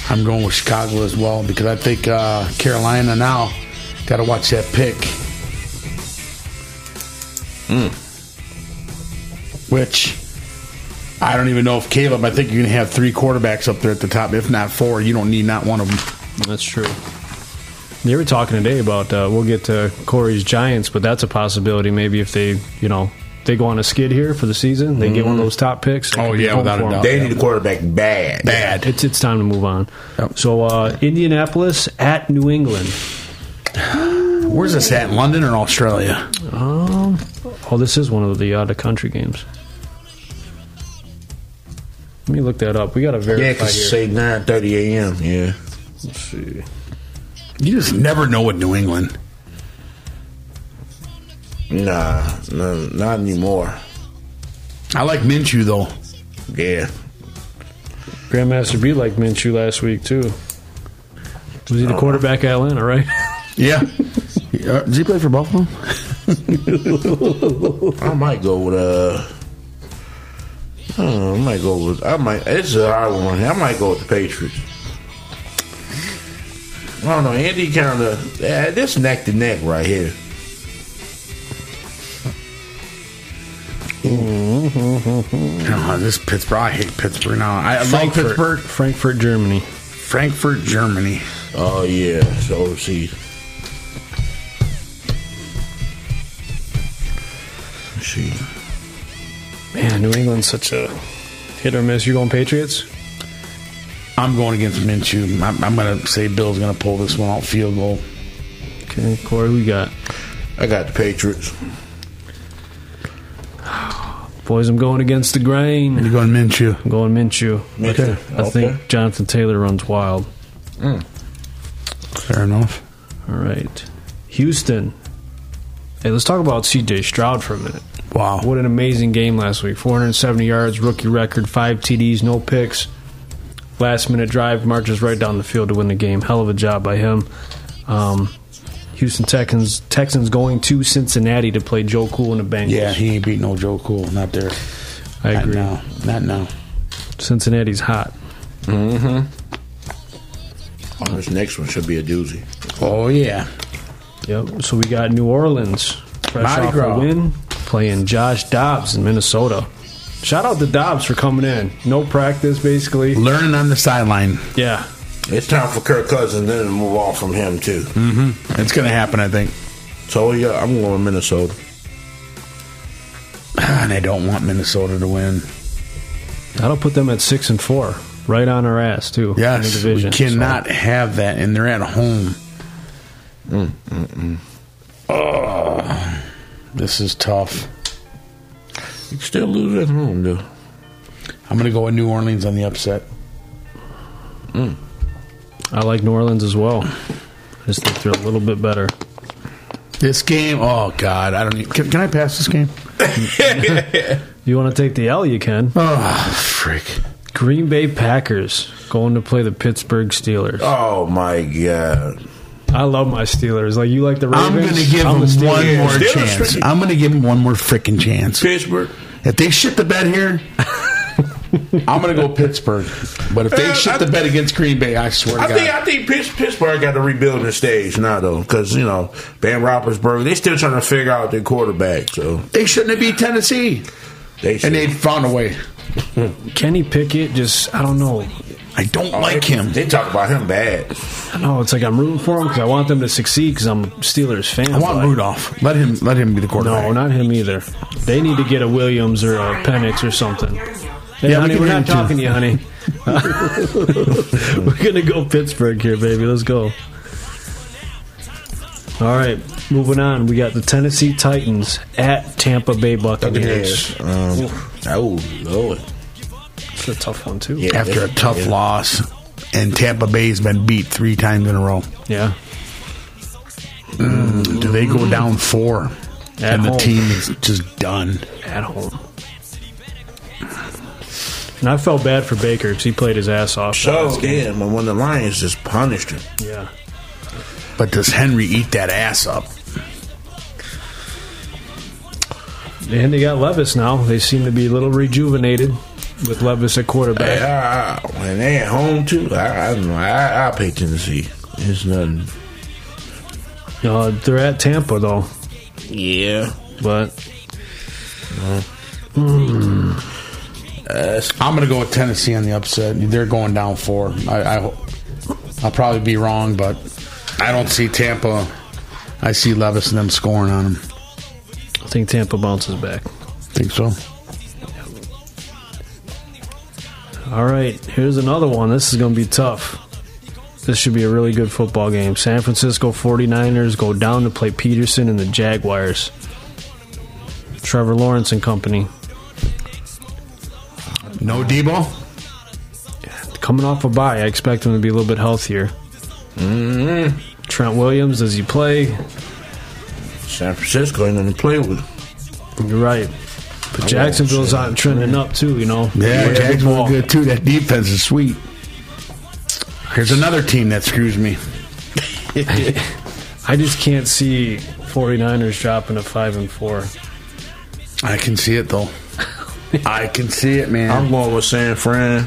Speaker 2: I'm going with Chicago as well because I think uh, Carolina now got to watch that pick. Which I don't even know if Caleb. I think you're going to have three quarterbacks up there at the top, if not four. You don't need not one of them.
Speaker 1: That's true. They were talking today about uh, we'll get to Corey's Giants, but that's a possibility. Maybe if they, you know, they go on a skid here for the season, they get one of those top picks. that
Speaker 2: Oh,
Speaker 1: could be
Speaker 2: yeah,
Speaker 1: home
Speaker 2: without a
Speaker 1: for 'em.
Speaker 2: doubt.
Speaker 4: They need a quarterback bad.
Speaker 1: Bad. It's it's time to move on. So uh, Indianapolis at New England.
Speaker 2: Where's this at? London or Australia?
Speaker 1: Um, oh, this is one of the out of country games. Let me look that up. We got to verify
Speaker 4: Yeah,
Speaker 1: here.
Speaker 4: because say nine thirty a.m. Yeah.
Speaker 1: Let's see.
Speaker 2: You just never know with New England.
Speaker 4: Nah, no, not anymore.
Speaker 2: I like Minshew though.
Speaker 4: Yeah.
Speaker 1: Grandmaster B liked Minshew last week too. Was he the quarterback at Atlanta? Right?
Speaker 2: Yeah. Uh, Does he play for Buffalo?
Speaker 4: I might go with uh I don't know, I might go with I might it's a hard one. I might go with the Patriots. I don't know, Andy kinda yeah, this neck to neck right here.
Speaker 2: No, this Pittsburgh. I hate Pittsburgh now. I like
Speaker 1: Frankfurt.
Speaker 2: Pittsburgh.
Speaker 1: Frankfurt, Germany.
Speaker 2: Frankfurt, Germany.
Speaker 4: Oh yeah, so see. See.
Speaker 1: Man, New England's such a hit or miss. You going Patriots?
Speaker 2: I'm going against Minshew. I'm, I'm going to say Bill's going to pull this one out field goal.
Speaker 1: Okay, Corey, we got
Speaker 4: I got the Patriots.
Speaker 1: boys. I'm going against the grain.
Speaker 2: You're going Minshew.
Speaker 1: I'm going Minshew.
Speaker 4: Minshew,
Speaker 1: I
Speaker 4: okay.
Speaker 1: think Jonathan Taylor runs wild.
Speaker 2: Fair enough.
Speaker 1: All right, Houston. Hey, let's talk about C.J. Stroud for a minute.
Speaker 2: Wow.
Speaker 1: What an amazing game last week. 470 yards, rookie record, five TDs, no picks. Last minute drive marches right down the field to win the game. Hell of a job by him. Um, Houston Texans Texans going to Cincinnati to play Joe Cool and the Bengals.
Speaker 2: Yeah, he ain't beat no Joe Cool. Not there.
Speaker 1: I agree.
Speaker 2: Not now. Not now.
Speaker 1: Cincinnati's hot.
Speaker 4: Oh, this next one should be a doozy.
Speaker 2: Oh, yeah.
Speaker 1: Yep. So we got New Orleans fresh
Speaker 2: Mardi
Speaker 1: off
Speaker 2: Gras.
Speaker 1: a win, playing Josh Dobbs in Minnesota. Shout out to Dobbs for coming in. No practice, basically.
Speaker 2: Learning on the sideline.
Speaker 1: Yeah.
Speaker 4: It's time for Kirk Cousins then to move on from him too.
Speaker 2: It's going to happen, I think.
Speaker 4: So yeah, I'm going with Minnesota.
Speaker 2: And I don't want Minnesota to win.
Speaker 1: That'll put them at six and four, right on our ass too. in the
Speaker 2: Yes, we
Speaker 1: division.
Speaker 2: cannot have that. And they're at home.
Speaker 1: Mm,
Speaker 2: Oh, this is tough.
Speaker 4: You can still lose at home though.
Speaker 2: I'm going to go with New Orleans on the upset.
Speaker 1: So, I like New Orleans as well. I just think they're a little bit better.
Speaker 2: This game, oh God, I don't. Even, can, can I pass this game?
Speaker 1: You want to take the L, you can.
Speaker 2: Oh, frick!
Speaker 1: Green Bay Packers going to play the Pittsburgh Steelers.
Speaker 4: Oh my god.
Speaker 1: I love my Steelers. Like you like the Ravens.
Speaker 2: I'm going to give
Speaker 1: I'm
Speaker 2: him
Speaker 1: the
Speaker 2: one
Speaker 1: Steelers.
Speaker 2: more
Speaker 4: Steelers
Speaker 2: chance.
Speaker 4: freaking-
Speaker 2: I'm going to give him one more freaking chance.
Speaker 4: Pittsburgh.
Speaker 2: If they shit the bed here, I'm going to go Pittsburgh. But if they
Speaker 4: Uh,
Speaker 2: shit
Speaker 4: I-
Speaker 2: the bed against Green Bay, I swear
Speaker 4: I
Speaker 2: to God,
Speaker 4: think I think Pitts- Pittsburgh got to rebuild the stage now though, because you know Ben Roethlisberger they still trying to figure out their quarterback, so
Speaker 2: they shouldn't have beat Tennessee,
Speaker 4: they should.
Speaker 2: and they found a way.
Speaker 1: Kenny Pickett. Just I don't know.
Speaker 2: I don't like him.
Speaker 4: Oh, They talk about him bad.
Speaker 1: I know Oh, it's like I'm rooting for them because I want them to succeed because I'm a Steelers fan.
Speaker 2: I want
Speaker 1: but-
Speaker 2: Rudolph. Let him. Let him be the quarterback.
Speaker 1: No, not him either. They need to get a Williams or a Penix or something. Hey,
Speaker 2: Yeah,
Speaker 1: honey,
Speaker 2: we can
Speaker 1: we're
Speaker 2: hear
Speaker 1: not
Speaker 2: you,
Speaker 1: talking
Speaker 2: too.
Speaker 1: to you, honey. we're gonna go Pittsburgh here, baby. Let's go. All right, moving on. We got the Tennessee Titans at Tampa Bay Buccaneers.
Speaker 4: Yes. Um, oh lord.
Speaker 1: It's a tough one too.
Speaker 4: Yeah,
Speaker 2: After a
Speaker 4: they-
Speaker 2: tough
Speaker 4: yeah.
Speaker 2: loss, and Tampa Bay's been beat three times in a row.
Speaker 1: Yeah.
Speaker 2: Mm, do they go down four?
Speaker 1: At
Speaker 2: and the
Speaker 1: home.
Speaker 2: team is just done.
Speaker 1: At home. And I felt bad for Baker because he played his ass off. that
Speaker 4: So
Speaker 1: last game.
Speaker 4: damn, when the Lions just punished him.
Speaker 1: Yeah.
Speaker 2: But does Henry eat that ass up?
Speaker 1: And they got Levis now. They seem to be a little rejuvenated with Levis at quarterback.
Speaker 4: Hey, I, I, when they at home too, I, I don't know. I, I pay Tennessee. It's nothing.
Speaker 1: Uh, they're at Tampa though.
Speaker 4: Yeah,
Speaker 1: but
Speaker 2: I'm going to go with Tennessee on the upset. They're going down four. I, I, I'll probably be wrong, but I don't see Tampa. I see Levis and them scoring on him.
Speaker 1: I think Tampa bounces back.
Speaker 2: Think so?
Speaker 1: All right, here's another one. This is going to be tough. This should be a really good football game. San Francisco 49ers go down to play Peterson and the Jaguars. Trevor Lawrence and company.
Speaker 2: No Debo?
Speaker 1: Coming off a bye, I expect him to be a little bit healthier.
Speaker 4: Mm-hmm.
Speaker 1: mm Trent Williams, does he play?
Speaker 4: San Francisco ain't nothing to play with.
Speaker 1: You're right. But
Speaker 4: I
Speaker 1: Jacksonville's
Speaker 4: won't say
Speaker 1: out trending up too, you know. With
Speaker 2: Yeah,
Speaker 1: the big
Speaker 2: Jacksonville's
Speaker 1: ball.
Speaker 2: good too. That defense is sweet. Here's another team that screws me.
Speaker 1: I just can't see 49ers dropping to 5 and 4.
Speaker 2: I can see it though. I can see it, man.
Speaker 4: I'm going with San Fran.
Speaker 1: I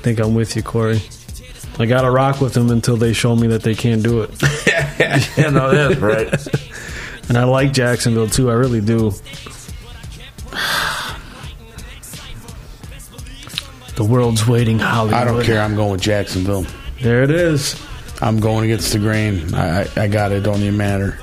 Speaker 1: think I'm with you, Corey. I got to rock with them until they show me that they can't do it.
Speaker 4: Yeah, no, that's right.
Speaker 1: And I like Jacksonville too. I really do. The world's waiting Hollywood.
Speaker 2: I don't care. I'm going with Jacksonville.
Speaker 1: There it is.
Speaker 2: I'm going against the grain. I, I, I got it. Don't even matter.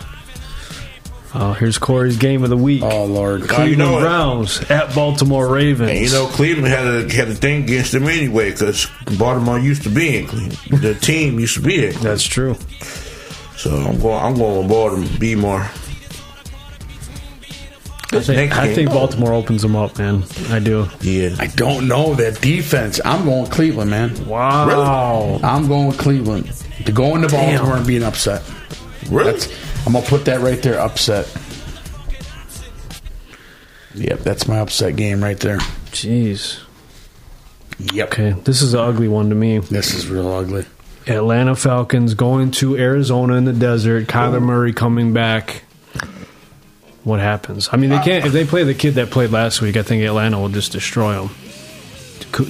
Speaker 1: Oh, here's Corey's game of the week.
Speaker 2: Oh Lord,
Speaker 4: Oh, you
Speaker 1: Cleveland
Speaker 4: know it.
Speaker 1: Browns at Baltimore Ravens.
Speaker 4: And you know, Cleveland had a had a thing against them anyway because Baltimore used to be in Cleveland. The team used to be in. Cleveland.
Speaker 1: that's true.
Speaker 4: So I'm going. I'm going with Baltimore. Be more.
Speaker 1: I think,
Speaker 4: next
Speaker 1: I
Speaker 4: game-
Speaker 1: think Baltimore opens them up, man. I do.
Speaker 4: Yeah.
Speaker 2: I don't know that defense. I'm going with Cleveland, man.
Speaker 1: Wow.
Speaker 2: I'm going with Cleveland to go into Baltimore and be an upset.
Speaker 4: Really?
Speaker 2: I'm gonna put that right there. Upset. Yep, that's my upset game right there.
Speaker 1: Jeez.
Speaker 2: Yep.
Speaker 1: Okay, this is an ugly one to me.
Speaker 2: This is real ugly.
Speaker 1: Atlanta Falcons going to Arizona in the desert. Kyler Murray coming back. What happens? I mean, they can't if they play the kid that played last week. I think Atlanta will just destroy him.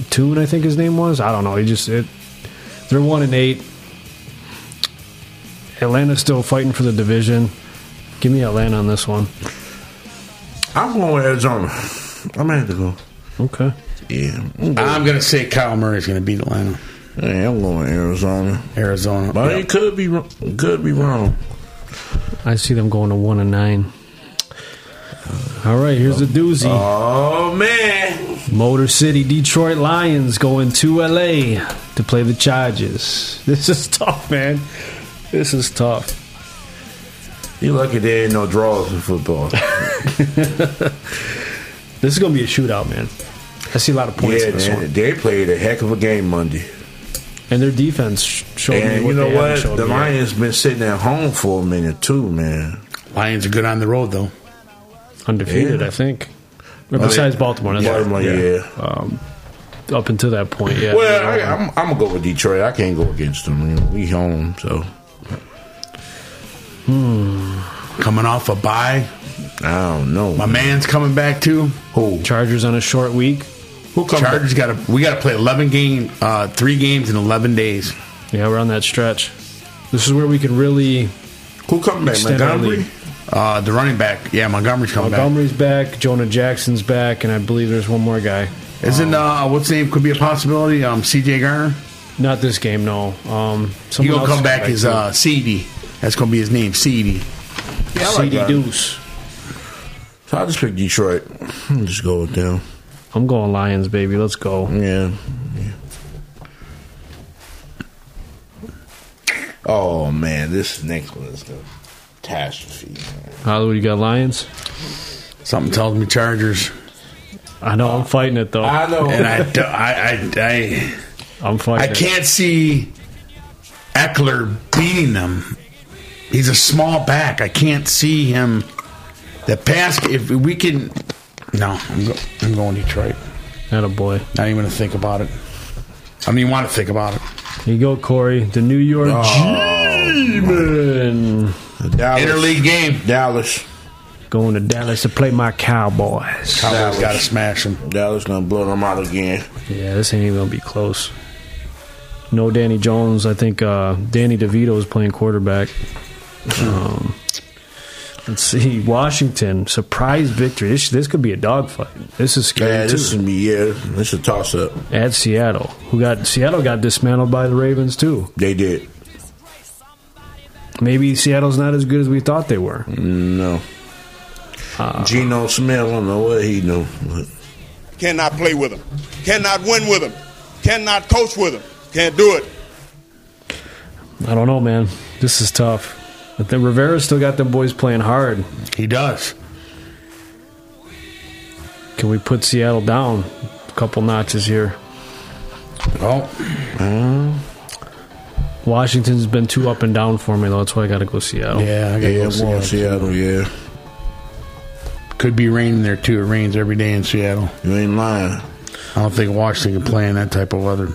Speaker 1: Toon, I think his name was. I don't know. He just it. They're one and eight. Atlanta's still fighting for the division. Give me Atlanta on this one.
Speaker 4: I'm going with Arizona. I'm gonna have to go.
Speaker 1: Okay.
Speaker 4: Yeah. I'm going,
Speaker 2: I'm gonna say Kyle Murray's gonna beat Atlanta,
Speaker 4: yeah, I'm going with Arizona.
Speaker 2: Arizona.
Speaker 4: But it could be wrong- could be wrong.
Speaker 1: I see them going to one and nine. All right, here's a doozy.
Speaker 4: Oh man.
Speaker 1: Motor City Detroit Lions going to LA to play the Chargers. This is tough, man. This is tough.
Speaker 4: You lucky there ain't no draws in football.
Speaker 1: This is going to be a shootout, man. I see a lot of points
Speaker 4: yeah,
Speaker 1: in this
Speaker 4: man,
Speaker 1: one.
Speaker 4: they played a heck of a game Monday.
Speaker 1: And their defense sh- showed me
Speaker 4: And
Speaker 1: what
Speaker 4: you know
Speaker 1: they haven't
Speaker 4: what?
Speaker 1: showed
Speaker 4: The
Speaker 1: me yet.
Speaker 4: Lions been sitting at home for a minute too, man.
Speaker 2: Lions are good on the road though.
Speaker 1: undefeated,
Speaker 4: Yeah.
Speaker 1: I think. Or besides
Speaker 4: they-
Speaker 1: Baltimore, that's
Speaker 4: Baltimore, yeah.
Speaker 1: right. up until that point, yeah.
Speaker 4: Well, I, I'm, I'm gonna go with Detroit. I can't go against them. You know, we home, so
Speaker 2: Coming off a bye,
Speaker 4: I don't know.
Speaker 2: my man's coming back too. Oh,
Speaker 4: who?
Speaker 1: Chargers on a short week.
Speaker 4: Who comes?
Speaker 2: Chargers got to we got to play eleven game, uh, three games in eleven days.
Speaker 1: Yeah, we're on that stretch. This is where we could really.
Speaker 4: Who come back?
Speaker 1: Extend our
Speaker 4: Montgomery.
Speaker 1: lead.
Speaker 2: Uh, the running back, yeah, Montgomery's coming
Speaker 1: Montgomery's back, Jonah Jackson's back, and I believe there's one more guy.
Speaker 2: back. Isn't uh, what's name could be a possibility? Um, C.J. Garner,
Speaker 1: Not this game, no. Um,
Speaker 2: he
Speaker 1: someone
Speaker 2: gonna
Speaker 1: else
Speaker 2: come
Speaker 1: is
Speaker 2: back as
Speaker 1: too.
Speaker 2: uh, C.D. That's gonna be his name, C.D.
Speaker 4: Yeah, I like
Speaker 1: CD
Speaker 4: that.
Speaker 1: Deuce.
Speaker 4: So I just pick Detroit. just go with them.
Speaker 1: I'm going Lions, baby. Let's go.
Speaker 4: Yeah. Yeah. Oh man, this next one is the catastrophe. Man.
Speaker 1: Hollywood, you got Lions?
Speaker 2: Something tells me Chargers,
Speaker 1: I know I'm fighting it though.
Speaker 4: know.
Speaker 2: and I, do- I, I, I,
Speaker 1: I'm
Speaker 2: I
Speaker 1: fighting.
Speaker 2: can't see Eckler beating them. He's a small back. I can't see him. The pass, if we can. No, I'm, go, I'm going Detroit.
Speaker 1: That a boy.
Speaker 2: Not even going to think about it. I don't even want to think about it.
Speaker 1: Here you go, Corey. The New York Oh. Demon.
Speaker 2: Interleague game.
Speaker 4: Dallas.
Speaker 1: Going to Dallas to play my Cowboys.
Speaker 2: Cowboys got to smash them.
Speaker 4: Dallas gonna blow them out again.
Speaker 1: Yeah, this ain't even gonna be close. No Danny Jones. I think uh, Danny DeVito is playing quarterback. Um, let's see. Washington surprise victory. This, this could be a dogfight. This is scary.
Speaker 4: Yeah,
Speaker 1: too.
Speaker 4: this is me. Yeah, this is a toss up.
Speaker 1: at Seattle. Who got Seattle got dismantled by the Ravens too.
Speaker 4: They did.
Speaker 1: Maybe Seattle's not as good as we thought they were.
Speaker 4: Mm. No. Uh-uh. Geno Smith, I don't know what he knew.
Speaker 5: Cannot play with him. Cannot win with him. Cannot coach with him. Can't do it.
Speaker 1: I don't know, man. This is tough. But then Rivera still got them boys playing hard.
Speaker 2: He does.
Speaker 1: Can we put Seattle down a couple notches here?
Speaker 2: Oh.
Speaker 1: Washington's been too up and down for me, though. That's why I got to go Seattle.
Speaker 2: Yeah, I gotta
Speaker 4: Oh. yeah,
Speaker 2: go
Speaker 4: Seattle, Seattle, yeah.
Speaker 2: Could be raining there, too. It rains every day in Seattle.
Speaker 4: You ain't lying.
Speaker 2: I don't think Washington can play in that type of weather.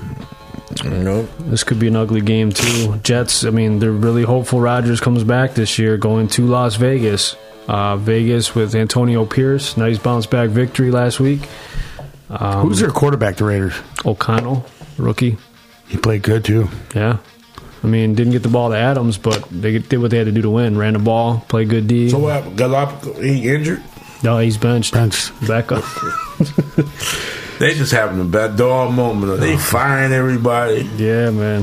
Speaker 4: Nope.
Speaker 1: This could be an ugly game, too. Jets, I mean, they're really hopeful Rodgers comes back this year, going to Las Vegas. Uh, Vegas with Antonio Pierce. Nice bounce back victory last week. Um,
Speaker 2: Who's their quarterback, the Raiders?
Speaker 1: O'Connell, rookie.
Speaker 2: He played good, too.
Speaker 1: Yeah. I mean, didn't get the ball to Adams, but they did what they had to do to win. Ran the ball, played good D.
Speaker 4: So what? Galapagos? He injured?
Speaker 1: No, he's benched.
Speaker 2: Benched.
Speaker 1: Back up.
Speaker 4: They just having a bad dog moment. They firing everybody.
Speaker 1: Yeah, man.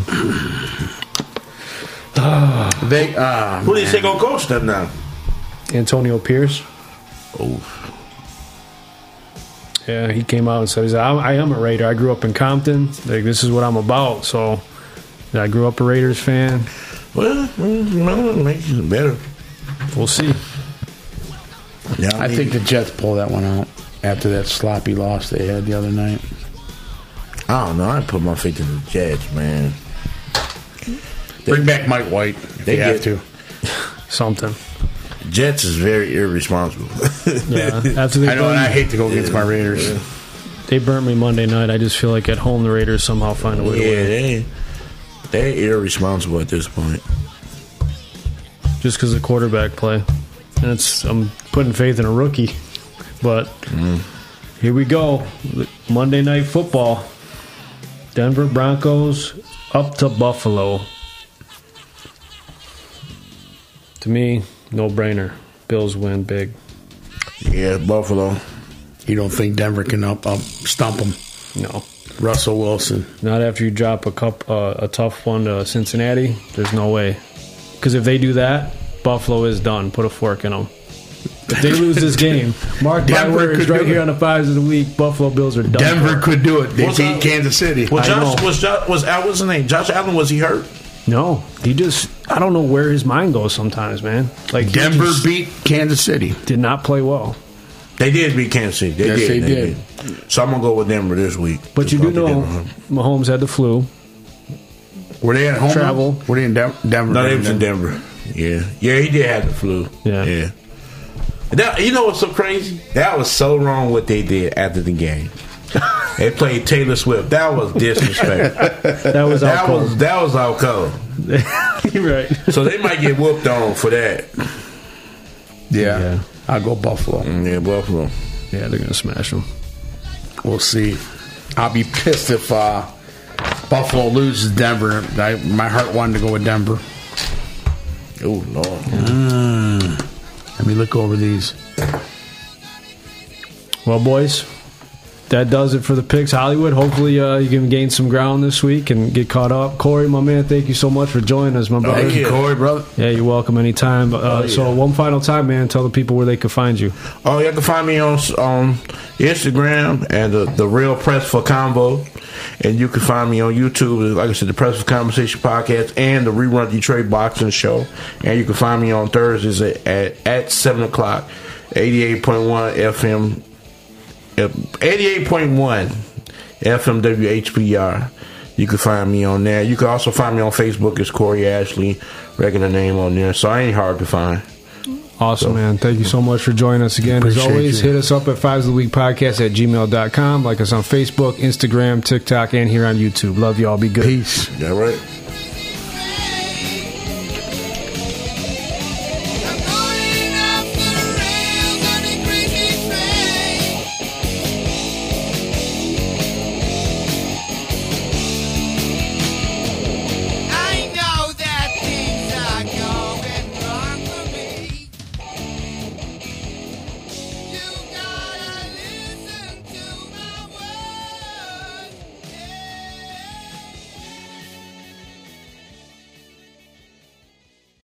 Speaker 2: They uh,
Speaker 4: Who do you say gonna coach them now?
Speaker 1: Antonio Pierce.
Speaker 4: Oh,
Speaker 1: Yeah, he came out and said, he's like, "I'm- I am a Raider. I grew up in Compton. Like, this is what I'm about. So, yeah, I grew up a Raiders fan.
Speaker 4: well, well, it makes it better.
Speaker 1: We'll see.
Speaker 4: Yeah,
Speaker 2: I think the Jets pull that one out after that sloppy loss they had the other night.
Speaker 4: I don't know. I put my faith in the Jets, man.
Speaker 2: Bring back Mike White if
Speaker 4: They
Speaker 2: they have
Speaker 4: get-
Speaker 2: to.
Speaker 1: Something.
Speaker 4: Jets is very irresponsible.
Speaker 1: Yeah. After they
Speaker 2: I know, and I
Speaker 1: burned,
Speaker 2: hate to go against my Raiders.
Speaker 1: they burnt me Monday night, I just feel like at home the Raiders somehow find a way to
Speaker 4: yeah,
Speaker 1: win.
Speaker 4: they they're irresponsible at this point.
Speaker 1: Just because of quarterback play. And it's I'm putting faith in a rookie. But here we go. Monday night football. Denver Broncos up to Buffalo. To me, no brainer. Bills win big.
Speaker 4: Yeah, Buffalo.
Speaker 2: You don't think Denver can up, up stump them?
Speaker 1: No.
Speaker 2: Russell Wilson.
Speaker 1: Not after you drop a cup, uh, a tough one to Cincinnati. There's no way. Because if they do that, Buffalo is done. Put a fork in them. If they lose this game, mark my
Speaker 2: Denver
Speaker 1: words
Speaker 2: could
Speaker 1: right
Speaker 2: do
Speaker 1: here
Speaker 2: it.
Speaker 1: on the fives of the week. Buffalo Bills are done.
Speaker 2: Denver
Speaker 1: for.
Speaker 2: could do it. They
Speaker 4: What's
Speaker 2: beat
Speaker 4: up?
Speaker 2: Kansas City.
Speaker 4: Well,
Speaker 1: I
Speaker 4: Josh
Speaker 1: know.
Speaker 4: was Josh, was Al- what's his name? Josh Allen was he hurt?
Speaker 1: No, he just. I don't know where his mind goes sometimes, man. Like he
Speaker 2: Denver
Speaker 1: just
Speaker 2: beat Kansas City.
Speaker 1: did not play well.
Speaker 4: They did beat Kansas City. They
Speaker 2: Yes,
Speaker 4: did.
Speaker 2: they
Speaker 4: So I'm gonna go with Denver this week.
Speaker 1: But you do
Speaker 4: Just like they
Speaker 1: know,
Speaker 4: did with him.
Speaker 1: Mahomes had the flu.
Speaker 2: Were they at home?
Speaker 1: Travel.
Speaker 2: Were they in Dem- Denver?
Speaker 4: No, they was in Denver. Yeah, yeah, he did have the flu.
Speaker 1: Yeah.
Speaker 4: yeah. That, you know what's so crazy? That was so wrong what they did after the game. they played Taylor Swift. That was disrespect.
Speaker 1: That was our
Speaker 4: that was that was our color.
Speaker 1: You're right.
Speaker 4: So they might get whooped on for that.
Speaker 2: Yeah.
Speaker 1: Yeah.
Speaker 2: I'll go Buffalo.
Speaker 4: Yeah, Buffalo.
Speaker 1: Yeah, they're gonna smash him.
Speaker 2: We'll see. I'll be pissed if uh, Buffalo loses to Denver. I, my heart wanted to go with Denver.
Speaker 4: Oh Lord.
Speaker 2: Let me look over these.
Speaker 1: Well, boys, that does it for the picks. Hollywood, hopefully uh, you can gain some ground this week and get caught up. Corey, my man, thank you so much for joining us, my brother.
Speaker 2: Thank
Speaker 4: Oh,
Speaker 2: you, Corey, brother.
Speaker 1: Yeah, you're welcome anytime. Uh, So, one final time, man, tell the people where they can find you.
Speaker 4: Oh, you can find me on on Instagram and the, the Real Press for Combo, and you can find me on YouTube. Like I said, the Press for Conversation podcast and the Rerun Detroit Boxing Show, and you can find me on Thursdays at at, at seven o'clock, eighty eight point one FM, eighty eight point one FMWHPR. You can find me on there. You can also find me on Facebook as Corey Ashley, regular name on there. So I ain't hard to find.
Speaker 1: Awesome, man. Thank you so much for joining us again. As
Speaker 4: Appreciate
Speaker 1: always,
Speaker 4: you.
Speaker 1: hit us up at Fives of the Week Podcast at gmail.com. Like us on Facebook, Instagram, TikTok, and here on YouTube. Love y'all. Be good.
Speaker 14: Peace.
Speaker 4: All right.